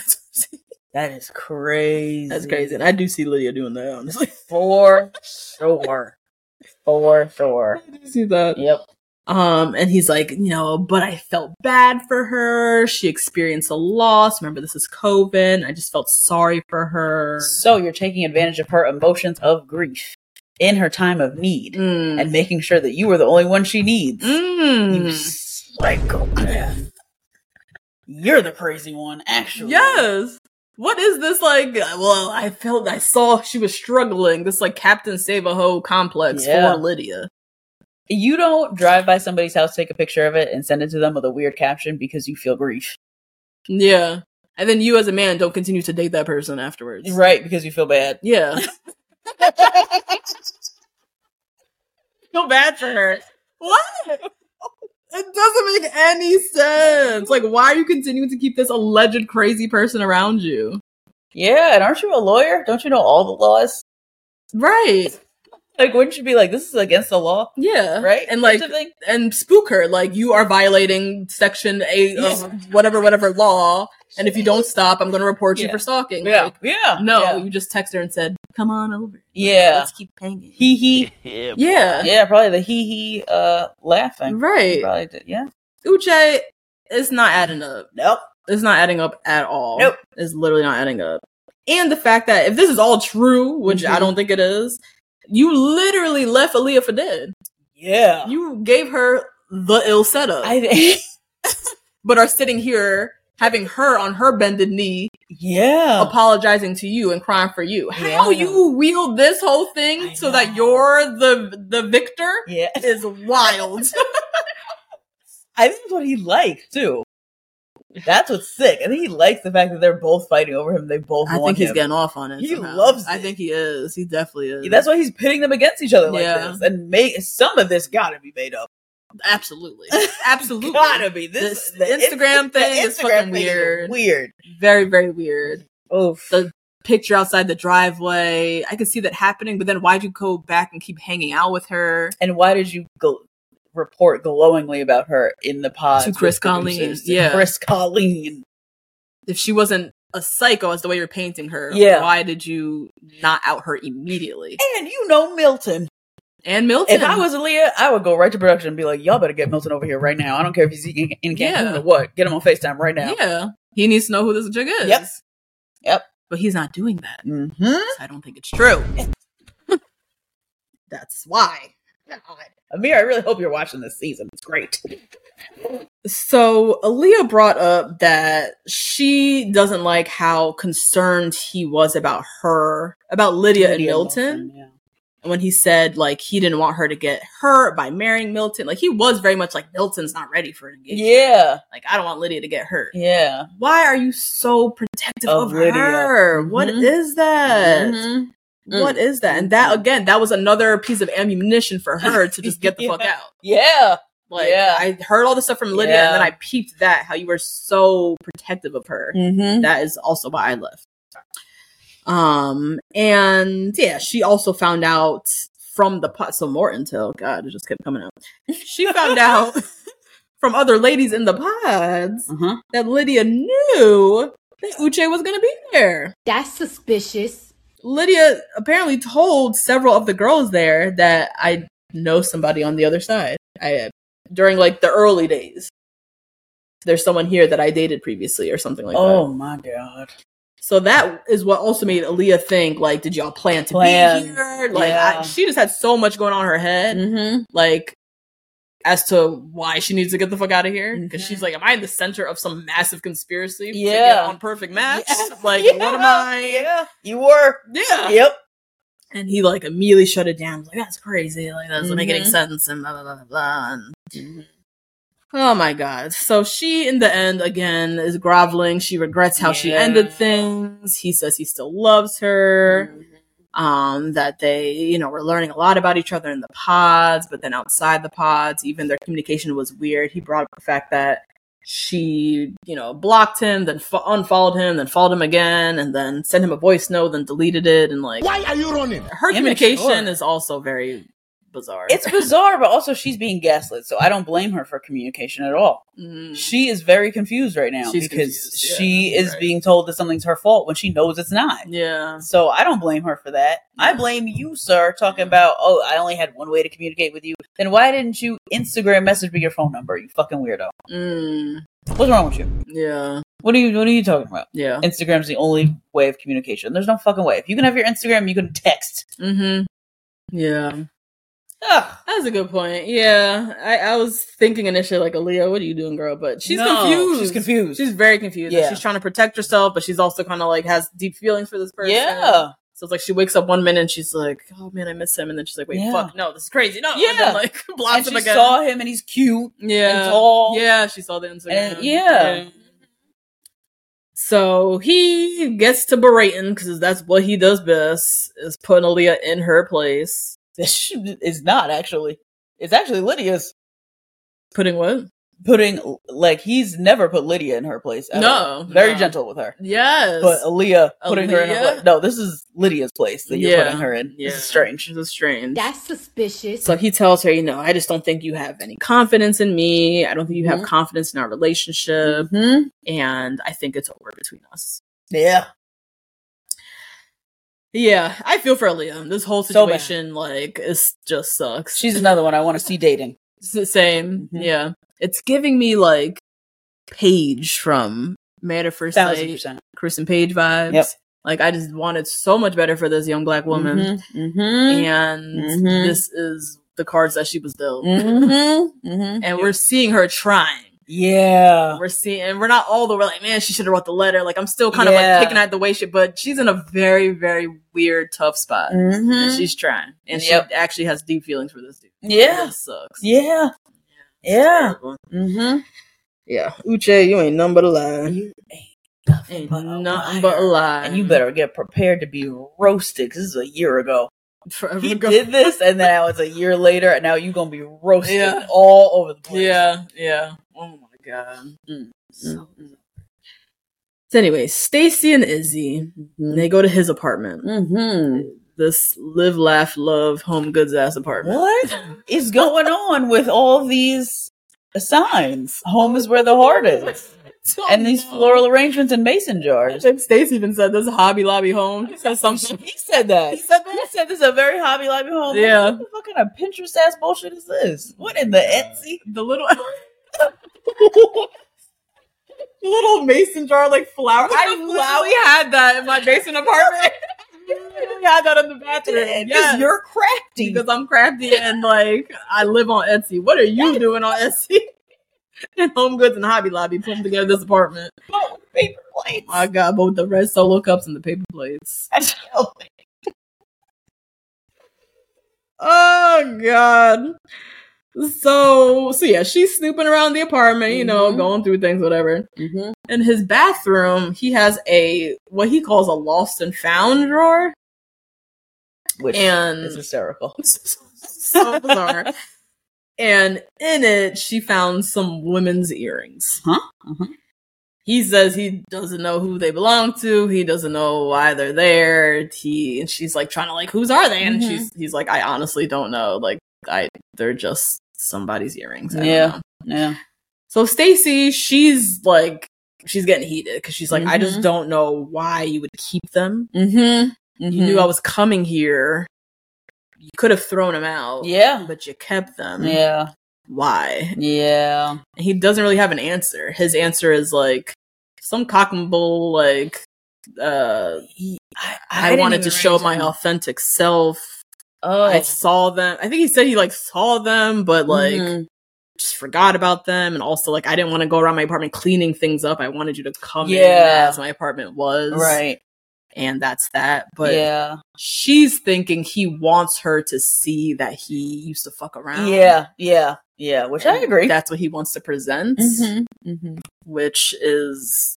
A: that is crazy.
B: That's crazy. And I do see Lydia doing that, honestly.
A: For sure. For sure.
B: I do see that.
A: Yep.
B: Um, and he's like, you know, but I felt bad for her. She experienced a loss. Remember, this is COVID. I just felt sorry for her.
A: So you're taking advantage of her emotions of grief in her time of need
B: Mm.
A: and making sure that you are the only one she needs. You
B: Mm.
A: psychopath. You're the crazy one, actually.
B: Yes. What is this like? Well, I felt I saw she was struggling. This like Captain Save a Ho complex
A: Yeah.
B: for Lydia.
A: You don't drive by somebody's house, take a picture of it, and send it to them with a weird caption because you feel grief.
B: Yeah. And then you as a man don't continue to date that person afterwards.
A: Right, because you feel bad.
B: Yeah.
A: Feel bad for her.
B: What? It doesn't make any sense. Like, why are you continuing to keep this alleged crazy person around you?
A: Yeah, and aren't you a lawyer? Don't you know all the laws?
B: Right.
A: Like, wouldn't you be like, this is against the law?
B: Yeah.
A: Right?
B: And like,
A: Type of thing?
B: and spook her. Like, you are violating section eight of whatever, whatever law. And if you don't stop, I'm going to report you
A: Yeah.
B: for stalking. Like,
A: Yeah.
B: no,
A: Yeah.
B: you just text her and said, come on over.
A: Yeah.
B: Let's keep hanging.
A: Hee hee.
B: Yeah.
A: Yeah, probably the hee hee uh, laughing.
B: Right.
A: Probably did. Yeah.
B: Uche, it's not adding up.
A: Nope.
B: It's not adding up at all.
A: Nope.
B: It's literally not adding up. And the fact that if this is all true, which I
A: Mhm.
B: don't think it is, you literally left Aaliyah for dead.
A: Yeah.
B: You gave her the ill setup.
A: I,
B: but are sitting here having her on her bended knee
A: yeah.
B: apologizing to you and crying for you. How
A: Oh. Yeah.
B: you wield this whole thing
A: I
B: so
A: know.
B: that you're the the victor
A: yeah.
B: is wild.
A: I think that's what he liked, too. That's what's sick. I think he likes the fact that they're both fighting over him. They both
B: I
A: want
B: think he's
A: him.
B: getting off on it.
A: He
B: somehow.
A: loves
B: I
A: it.
B: think he is. He definitely is.
A: That's why he's pitting them against each other like
B: Yeah.
A: this. And make, some of this gotta be made up.
B: absolutely, absolutely.
A: Gotta be. This,
B: This Instagram thing is fucking weird.
A: Weird.
B: Very, very weird.
A: Oof.
B: The picture outside the driveway. I could see that happening, but then why'd you go back and keep hanging out with her?
A: and why did you go- report glowingly about her in the pod
B: To Chris
A: with producers?
B: Colleen,
A: To
B: yeah.
A: Chris Colleen.
B: If she wasn't a psycho as the way you're painting her,
A: Yeah.
B: why did you not out her immediately?
A: And you know Milton.
B: And Milton.
A: If I was Aaliyah, I would go right to production and be like, "Y'all better get Milton over here right now. I don't care if he's in, in Cancun
B: Yeah.
A: or what. Get him on Facetime right now."
B: Yeah. He needs to know who this chick is.
A: Yep. Yep.
B: But he's not doing that.
A: Mm-hmm.
B: I don't think it's true. That's why.
A: Amir, I really hope you're watching this season. It's great.
B: So Aaliyah brought up that she doesn't like how concerned he was about her, about Lydia, and Milton. When he said like he didn't want her to get hurt by marrying Milton, like he was very much like Milton's not ready for an engagement.
A: Yeah,
B: Like I don't want Lydia to get hurt.
A: yeah.
B: Why are you so protective
A: Of
B: of, Mm-hmm.
A: Lydia.
B: her? What
A: Mhm.
B: is that?
A: Mhm.
B: What is that? And
A: Mm-hmm.
B: that again, that was another piece of ammunition for her to just get the fuck
A: Yeah.
B: out.
A: Yeah,
B: Like
A: Yeah.
B: I heard all this stuff from Lydia, and then I peeped that how you were so protective of her.
A: mm-hmm.
B: That is also why I left. Um, and yeah, she also found out from the pod. So more intel. God, it just kept coming out. She found out from other ladies in the pods
A: Uh-huh.
B: that Lydia knew that Uche was going to be there.
J: That's suspicious.
B: Lydia apparently told several of the girls there that I know somebody on the other side. I during like the early days. There's someone here that I dated previously or something like
A: Oh
B: that.
A: my god.
B: So that is what also made Aaliyah think like, did y'all plan to
A: Plan.
B: be here? Like
A: Yeah.
B: I, she just had so much going on in her head.
A: Mm-hmm.
B: Like as to why she needs to get the fuck out of here because she's like, am I in the center of some massive conspiracy? to get
A: Yeah.
B: on perfect match. Like,
A: Yeah.
B: what am I? Ah.
A: Yeah, you were.
B: Yeah.
A: Yep.
B: And he like immediately shut it down. He's like, that's crazy. Like, that doesn't make any
A: Mhm.
B: sense. And blah, blah, blah, blah, blah. And Oh my God. So she, in the end, again, is groveling. She regrets how she
A: Yeah.
B: ended things. He says he still loves her. Um, that they, you know, were learning a lot about each other in the pods, but then outside the pods, even their communication was weird. He brought up the fact that she, you know, blocked him, then fo- unfollowed him, then followed him again, and then sent him a voice note, then deleted it. And like,
F: Why are you running?
B: her
A: Immature.
B: communication is also very bizarre.
A: It's bizarre, but also she's being gaslit, so I don't blame her for communication at all.
B: Mm.
A: She is very confused right now
B: She's
A: because
B: confused, yeah,
A: she is
B: right.
A: being told that something's her fault when she knows it's not.
B: yeah.
A: So I don't blame her for that. I blame you, sir, talking about, oh, I only had one way to communicate with you. Then why didn't you Instagram message me your phone number, you fucking weirdo?
B: Mm.
A: What's wrong with you?
B: Yeah.
A: What are you what are you talking about?
B: Yeah.
A: Instagram's the only way of communication. There's no fucking way. If you can have your Instagram, you can text.
B: Mm-hmm. Yeah.
A: Ugh.
B: That's a good point. Yeah. I, I was thinking initially like Aaliyah, what are you doing, girl? But she's
A: No,
B: confused.
A: She's confused.
B: She's very confused.
A: Yeah.
B: She's trying to protect herself, but she's also kind of like has deep feelings for this person.
A: yeah.
B: So it's like she wakes up one minute and she's like, "Oh man, I miss him," and then she's like, "Wait,
A: Yeah.
B: fuck, no, this is crazy." No.
A: Yeah.
B: And then, like
A: And
B: blocks
A: she
B: him again.
A: saw him and he's cute.
B: yeah.
A: and tall.
B: Yeah. She saw the Instagram.
A: And- yeah.
B: So he gets to berating because that's what he does best is putting Aaliyah in her place.
A: This sh- is not actually. It's actually Lydia's
B: Putting what?
A: putting like he's never put Lydia in her place. at
B: No,
A: all. Very
B: no.
A: gentle with her.
B: Yes.
A: But Aaliyah putting her in her
B: Aaliyah?
A: place. No, this is Lydia's place that you're
B: Yeah.
A: putting her in.
B: Yeah.
A: This is strange.
B: This is strange.
J: That's suspicious.
B: so he tells her, you know, I just don't think you have any confidence in me. I don't think you have confidence in our relationship.
A: Mm-hmm.
B: And I think it's over between us.
A: Yeah.
B: Yeah, I feel for Aaliyah. This whole
A: So bad.
B: situation, like, is just sucks.
A: She's another one I want to see dating.
B: It's the same.
A: Mhm.
B: Yeah. It's giving me, like, Paige from Mad at First
A: Thousand
B: Sight,
A: percent.
B: Kristen Page vibes.
A: Yep.
B: Like, I just wanted so much better for this young black woman.
A: Mm-hmm.
B: And
A: Mhm.
B: this is the cards that she was dealt.
A: Mm-hmm.
B: and we're seing her trying.
A: Yeah.
B: We're seeing, and we're not all the we're like, man, she should have wrote the letter. Like, I'm still kind
A: Yeah.
B: of like picking at the way she, but she's in a very, very weird, tough spot. And
A: Mm-hmm.
B: she's trying, and
A: Yep.
B: she actually has deep feelings for this dude.
A: Yeah.
B: It sucks.
A: Yeah. Yeah. Mm-hmm.
B: yeah. Uche, you ain't nothing but a lie.
A: You ain't nothing,
B: Ain't
A: but, a
B: nothing but a
A: liar.
B: lie.
A: And you better get prepared to be roasted because this is a year ago.
B: Forever
A: He
B: ago.
A: did this, and then now it's a year later, and now you're gonna be roasted
B: Yeah.
A: all over the place.
B: Yeah, yeah. Oh my god.
A: Mm.
B: So, so anyway, Stacy and Izzy, they go to his apartment.
A: Mm-hmm.
B: This live, laugh, love, home goods ass apartment.
A: What is going on with all these signs? Home is where the heart is. And these floral arrangements and mason jars.
B: And Stace even said this Hobby Lobby home. He said something.
A: He said that.
B: He said that?
A: He said this is a very Hobby Lobby home.
B: Yeah.
A: What the fuck kind of Pinterest ass bullshit is this? What in the Etsy?
B: The little little mason jar like flower. I literally had that in my basement apartment. I had that in the bathroom.
A: Because
B: Yes.
A: you're crafty.
B: because I'm crafty and like I live on Etsy. What are you doing on Etsy? and Home Goods and Hobby Lobby putting together this apartment.
A: Oh, paper plates.
B: I got both the red solo cups and the paper plates. Oh god. So so yeah, she's snooping around the apartment, you know,
A: Mhm.
B: going through things, whatever.
A: mm-hmm.
B: in his bathroom, he has a what he calls a lost and found drawer.
A: Which
B: And-
A: is hysterical.
B: so bizarre. And in it, she found some women's earrings.
A: Huh? Uh-huh.
B: He says he doesn't know who they belong to. He doesn't know why they're there. He and she's like trying to like, whose are they? And
A: Mhm.
B: she's he's like, I honestly don't know. Like, I they're just somebody's earrings. I don't
A: Yeah.
B: know."
A: Yeah.
B: So Stacy, she's like, she's getting heated because she's like, I just
A: Mhm.
B: don't know why you would keep them.
A: Mm-hmm.
B: You knew I was coming here. You could have thrown him out.
A: Yeah.
B: But you kept them.
A: Yeah.
B: Why?
A: Yeah.
B: And he doesn't really have an answer. His answer is like some cock and bull, like, uh,
A: I,
B: I, wanted to show my authentic self.
A: Oh, Mm-hmm.
B: I saw them. I think he said he like saw them, but like just forgot about them. And also, like, I didn't want to go around my apartment cleaning things up. I wanted you to come in
A: Yeah.
B: as my apartment was.
A: Right.
B: And that's that. But
A: yeah.
B: she's thinking he wants her to see that he used to fuck around.
A: Yeah. Yeah. Yeah. Which I
B: And
A: agree.
B: Mm-hmm. That's what he wants to present,
A: Mm-hmm.
B: which is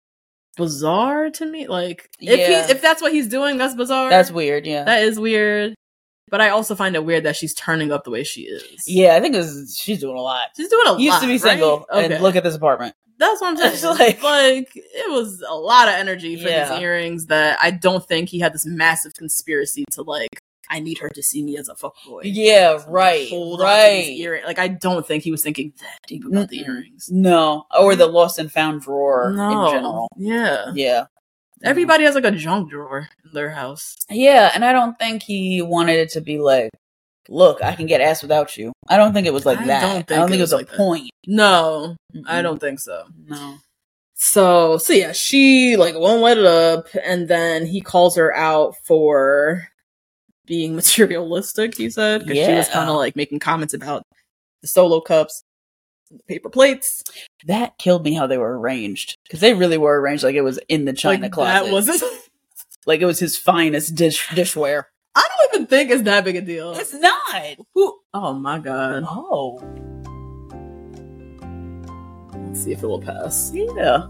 B: bizarre to me. Like, if,
A: Yeah.
B: he, if that's what he's doing, that's bizarre.
A: That's weird. Yeah.
B: That is weird. But I also find it weird that she's turning up the way she is.
A: yeah. I think it was, she's doing a lot.
B: She's doing a lot.
A: Used to be
B: right?
A: single
B: Okay.
A: and look at this apartment.
B: That's what I'm
A: It's
B: saying. Like,
A: like-
B: it was a lot of energy for
A: Yeah.
B: these earrings that I don't think he had this massive conspiracy to like. I need her to see me as a fuckboy.
A: Yeah. Right.
B: Hold on to
A: right.
B: these earring. Like I don't think he was thinking that deep about the
A: Mm-mm.
B: earrings.
A: No, or the lost and found drawer in general. Mm-hmm.
B: Yeah.
A: Yeah.
B: Everybody has like a junk drawer in their house.
A: Yeah, and I don't think he wanted it to be like, look, I can get ass without you. I don't think it was like
B: I
A: that.
B: don't
A: I
B: think
A: don't
B: it
A: think it
B: was
A: was,
B: like
A: a
B: that.
A: point.
B: No, I
A: Mm-mm.
B: don't think so.
A: No.
B: So, so yeah, she like won't let it up, and then he calls her out for being materialistic. He said because she was
A: Yeah.
B: kind of like making comments about the solo cups, the paper plates.
A: That killed me how they were arranged because they really were arranged like it was in the china
B: like,
A: closet.
B: That wasn't.
A: like it was his finest dish dishware.
B: I don't even think it's that big a deal.
A: It's not.
B: Who? Oh my god.
A: Oh
B: Let's see if it will pass.
A: yeah.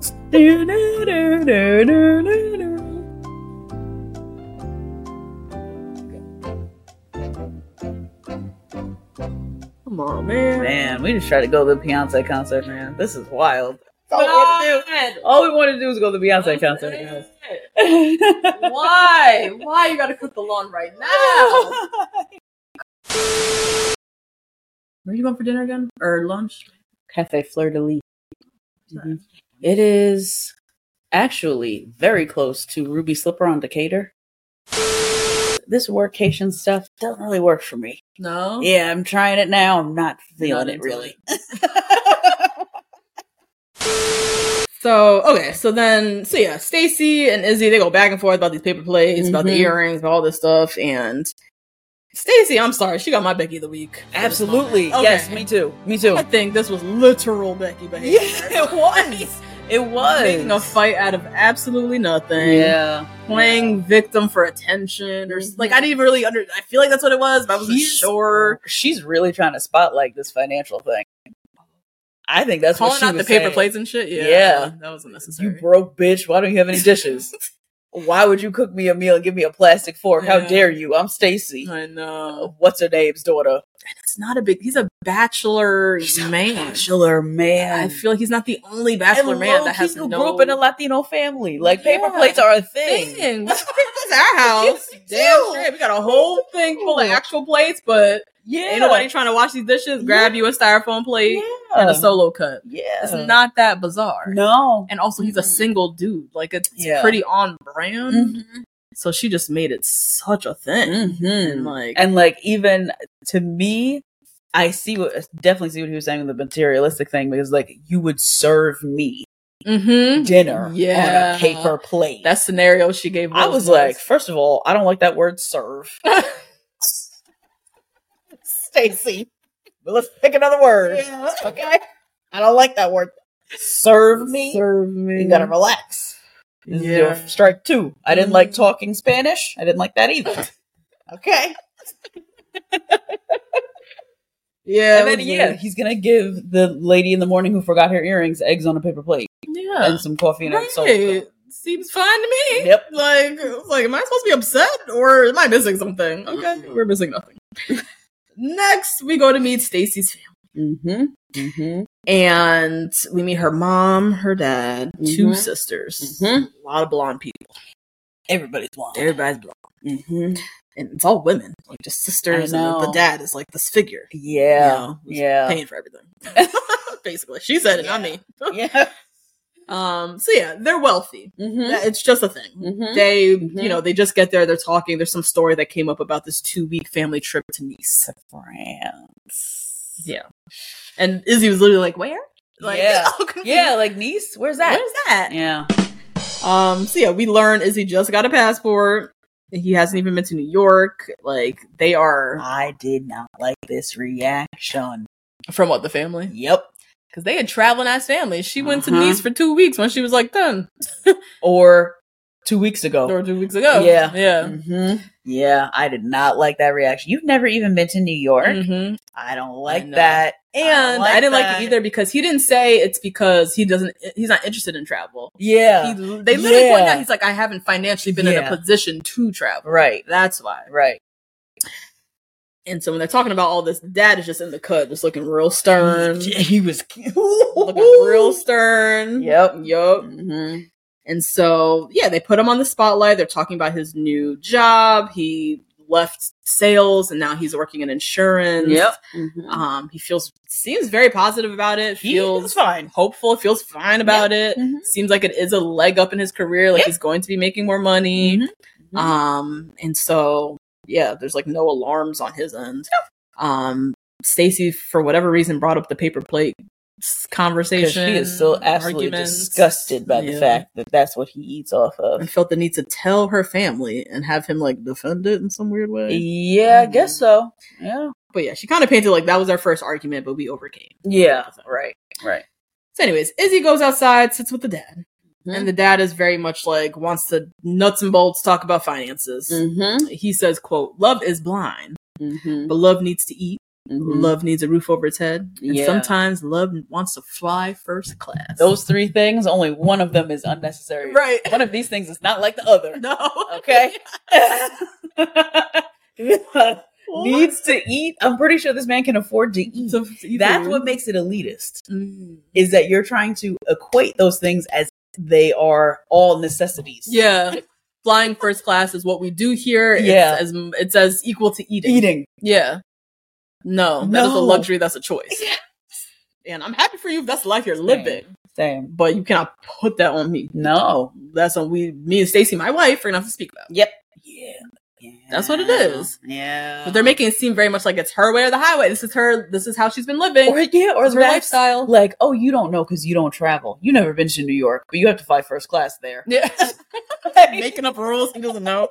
B: Come on, man.
A: Man, we just tried to go to the Beyonce concert, man. This is wild. All we wanted
B: God.
A: to do, all we wanted to do was go to the Beyonce concert, guys.
B: Why? Why you gotta cut the lawn right now? Where are you going for dinner again? Or lunch?
A: Cafe Fleur de Lis. Mhm. It is actually very close to Ruby Slipper on Decatur. This workcation stuff doesn't really work for me.
B: No.
A: Yeah, I'm trying it now. I'm not feeling
B: Not
A: it
B: into
A: really.
B: So okay, so then so yeah, Stacy and Izzy they go back and forth about these paper plates, about the
A: Mhm.
B: earrings, about all this stuff, and Stacy, I'm sorry, she got my Becky of the week.
A: Absolutely.
B: Okay.
A: Yes, me too. Me too.
B: I think this was literal Becky behavior.
A: it was. It was.
B: Making a fight out of absolutely nothing.
A: Yeah. Mm-hmm.
B: Playing victim for attention or s- like I didn't really under I feel like that's what it was, but I wasn't
A: She's-
B: sure.
A: She's really trying to spotlight this financial thing. I think that's what
B: Calling
A: she
B: out the
A: was
B: paper
A: saying.
B: plates and shit. Yeah.
A: Yeah.
B: That wasn't necessary.
A: You broke bitch. Why don't you have any dishes? Why would you cook me a meal and give me a plastic fork?
B: Yeah.
A: How dare you? I'm Stacy.
B: I know.
A: What's her name's daughter?
B: It's not a big he's a bachelor man.
A: Bachelor man.
B: I feel like he's not the only bachelor
A: And
B: man
A: low-key
B: that has
A: you
B: no
A: grew up in a Latino family. Like paper
B: Yeah.
A: plates are a thing.
B: thing. What's our house?
A: You
B: Damn
A: do.
B: straight. We got a whole thing full of actual plates, but
A: Yeah.
B: ain't nobody trying to wash these dishes. Grab you a styrofoam plate
A: yeah.
B: and a solo cup.
A: Yeah.
B: It's not that bizarre.
A: No.
B: And also, he's a single dude. Like it's
A: Yeah.
B: pretty on brand. So she just made it such a thing. And
A: Mhm.
B: Mm-hmm. like,
A: and like even to me i see what definitely see what he was saying with the materialistic thing because like you would serve me
B: Mhm.
A: dinner on
B: Yeah.
A: a paper plate
B: that scenario she gave.
A: i
B: Rose
A: was like first of all i don't like that word serve stacy but let's pick another word okay i don't like that word serve me
B: serve me.
A: you gotta relax this is your
B: Yeah. Mm-hmm.
A: strike two i didn't like talking spanish i didn't like that either okay
B: yeah.
A: and
B: it
A: then
B: was
A: yeah,
B: weird.
A: he's gonna give the lady in the morning who forgot her earrings eggs on a paper plate
B: yeah.
A: and some coffee and a
B: right.
A: soda.
B: Seems fine to me.
A: Yep.
B: Like, it's like, am I supposed to be upset or am I missing something? Okay, we're missing nothing. Next, we go to meet Stacy's family,
A: Mm-hmm. Mm-hmm.
B: and we meet her mom, her dad, two
A: Mhm.
B: sisters,
A: Mhm.
B: a lot of blonde people.
A: Everybody's blonde.
B: Everybody's blonde,
A: Mm-hmm.
B: and it's all women, like just sisters,
A: I
B: and the- the
A: know.
B: dad is like this figure.
A: Yeah.
B: you know,
A: yeah.
B: paying for everything. Basically, she said it, not me.
A: Yeah.
B: Um, so yeah, they're wealthy.
A: Mm-hmm.
B: It's just a thing.
A: Mm-hmm.
B: they you
A: Mhm.
B: know they just get there they're talking there's some story that came up about this two week family trip to nice
A: France.
B: yeah and izzy was literally like where like
A: Yeah.
B: all confused.
A: Yeah, like niece. Where's that?
B: where's that
I: Yeah.
B: um so yeah we learn izzy just got a passport he hasn't even been to new york like they are
A: I did not like this reaction.
B: From what the family?
E: Yep.
B: Because they had traveling ass families. She went
A: Uh-huh.
B: to Nice for two weeks when she was like ten,
A: Or two weeks ago.
B: or two weeks ago.
A: Yeah.
B: Oh. yeah. Mm-hmm.
A: hmm Yeah, I did not like that reaction. You've never even been to New York.
B: Mhm.
A: Mm. I don't like
B: know.
A: that.
B: And I,
A: like
B: didn't like
A: that.
B: it either because he didn't say it's because he doesn't. He's not interested in travel.
A: Yeah.
B: He, they literally
A: Yeah.
B: point out he's like, I haven't financially been
A: Yeah.
B: in a position to travel.
A: right.
B: That's why.
A: Right.
B: And so when they're talking about all this, dad is just in the cut, just looking real stern,
A: He was
B: looking real stern.
A: Yep.
B: Yup.
A: hmm
B: And so, yeah, they put him on the spotlight. They're talking about his new job. He left sales and now he's working in insurance.
A: Yep. Mm-hmm.
B: Um, he feels seems very positive about it.
A: He
B: Feels
A: was fine.
B: hopeful. Feels fine about it.
A: Mhm.
B: Seems like it is a leg up in his career. Like
A: Yep.
B: he's going to be making more money.
A: Mhm. Mhm.
B: Um, and so yeah, there's like no alarms on his end. Um, Stacy, for whatever reason, brought up the paper plate
A: Because
B: s- conversation.
A: she is so absolutely
B: arguments.
A: disgusted by the
B: Yeah.
A: fact that that's what he eats off of.
B: and felt the need to tell her family and have him like defend it in some weird way.
A: Yeah, I guess so. Yeah.
B: But yeah, she kind of painted like that was our first argument, but we overcame.
A: Yeah. Right. Right.
B: So, anyways, Izzy goes outside, sits with the dad,
A: Mhm.
B: and the dad is very much like wants to nuts and bolts talk about finances.
A: Mm-hmm.
B: He says, "quote Love is blind,
A: Mm-hmm.
B: but love needs to eat. Love needs a roof over its head, and
A: Yeah.
B: sometimes love wants to fly first class."
A: Those three things, only one of them is unnecessary.
B: Right.
A: One of these things is not like the other.
B: no,
A: Okay. Needs to eat. I'm pretty sure this man can afford to eat.
B: So, either
A: That's
B: way.
A: what makes it elitist.
B: Mm.
A: Is that you're trying to equate those things as they are all necessities.
B: Yeah. Flying first class is what we do here.
A: Yeah.
B: It's as, it's as equal to eating.
A: Eating.
B: Yeah. No, that is a
A: No.
B: luxury. That's a choice. And I'm happy for you if that's the life you're living,
A: Same.
B: but you cannot put that on me.
A: No.
B: That's on we, me and Stacy, my wife, are gonna have to speak about.
A: Yeah. yeah.
B: That's what it is.
A: Yeah.
B: But they're making it seem very much like it's her way or the highway. This is her. This is how she's been living.
A: or yeah, or
B: It's
A: the
B: her
A: lifestyle.
B: lifestyle.
A: Like, oh, you don't know because you don't travel. You never been to New York, but you have to fly first class there.
B: Yeah.
A: Like,
B: making up rules he doesn't know.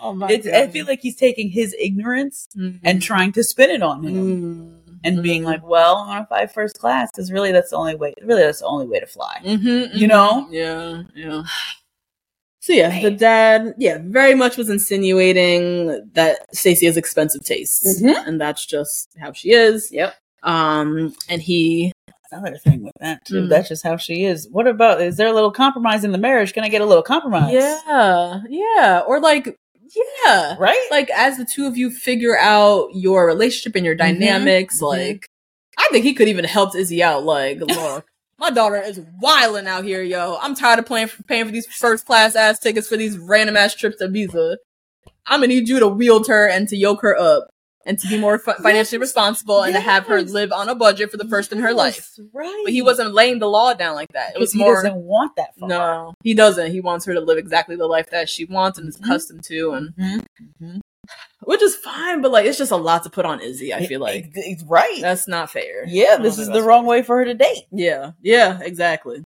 A: oh my it's, I feel like he's taking his ignorance
B: Mm-hmm.
A: and trying to spin it on him. and being like, "Well, I'm gonna fly first class because really that's the only way. Really, that's the only way to fly."
B: mm-hmm,
A: You know?
B: yeah, yeah. So yeah, the
A: Man.
B: dad, yeah, very much was insinuating that Stacey has expensive tastes,
A: Mhm.
B: and that's just how she is.
A: Yep.
B: Um, and he,
A: Another thing with that too.
B: Mm.
A: That's just how she is. What about? Is there a little compromise in the marriage? Can I get a little compromise?
B: yeah, yeah, or like, yeah,
A: Right.
B: like as the two of you figure out your relationship and your dynamics,
A: mhm.
B: like, I think he could even help Izzy out. Like, look. My daughter is wilding out here, yo. I'm tired of playing for, paying for these first class ass tickets for these random ass trips to Ibiza. I'm gonna need you to wield her and to yoke her up and to be more fi- financially responsible and to have her
A: Yes.
B: live on a budget for the first in her life.
A: Yes, Right.
B: But he wasn't laying the law down like that. It was
A: he
B: more
A: doesn't want that. Far.
B: no, he doesn't. He wants her to live exactly the life that she wants and is
A: Mm-hmm.
B: accustomed to, and
A: Mhm.
B: which is fine. But like, it's just a lot to put on Izzy. I feel
A: It-
B: like
A: it's right.
B: that's not fair. I
A: yeah,
B: don't
A: this
B: think
A: is the
B: that's
A: wrong way for her to date.
B: yeah, yeah, exactly.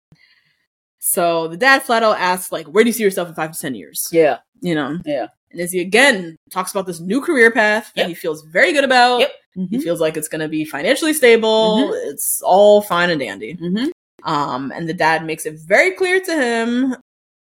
B: So the dad flat out asks, like, where do you see yourself in five to ten years?
A: Yeah.
B: You know?
A: Yeah.
B: And as he again talks about this new career path that
A: Yep.
B: he feels very good about.
A: Yep. Mm-hmm.
B: He feels like it's gonna be financially stable. It's all fine and dandy.
A: Mhm.
B: Um, and the dad makes it very clear to him,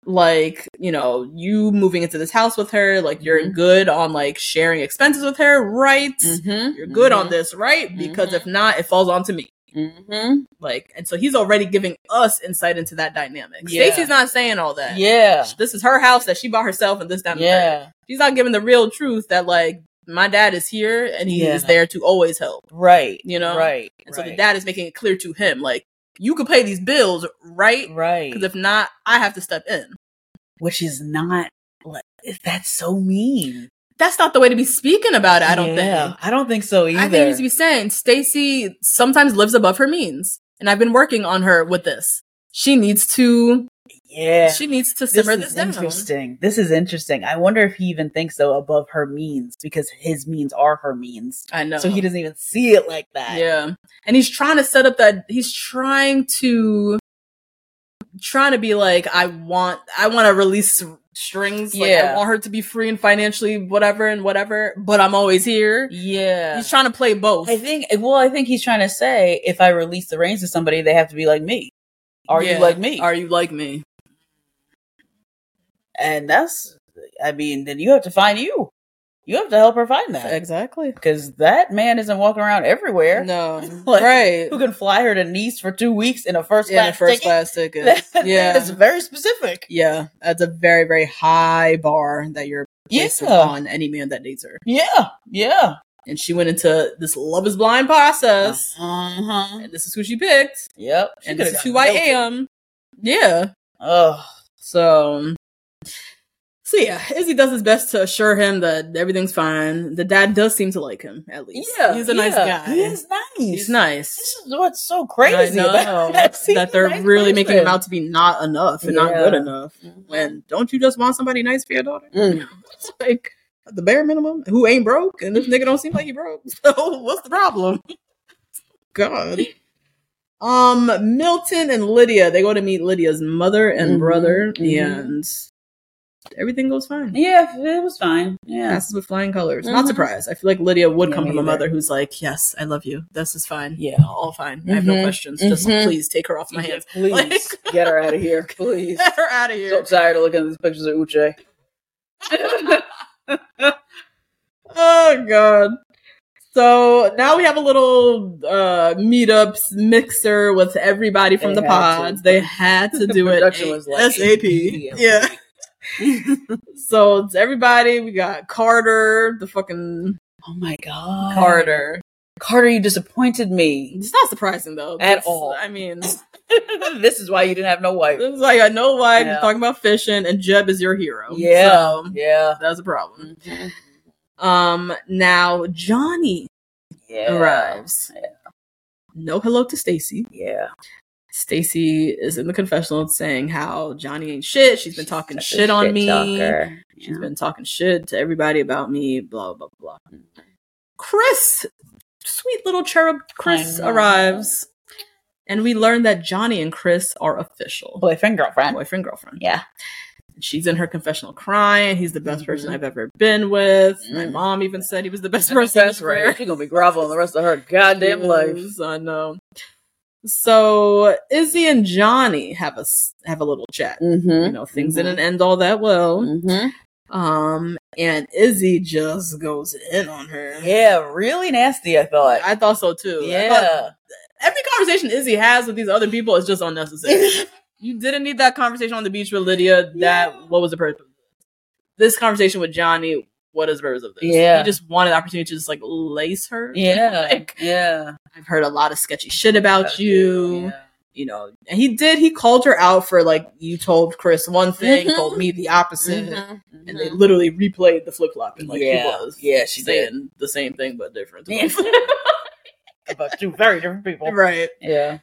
B: like, you know, you moving into this house with her, like you're
A: Mhm.
B: good on like sharing expenses with her, right?
A: Mhm.
B: You're good on this, right? Because if not, it falls onto me.
A: Mm-hmm.
B: Like, and so he's already giving us insight into that dynamic.
A: Yeah.
B: Stacey's not saying all that.
A: Yeah.
B: This is her house that she bought herself and this down the third.
A: Yeah.
B: She's not giving the real truth that like my dad is here and he
A: Yeah.
B: is there to always help.
A: Right.
B: You know?
A: Right.
B: And so the
A: right,
B: dad is making it clear to him, like, you could pay these bills, right?
A: Right.
B: Because if not, I have to step in.
A: Which is not. like, That's so mean.
B: That's not the way to be speaking about it, I don't
A: Yeah,
B: think.
A: I don't think so either.
B: I think he needs to be saying Stacy sometimes lives above her means. And I've been working on her with this. She needs to
A: yeah.
B: she needs to
A: this
B: simmer
A: is
B: this, down.
A: interesting. This is interesting. I wonder if he even thinks though above her means because his means are her means.
B: I know.
A: So he doesn't even see it like that.
B: Yeah. And he's trying to set up that he's trying to trying to be like I want I want to release strings. Like,
A: Yeah.
B: I want her to be free and financially whatever and whatever, but I'm always here.
A: Yeah.
B: He's trying to play both.
A: I think, well, I think he's trying to say if I release the reins to somebody, they have to be like me. Are
B: Yeah.
A: you like me?
B: Are you like me?
A: and that's, I mean, then you have to find you. You have to help her find that.
H: Exactly.
A: Because that man isn't walking around everywhere.
H: No.
A: Like,
H: right.
A: Who can fly her to Nice for two weeks in a first class
H: Yeah, the first
A: ticket?
H: class ticket.
A: That's
H: yeah.
A: very specific.
H: Yeah. That's a very, very high bar that you're placing
A: Yeah.
H: on any man that dates her.
A: Yeah. Yeah.
B: And she went into this love is blind process.
A: Uh-huh.
B: And this is who she picked.
A: Yep.
B: and this is who I am. um, Yeah.
A: Oh,
B: So, so yeah, Izzy does his best to assure him that everything's fine. The dad does seem to like him at least.
A: yeah.
B: he's a nice
A: yeah.
B: guy.
A: He is nice.
B: He's nice.
A: This is what's so crazy
B: I know
A: about that. He's
B: that
A: a
B: they're
A: nice
B: really making him
A: person.
B: out to be not enough and not
A: Yeah.
B: good enough. When don't you just want somebody nice for your daughter?
A: Mm.
B: It's like the bare minimum. Who ain't broke? And this nigga don't seem like he broke. So what's the problem? God. Um, Milton and Lydia. They go to meet Lydia's mother and
A: Mhm,
B: brother,
A: mhm.
B: and everything goes fine.
A: Yeah, it was fine. Yeah.
B: Passes with flying colors.
A: Mhm.
B: Not surprised. I feel like Lydia would
A: Yeah,
B: come
A: me
B: from a
A: either.
B: mother who's like, "Yes, I love you. This is fine.
A: Yeah.
B: all fine. I have no
A: Mhm.
B: questions. Just
A: Mhm.
B: please take her off my hands.
A: Please
B: Like-
A: get her out of here. Please.
B: Get her out of
A: so
B: here."
A: tired of looking at these pictures of Uche.
B: Oh god. So now we have a little uh meetups mixer with everybody from
A: They
B: the
A: had to.
B: pods. They had to do it.
A: Production was like,
B: SAP.
A: "Yeah."
B: Yeah. so it's everybody. We got Carter, the fucking
A: oh my god.
B: Carter.
A: Carter, you disappointed me.
B: It's not surprising though.
A: At
B: It's-
A: all.
B: I mean,
A: this is why you didn't have no wife.
B: it's like I know why you're
A: Yeah.
B: talking about fishing, and Jeb is your hero.
A: Yeah.
B: Um, So,
A: yeah.
B: that's a problem. Um, now Johnny
A: Yeah.
B: arrives.
A: Yeah.
B: No hello to Stacy.
A: Yeah.
B: Stacy is in the confessional saying how Johnny ain't shit. She's been talking shit on me. She's
A: Yeah.
B: been talking shit to everybody about me. Blah blah blah. Chris, sweet little cherub Chris
A: I know.
B: arrives, and we learn that Johnny and Chris are official
A: Boyfriend, girlfriend.
B: boyfriend girlfriend.
A: Yeah.
B: She's in her confessional crying. He's the best person
A: Mhm.
B: I've ever been with. My
A: Mhm.
B: mom even said he was Mm-hmm. the best person.
A: That's right. She's gonna be groveling the rest of her goddamn life.
B: Yes, I know. So Izzy and Johnny have a s- have a little chat. You
A: Mm-hmm.
B: know, things didn't end all that well.
A: Mm-hmm.
B: Um, and Izzy just goes in on her.
A: Yeah, really nasty. I thought.
B: I thought so too. I thought
A: yeah.
B: every conversation Izzy has with these other people is just unnecessary. you didn't need that conversation on the beach with Lydia. That what was the purpose? of This This conversation with Johnny. What is the purpose of this?
A: Yeah.
B: he just wanted the opportunity to just like lace her.
A: Yeah.
B: Like,
A: yeah.
B: I've heard a lot of sketchy shit about
A: About
B: you. You know, and he did. He called her out for like you told Chris one thing,
A: Mhm.
B: told me the opposite,
A: Mhm.
B: and they literally replayed the flip flop and like
A: Yeah.
B: she was
A: Yeah, she
B: saying the same thing but different.
A: Yeah. about two very different people.
B: right.
A: Yeah.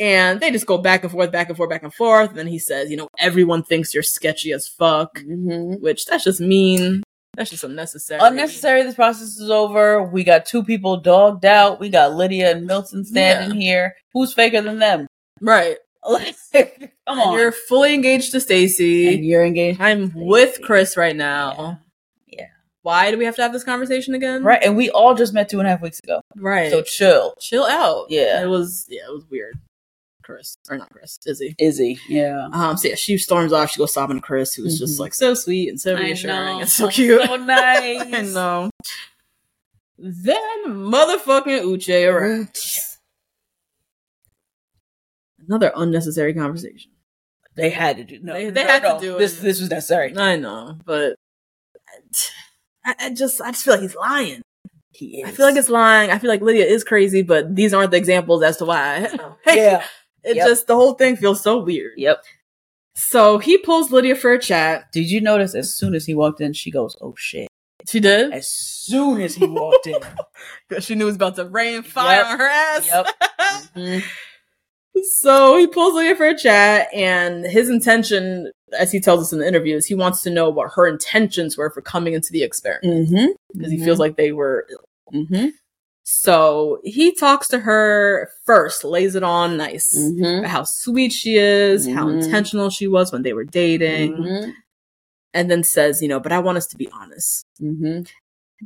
B: And they just go back and forth, back and forth, back and forth. And then he says, you know, everyone thinks you're sketchy as fuck,
A: Mm-hmm.
B: which that's just mean. That's just unnecessary.
A: Unnecessary. This process is over. We got two people dogged out. We got Lydia and Milton standing here. Who's faker than them?
B: Right.
A: Come
B: And
A: on.
B: You're fully engaged to
A: and
B: Stacy.
A: you're engaged,
B: I'm with Chris right now.
A: Yeah. Yeah.
B: Why do we have to have this conversation again?
A: right? And we all just met two and a half weeks ago.
B: Right.
A: So chill,
B: chill out.
A: Yeah.
B: It was, yeah, it was weird. Chris, or not Chris, Izzy.
A: Izzy. Yeah.
B: Um, so yeah, she storms off. She goes sobbing to Chris, who's just
A: Mhm.
B: like so sweet and so
A: I
B: reassuring
A: know.
B: and Mm-hmm. so cute.
A: So nice.
B: I know. Then motherfucking Uche arrives. Another unnecessary conversation.
A: They had to do. No,
B: They- they had to
A: no.
B: do it.
A: This this was necessary.
B: I know, but I, I just I just feel like he's lying.
A: He is.
B: I feel like it's lying. I feel like Lydia is crazy, but these aren't the examples as to why.
A: Oh. yeah.
B: it
A: Yep.
B: just the whole thing feels so weird.
A: Yep.
B: So he pulls Lydia for a chat.
A: Did you notice as soon as he walked in, she goes, "Oh shit."
B: She did.
A: As soon as he walked in.
B: She knew it was about to rain fire
A: Yep.
B: on her ass.
A: yep.
B: So he pulls Lydia for a chat, and his intention, as he tells us in the interview, is he wants to know what her intentions were for coming into the experiment
A: Mm-hmm.
B: because he feels like they were ill.
A: Mm-hmm.
B: So he talks to her first, lays it on nice
A: Mm-hmm.
B: about how sweet she is, how
A: Mhm. Mm-hmm.
B: Mm-hmm. intentional she was when they were dating. and then says, you know, but I want us to be honest.
A: Mm-hmm.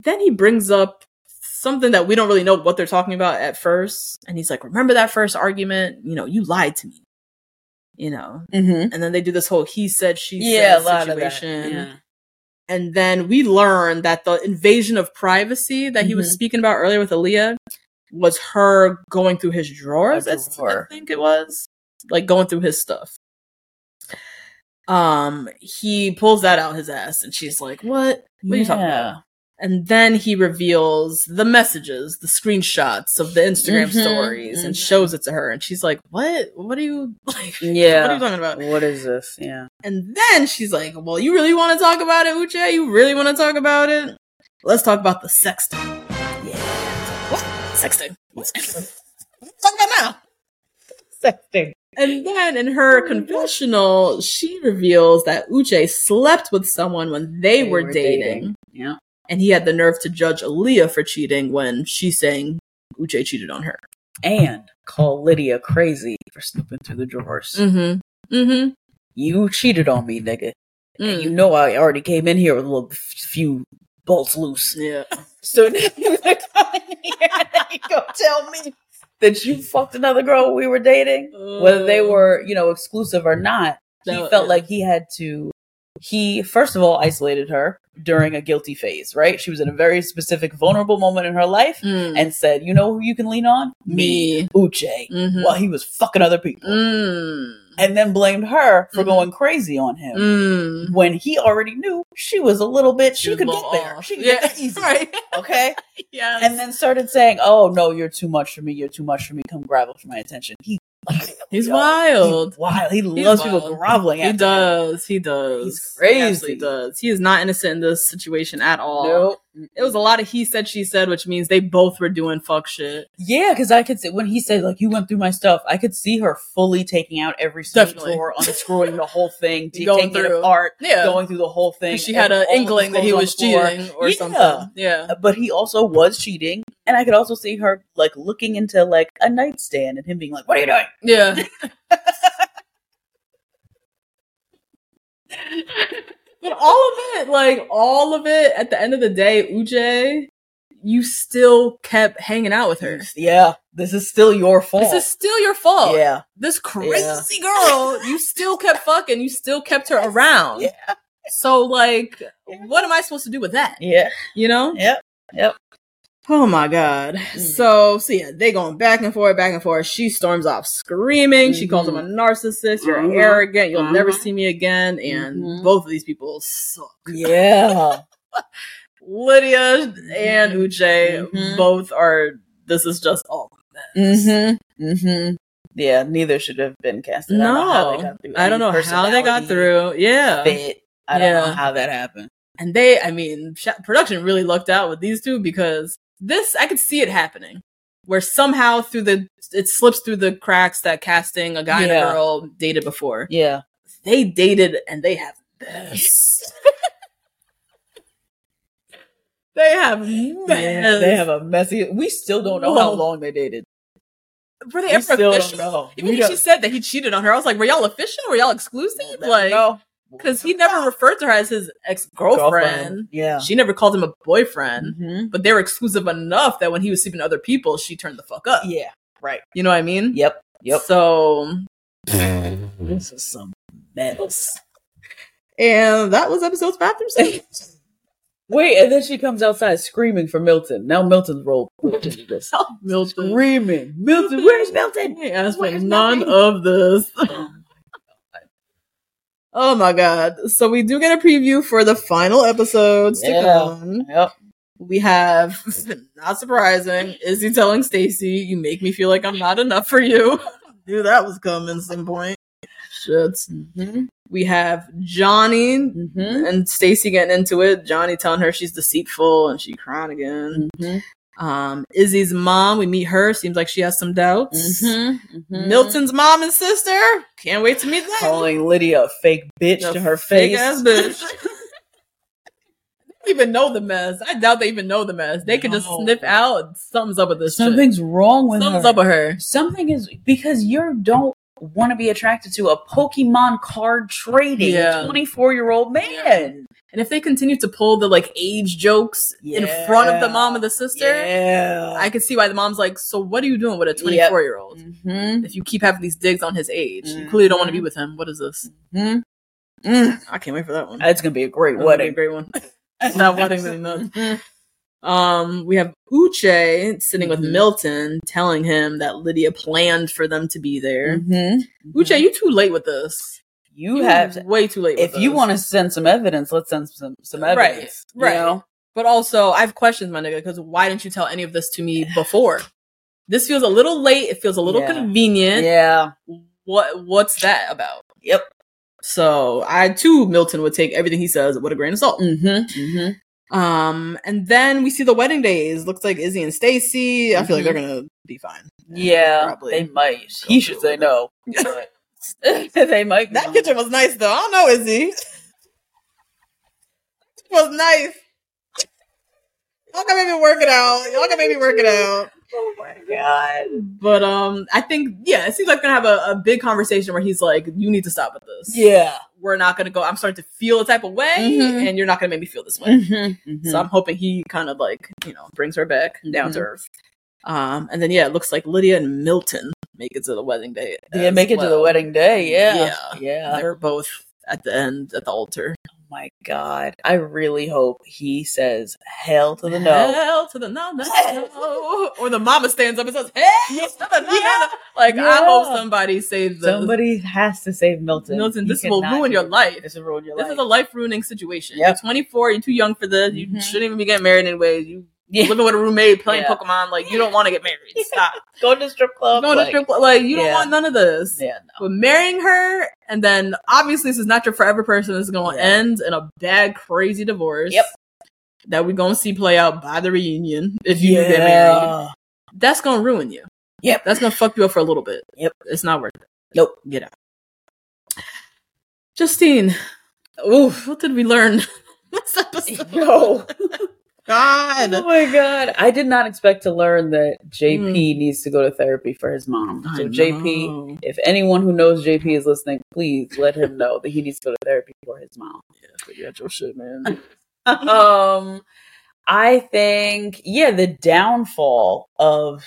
B: Then he brings up something that we don't really know what they're talking about at first. And he's like, remember that first argument? You know, you lied to me. You know,
A: Mm-hmm.
B: and then they do this whole he said, she
A: Yeah, a
B: said
A: lot
B: situation.
A: of that. Yeah.
B: And then we learn that the invasion of privacy that he was
A: Mhm.
B: speaking about earlier with Aaliyah was her going through his drawers.
A: A
B: that's-
A: drawer.
B: I think it was like going through his stuff. Um, he pulls that out his ass, and she's like, "What? What are you talking about?" And then he reveals the messages, the screenshots of the Instagram
A: Mhm,
B: stories, and
A: mhm.
B: shows it to her. And she's like, "What? What are you like? What are you
A: Yeah.
B: talking about?"
A: What is this? Yeah.
B: And then she's like, Well, you really want to talk about it, Uche? You really want to talk about it? Let's talk about the sexting. Yeah. What? Sexting. What? talk about now.
A: Sexting.
B: And then in her confessional, she reveals that Uche slept with someone when they, were, dating,
A: Yeah.
B: And he had the nerve to judge Aaliyah for cheating when she's saying Uche cheated on her.
A: And call Lydia crazy for snooping through the drawers.
B: Mm-hmm. Mm-hmm.
A: You cheated on me, nigga. And
B: Mm.
A: you know I already came in here with a little f- few bolts loose.
B: Yeah.
A: So now you're gonna come in here and you go tell me that you fucked another girl we were dating, whether they were, you know, exclusive or not. He
B: Oh. That-
A: felt like he had to. He first of all isolated her during a guilty phase. Right, she was in a very specific, vulnerable moment in her life,
B: Mm.
A: and said, "You know who you can lean on?
B: Me.
A: Uche."
B: Mhm.
A: While he was fucking other people,
B: Mm.
A: and then blamed her for
B: Mhm.
A: going crazy on him
B: Mm.
A: when he already knew she was a little bit. She,
B: was
A: could
B: a
A: get
B: little
A: there.
B: off.
A: She could
B: yeah.
A: get there easy.
B: Right.
A: Okay
B: Yes.
A: and then started saying, "Oh no, you're too much for me. You're too much for me. Come grovel for my attention." He,
B: He's
A: Yo,
B: wild.
A: He wild. He loves people
B: wild.
A: groveling.
B: He
A: at
B: does. He does.
A: He's crazy.
B: He absolutely does. He is not innocent in this situation at all.
A: Nope.
B: It was a lot of he said, she said, which means they both were doing fuck shit.
A: Yeah, because I could see when he said like you went through my stuff, I could see her fully taking out every single
B: Definitely.
A: drawer, unscrewing the whole thing, de-
B: Going
A: taking it
B: through.
A: apart,
B: Yeah.
A: going through the whole thing.
B: 'Cause she had
A: and
B: an
A: all the
B: inkling that he
A: clothes
B: was
A: on the floor.
B: cheating or
A: Yeah.
B: something. Yeah.
A: But he also was cheating, and I could also see her like looking into like a nightstand and him being like, "What are you doing?"
B: Yeah. but all of it, like all of it, at the end of the day, Uche, you still kept hanging out with her.
A: Yeah, this is still your fault.
B: This is still your fault.
A: yeah,
B: this crazy girl, you still kept fucking, you still kept her around.
A: Yeah.
B: So like, what am I supposed to do with that?
A: yeah.
B: You know?
A: Yep. Yep. Mm.
B: Oh my god. So so yeah, they going back and forth, back and forth. She storms off screaming. She calls him a
A: Mm-hmm.
B: narcissist. You're
A: Mhm.
B: arrogant. You'll never
A: Mhm.
B: see me again. And
A: Mhm.
B: both of these people suck.
A: Yeah.
B: Lydia and Uche
A: Mhm.
B: both are. This is just all.
A: mm-hmm. Mm-hmm. Yeah. Neither should have been casted.
B: No, I don't know how they got through. Yeah,
A: Fit. I don't know
B: Yeah.
A: how that happened.
B: and they i mean sh- production really lucked out with these two because this i could see it happening where somehow through the it slips through the cracks that casting a guy and
A: Yeah.
B: a girl dated before
A: Yeah.
B: they dated and they have this they have
A: Yeah,
B: mess.
A: they have a messy. We still don't know how
B: Whoa.
A: long they dated.
B: were they
A: we
B: ever
A: still don't
B: official
A: know.
B: even
A: We
B: when she
A: don't-
B: said that he cheated on her i was like were y'all official were y'all exclusive like
A: no,
B: because he never referred to her as his ex-girlfriend
A: Yeah.
B: she never called him a boyfriend
A: Mm-hmm.
B: but they were exclusive enough that when he was sleeping with other people, she turned the fuck up.
A: Yeah. Right.
B: You know what I mean?
A: Yep. Yep.
B: So,
A: This is some mess.
B: and that was episodes five through six.
A: Wait, and then she comes outside screaming for Milton. Now Milton's role.
B: Oh, Milton.
A: Screaming, Milton, where's Milton?
B: He asked for
A: Where's
B: none
A: Milton?
B: of this. Oh my god. So we do get a preview for the final episode. Stick
A: Yeah.
B: on.
A: Yep.
B: We have, not surprising, Izzy telling Stacy, you make me feel like I'm not enough for you. Knew that was coming some point. Shit. Mm-hmm. We have Johnny
A: Mm-hmm.
B: and Stacy getting into it. Johnny telling her she's deceitful and she crying again. Um, Izzy's mom, we meet her. Seems like she has some doubts. Mm-hmm.
A: Milton
B: Milton's mom and sister, can't wait to meet them.
A: calling Lydia a fake bitch
B: The
A: to her
B: fake
A: face.
B: ass bitch. They don't even know the mess. I doubt they even know the mess. They could just
A: No.
B: sniff out something's up with this. chick.
A: Something's wrong with
B: something's
A: her.
B: up with her.
A: Something is because you don't want to be attracted to a Pokemon card trading
B: Yeah.
A: 24 year old man.
B: And if they continue to pull the like age jokes in front of the
A: Yeah.
B: mom and the sister,
A: Yeah.
B: I could see why the mom's like, so what are you doing with a 24 year old?
A: Mhm.
B: If you keep having these digs on his age, you clearly don't want to
A: Mm-hmm.
B: be with him. What is this?
A: Mhm.
B: I can't wait for that one.
A: It's going to be a great
B: That'll be a
A: wedding.
B: great one. that wedding's gonna be nuts. Um, we have Uche sitting
A: Mm-hmm.
B: with Milton, telling him that Lydia planned for them to be there.
A: Mhm.
B: Uche, you too late with
A: Mm-hmm.
B: this.
A: You have,
B: way too late.
A: if you want to send some evidence, let's send some, some evidence. you
B: right.
A: know?
B: But also, I have questions, my nigga, because why didn't you tell any of this to me before? This feels a little late. It feels a little
A: Yeah.
B: convenient.
A: Yeah.
B: What What's that about?
A: Yep.
B: So I too, Milton would take everything he says with a grain of salt.
A: Mm hmm.
B: Mm-hmm.
A: Mm
B: Um, and then we see the wedding days. Looks like Izzy and Stacy. I feel like they're gonna be fine.
A: hmm. Yeah.
B: probably.
A: They might. He should say no. but- they might.
B: That
A: be-
B: picture was nice though. I don't know, Izzy. it was nice. Y'all can make me work it out. Y'all can make me work it out.
A: Oh my God.
B: But um, I think yeah, it seems like we're gonna have a, a big conversation where he's like, "You need to stop with this.
A: Yeah.
B: We're not gonna go. I'm starting to feel a type of way,
A: Mhm.
B: and you're not gonna make me feel this way."
A: Mm-hmm. Mm-hmm.
B: So I'm hoping he kind of like you know brings her back down to earth. Um, and then yeah, it looks like Lydia and Milton make it to the wedding day.
A: yeah,
B: as
A: make it to the
B: well.
A: wedding day. Yeah.
B: Yeah.
A: Yeah.
B: They're both at the end at the altar.
A: Oh my God. I really hope he says hell to the no.
B: Hell to the no, no, no. or the mama stands up and says, "Hell to the no, no." Like I
A: Yeah.
B: hope somebody saves the-
A: Somebody has to save Milton.
B: Milton,
A: He
B: this will
A: cannot
B: ruin
A: do
B: your
A: it.
B: life.
A: This will ruin your
B: This is a
A: life.
B: life ruining situation.
A: Yep.
B: You're 24. You're too young for this. You
A: Mhm.
B: shouldn't even be getting married anyway. You
A: Yeah.
B: living with a roommate playing
A: Yeah.
B: Pokemon. Like you don't want to get married. Stop.
A: Go to the strip club.
B: Going to
A: like-
B: strip club. Like you don't
A: Yeah.
B: want none of this.
A: Yeah, no.
B: But marrying her, and then obviously this is not your forever person. This is going to
A: Yeah.
B: end in a bad, crazy divorce.
A: Yep.
B: That we're going to see play out by the reunion if you do get married.
A: Yeah.
B: That's going to ruin you.
A: Yep.
B: That's going to fuck you up for a little bit.
A: Yep.
B: It's not worth it.
A: Nope.
B: Get out. Justine. Oof, what did we learn? this episode?
A: No.
B: God.
A: Oh my god! I did not expect to learn that JP needs to go to therapy for his mom.
B: Mm. I
A: So
B: know.
A: JP, if anyone who knows JP is listening, please let him know that he needs to go to therapy for his mom.
B: You got your shit, man.
A: um, I think yeah, the downfall of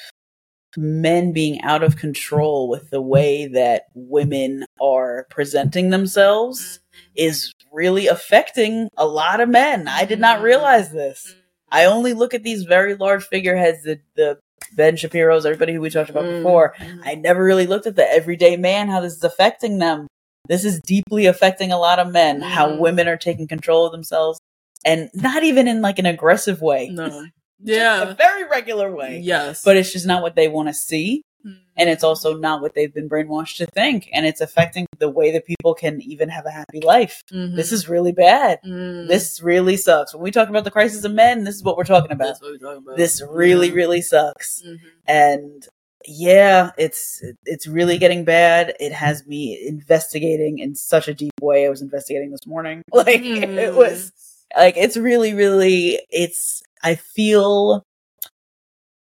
A: men being out of control with the way that women are presenting themselves is really affecting a lot of men. I did not realize this. I only look at these very large figureheads, the, the Ben Shapiro's, everybody who we talked about
B: Mm.
A: before. I never really looked at the everyday man, how this is affecting them. This is deeply affecting a lot of men, how
B: Mhm.
A: women are taking control of themselves and not even in like an aggressive way.
B: No.
A: Just
B: Yeah.
A: A very regular way
B: Yes.
A: but it's just not what they want to see
B: Mm.
A: and it's also not what they've been brainwashed to think and it's affecting the way that people can even have a happy life
B: Mhm.
A: this is really bad
B: Mm.
A: this really sucks when we talk about the crisis of men this is what we're talking about
B: That's what Mm. we're talking about.
A: this really
B: Yeah.
A: really sucks
B: Mhm.
A: and yeah it's it's really getting bad it has me investigating in such a deep way i was investigating this morning like it
B: Mm.
A: was like it's really really it's i feel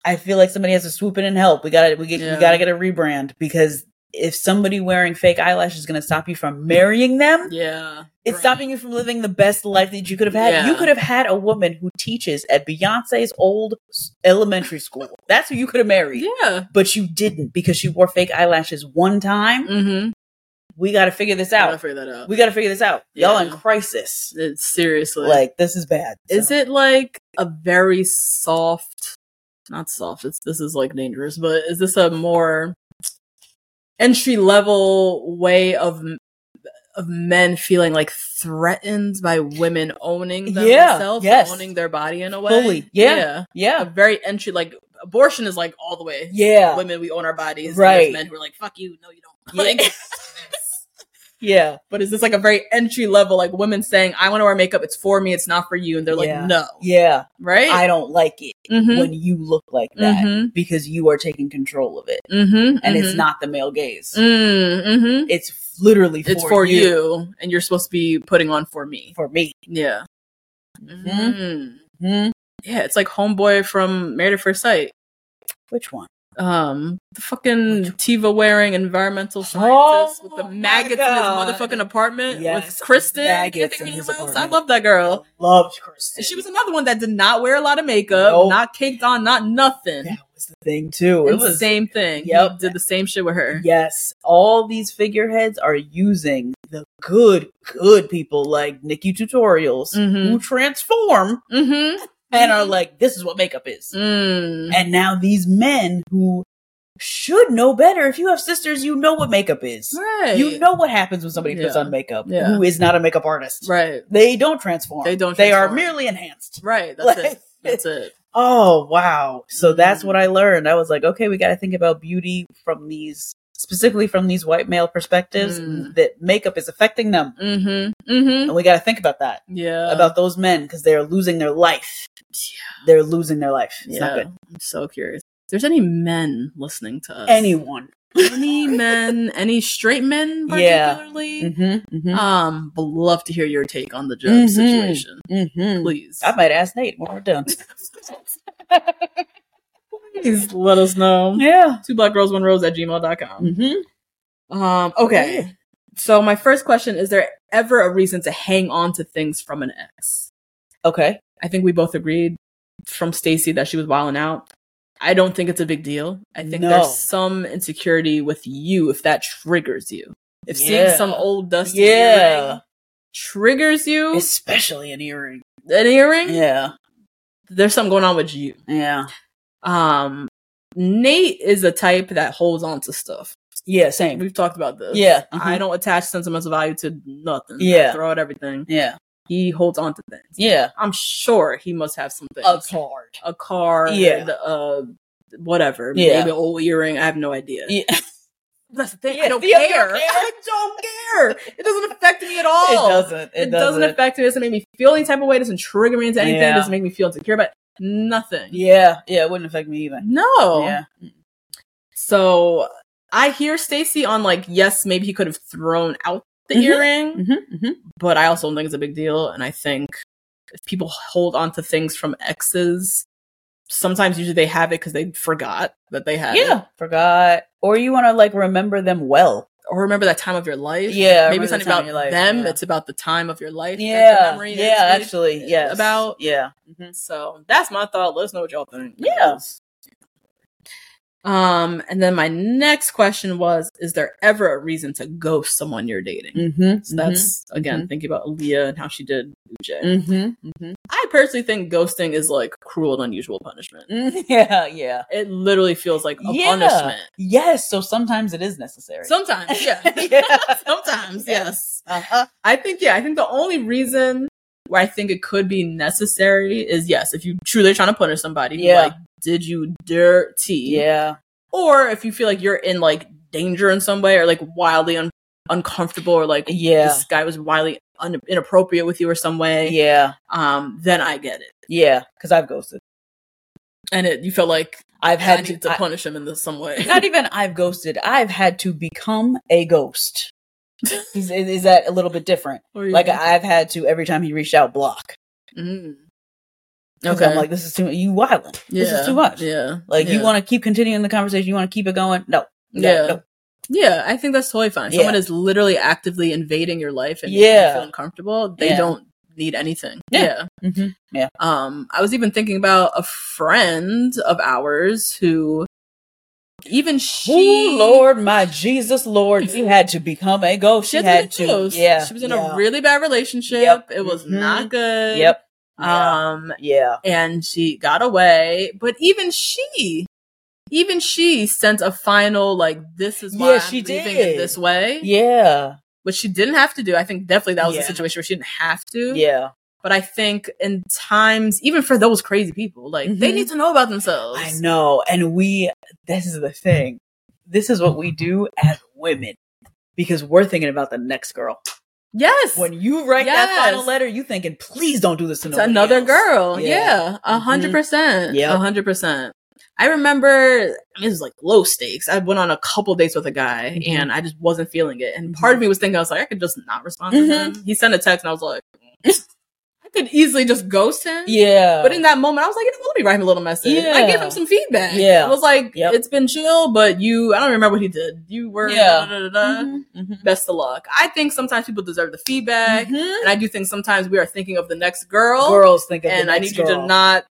A: i feel like somebody has to swoop in and help we gotta we, get,
B: Yeah.
A: we gotta get a rebrand because if somebody wearing fake eyelash is gonna stop you from marrying them
B: Yeah.
A: it's
B: Right.
A: stopping you from living the best life that you could have had.
B: Yeah.
A: You could have had a woman who teaches at Beyonce's old s- elementary school. That's who you could have married.
B: Yeah.
A: But you didn't because she wore fake eyelashes one time.
B: Mm-hmm.
A: We got to figure this
B: I gotta
A: out.
B: figure that out.
A: We got to figure this out. Y'all in
B: Yeah.
A: crisis.
B: It's seriously
A: Like, this is bad.
B: Is it like a very soft? Not soft. It's this is like dangerous, but is this a more entry level way of of men feeling like threatened by women owning
A: Yeah,
B: themselves,
A: yes.
B: owning their body in a way?
A: Fully, yeah.
B: A
A: Yeah.
B: very entry like abortion is like all the way.
A: Yeah.
B: Women, we own our bodies. and
A: Right.
B: there's Men who are like, fuck you, no, you don't. Like,
A: Yeah.
B: but is this like a very entry level, like women saying, I want to wear makeup, it's for me, it's not for you, and they're
A: Yeah.
B: like, no,
A: Yeah.
B: right?
A: I don't like it
B: mm-hmm.
A: when you look like that
B: Mhm.
A: because you are taking control of it.
B: Mm-hmm.
A: And it's not the male gaze.
B: Mm-hmm.
A: It's f- literally for
B: It's for you.
A: you.
B: and you're supposed to be putting on for me.
A: For me. Hmm?
B: Yeah.
A: Mhm.
B: Mm.
A: Hmm?
B: Yeah, it's like homeboy from Married at First Sight.
A: Which one?
B: um the fucking Tiva wearing environmental
A: Oh,
B: scientist with the
A: my
B: maggots
A: God.
B: in his motherfucking apartment
A: Yes,
B: with Kristen.
A: maggots
B: Anthony
A: in his
B: Ramos. I
A: apartment.
B: love that girl.
A: Loved Kristen.
B: She was another one that did not wear a lot of makeup,
A: Nope.
B: not caked on, not nothing.
A: that was the thing too. It
B: And
A: was
B: same thing.
A: Yep.
B: He did the same shit with her.
A: Yes, all these figureheads are using the good, good people like Nikki Tutorials
B: Mhm.
A: who transform
B: Mm-hmm.
A: and are like, this is what makeup is.
B: Mm.
A: And now these men who should know better. If you have sisters, you know what makeup is.
B: Right.
A: You know what happens when somebody puts
B: Yeah.
A: on makeup
B: Yeah.
A: who is not a makeup artist.
B: Right.
A: They don't transform.
B: They don't
A: They are
B: transform.
A: merely enhanced.
B: Right. That's
A: Like-
B: it. That's it.
A: Oh wow. So that's
B: Mm.
A: what I learned. I was like, okay, we got to think about beauty from these specifically from these white male perspectives
B: Mm.
A: that makeup is affecting them.
B: Mm-hmm. Mm-hmm.
A: And we got to think about that.
B: Yeah.
A: about those men cuz they're losing their life. They're losing their life. It's not
B: Yeah.
A: good.
B: I'm so curious. If there's any men listening to us.
A: Anyone.
B: any men, any straight men
A: Yeah.
B: particularly.
A: Mhm. Mhm.
B: Um, would love to hear your take on the Jeb
A: Mhm.
B: situation.
A: mhm.
B: Please.
A: I might ask Nate when we're done.
B: Please let us know.
A: yeah.
B: Two black girls, one rose at gmail.com.
A: Mhm.
B: Um, okay. So my first question is there ever a reason to hang on to things from an ex?
A: Okay.
B: I think we both agreed from Stacy that she was wilding out. I don't think it's a big deal. I think
A: No.
B: there's some insecurity with you if that triggers you. If seeing
A: Yeah.
B: some old dusty
A: Yeah.
B: earring triggers you,
A: Especially an earring.
B: an earring,
A: Yeah.
B: there's something going on with you.
A: Yeah.
B: Um, Nate is a type that holds on to stuff.
A: Yeah, same.
B: We've talked about this.
A: Yeah.
B: I
A: Mhm.
B: don't attach sentimental value to nothing.
A: Yeah.
B: I throw out everything.
A: Yeah.
B: He holds on to things.
A: Yeah.
B: I'm sure he must have some things.
A: A card.
B: A car.
A: Yeah.
B: the, uh, whatever.
A: Yeah.
B: Maybe an old earring. I have no idea.
A: Yeah.
B: That's the thing.
A: Yeah,
B: I don't
A: you don't
B: care.
A: care.
B: I don't care. It doesn't affect me at all.
A: It doesn't.
B: It, doesn't affect me. It doesn't make me feel any type of way. It doesn't trigger me into anything.
A: Yeah.
B: It doesn't make me feel insecure about nothing.
A: Yeah, yeah, it wouldn't affect me either.
B: No.
A: Yeah,
B: So I hear Stacy on like, yes, maybe he could have thrown out the
A: Mhm.
B: earring,
A: mm-hmm,
B: but I also don't think it's a big deal. And I think if people hold on to things from exes, sometimes usually they have it because they forgot that they had it.
A: yeah. Forgot, or you want to like remember them well.
B: Or remember that time of your life.
A: Yeah,
B: Maybe
A: remember
B: it's
A: the
B: not
A: time of
B: about
A: your life,
B: them,
A: yeah.
B: it's about the time of your life. that the
A: Yeah,
B: memory is
A: yeah,
B: really-
A: actually, yes. Mm-hmm.
B: about.
A: yeah,
B: So that's my thought. Let us know what y'all think.
A: Yeah.
B: Um, and then my next question was, is there ever a reason to ghost someone you're dating?
A: mm-hmm.
B: So that's again thinking about Leah and how she did Uche.
A: mm-hmm.
B: I personally think ghosting is like cruel and unusual punishment.
A: yeah, yeah,
B: It literally feels like a
A: Mm-hmm. yeah.
B: punishment.
A: Yes, so sometimes it is necessary.
B: Sometimes, yeah.
A: Yeah.
B: Sometimes, yes.
A: uh-huh.
B: I think, yeah, I think the only reason where I think it could be necessary is yes, if you truly are trying to punish somebody,
A: Yeah.
B: like did you dirty?
A: Yeah,
B: Or if you feel like you're in like danger in some way or like wildly un- uncomfortable or like
A: yeah,
B: this guy was wildly un- inappropriate with you or some way,
A: yeah,
B: um, then I get it.
A: yeah. Because I've ghosted.
B: and it you feel like
A: I've
B: I had
A: had
B: to,
A: I-
B: punish him in this, some way.
A: not even I've ghosted. I've had to become a ghost. is, is that a little bit different?
B: Or you-
A: Like I've had to every time he reached out, block.
B: Mm.
A: 'Cause I'm like, this is too you wild. This
B: Yeah,
A: is too much.
B: Yeah,
A: Like
B: yeah.
A: you want to keep continuing the conversation. You want to keep it going. No. no,
B: Yeah.
A: no.
B: Yeah, I think that's totally fine.
A: Yeah.
B: Someone is literally actively invading your life and
A: Yeah.
B: yeah. feel uncomfortable. They
A: Yeah.
B: don't need anything.
A: Yeah.
B: yeah.
A: Mhm.
B: Um, I was even thinking about a friend of ours who, even she,
A: Ooh, Oh, Lord, my Jesus, Lord, you had to become a ghost.
B: she
A: You
B: had to
A: had
B: get
A: to.
B: close.
A: Yeah.
B: she was in
A: yeah.
B: a really bad relationship.
A: Yep.
B: It was
A: Mhm.
B: not good.
A: Yep. Yeah.
B: Um,
A: yeah.
B: and she got away. But even she, even she sent a final like, "This is why
A: Yeah,
B: I'm
A: she
B: leaving
A: did.
B: it this way,"
A: Yeah.
B: which she didn't have to do. I think definitely that was a
A: Yeah.
B: situation where she didn't have to.
A: Yeah.
B: But I think in times, even for those crazy people, like they
A: Mhm.
B: need to know about themselves.
A: I know. And we, this is the thing. This is what we do as women because we're thinking about the next girl.
B: Yes.
A: When you write that final
B: Yes.
A: letter, you thinking, please don't do this to,
B: to
A: nobody
B: another
A: else.
B: girl. Yeah. A hundred
A: Mhm.
B: percent.
A: Yep.
B: A hundred percent. I remember it was like low stakes. I went on a couple dates with a guy
A: Mhm.
B: and I just wasn't
A: Mm-hmm.
B: feeling it. And part of me was thinking, I was like, I could just not respond to him. He sent a text and I was like, I could easily just ghost him.
A: Yeah.
B: But in that moment, I was like, you know, let me write him a little message.
A: Yeah.
B: I gave him some feedback.
A: Yeah.
B: I was like,
A: Yep.
B: it's been chill, but you, I don't remember what he did. You were,
A: Yeah.
B: da, da, da, da.
A: Mhm.
B: best of luck. I think sometimes people deserve the feedback.
A: Mhm.
B: And I do think sometimes we are thinking of the next girl.
A: Girls think of the
B: and I
A: next
B: need you to
A: girl.
B: not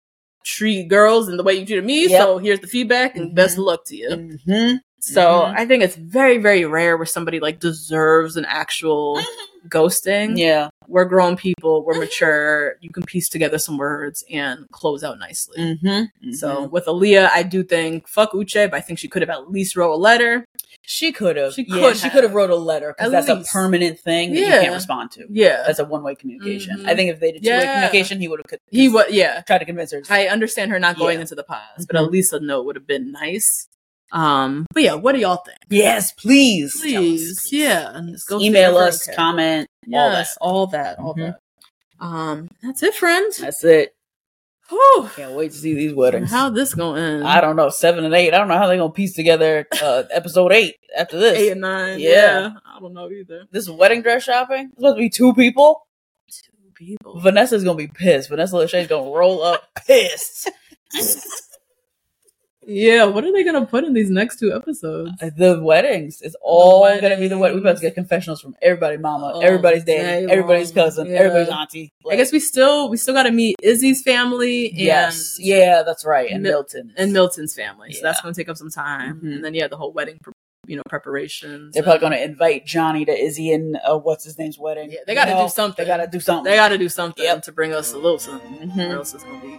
B: treat girls in the way you treated me.
A: Yep. Mm-hmm.
B: So here's the feedback and best of luck to you.
A: Mhm.
B: So
A: Mhm.
B: I think it's very, very rare where somebody like deserves an actual ghosting.
A: Mm-hmm. Yeah.
B: We're grown people, we're mature, you can piece together some words and close out nicely.
A: Mm-hmm.
B: So with Aaliyah, I do think fuck Uche, but I think she could have at least wrote a letter.
A: she could have.
B: She
A: yeah,
B: could
A: she
B: have.
A: could have wrote a letter because
B: At
A: that's
B: least.
A: a permanent thing that
B: Yeah.
A: you can't respond to.
B: Yeah.
A: That's a one way communication.
B: Mhm.
A: I think if they did two way
B: Yeah.
A: communication, he would have
B: he was yeah.
A: tried to convince her.
B: I understand her not going
A: Yeah. Mm-hmm.
B: into the pause, but at least a note would have been nice. Um, but yeah, what do y'all think?
A: yes, please. tell us, please.
B: yeah, and just go
A: Email
B: through the
A: us,
B: okay.
A: comment, all that.
B: Yes, all that, all
A: Mhm.
B: that. Um, that's it, friend.
A: That's it.
B: Whew.
A: Can't wait to see these weddings.
B: How this gonna end?
A: I don't know. Seven and eight. I don't know how they're gonna piece together uh, episode eight after this.
B: eight and nine.
A: Yeah.
B: Yeah. I don't know either.
A: This wedding dress shopping. It's supposed to be two people.
B: Two people.
A: Vanessa's gonna be pissed. Vanessa Lachey's gonna roll up pissed.
B: yeah, what are they gonna put in these next two episodes?
A: The weddings. It's all
B: The
A: gonna be the wedding. We're about to get confessionals from everybody, mama,
B: All
A: everybody's
B: day
A: daddy, everybody's
B: long.
A: cousin,
B: Yeah.
A: everybody's auntie.
B: I guess we still we still got to meet Izzy's family and
A: Yes. Yeah, that's right. And
B: Mil-
A: Milton.
B: and Milton's family. So that's
A: Yeah.
B: going to take up some time.
A: Mhm.
B: And then yeah, the whole wedding, pre- you know, preparations.
A: They're probably gonna invite Johnny to Izzy and uh, what's his name's wedding.
B: Yeah, they gotta
A: You
B: do something.
A: They gotta do something.
B: They got to do something
A: Yep.
B: to bring us a little something.
A: Mhm.
B: Or else it's going to be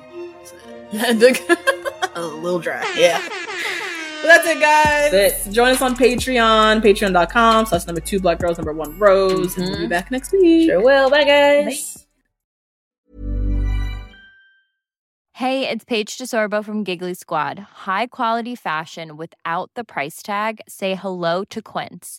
B: sad. a little dry.
A: Yeah.
B: But that's it, guys.
A: That's
B: Join us on Patreon, patreon.com slash number two black girls, number one rose. And we'll be
A: Mhm.
B: back next week.
A: Sure will. Bye guys.
J: Hey, it's Paige DeSorbo from Giggly Squad. High quality fashion without the price tag. Say hello to Quince.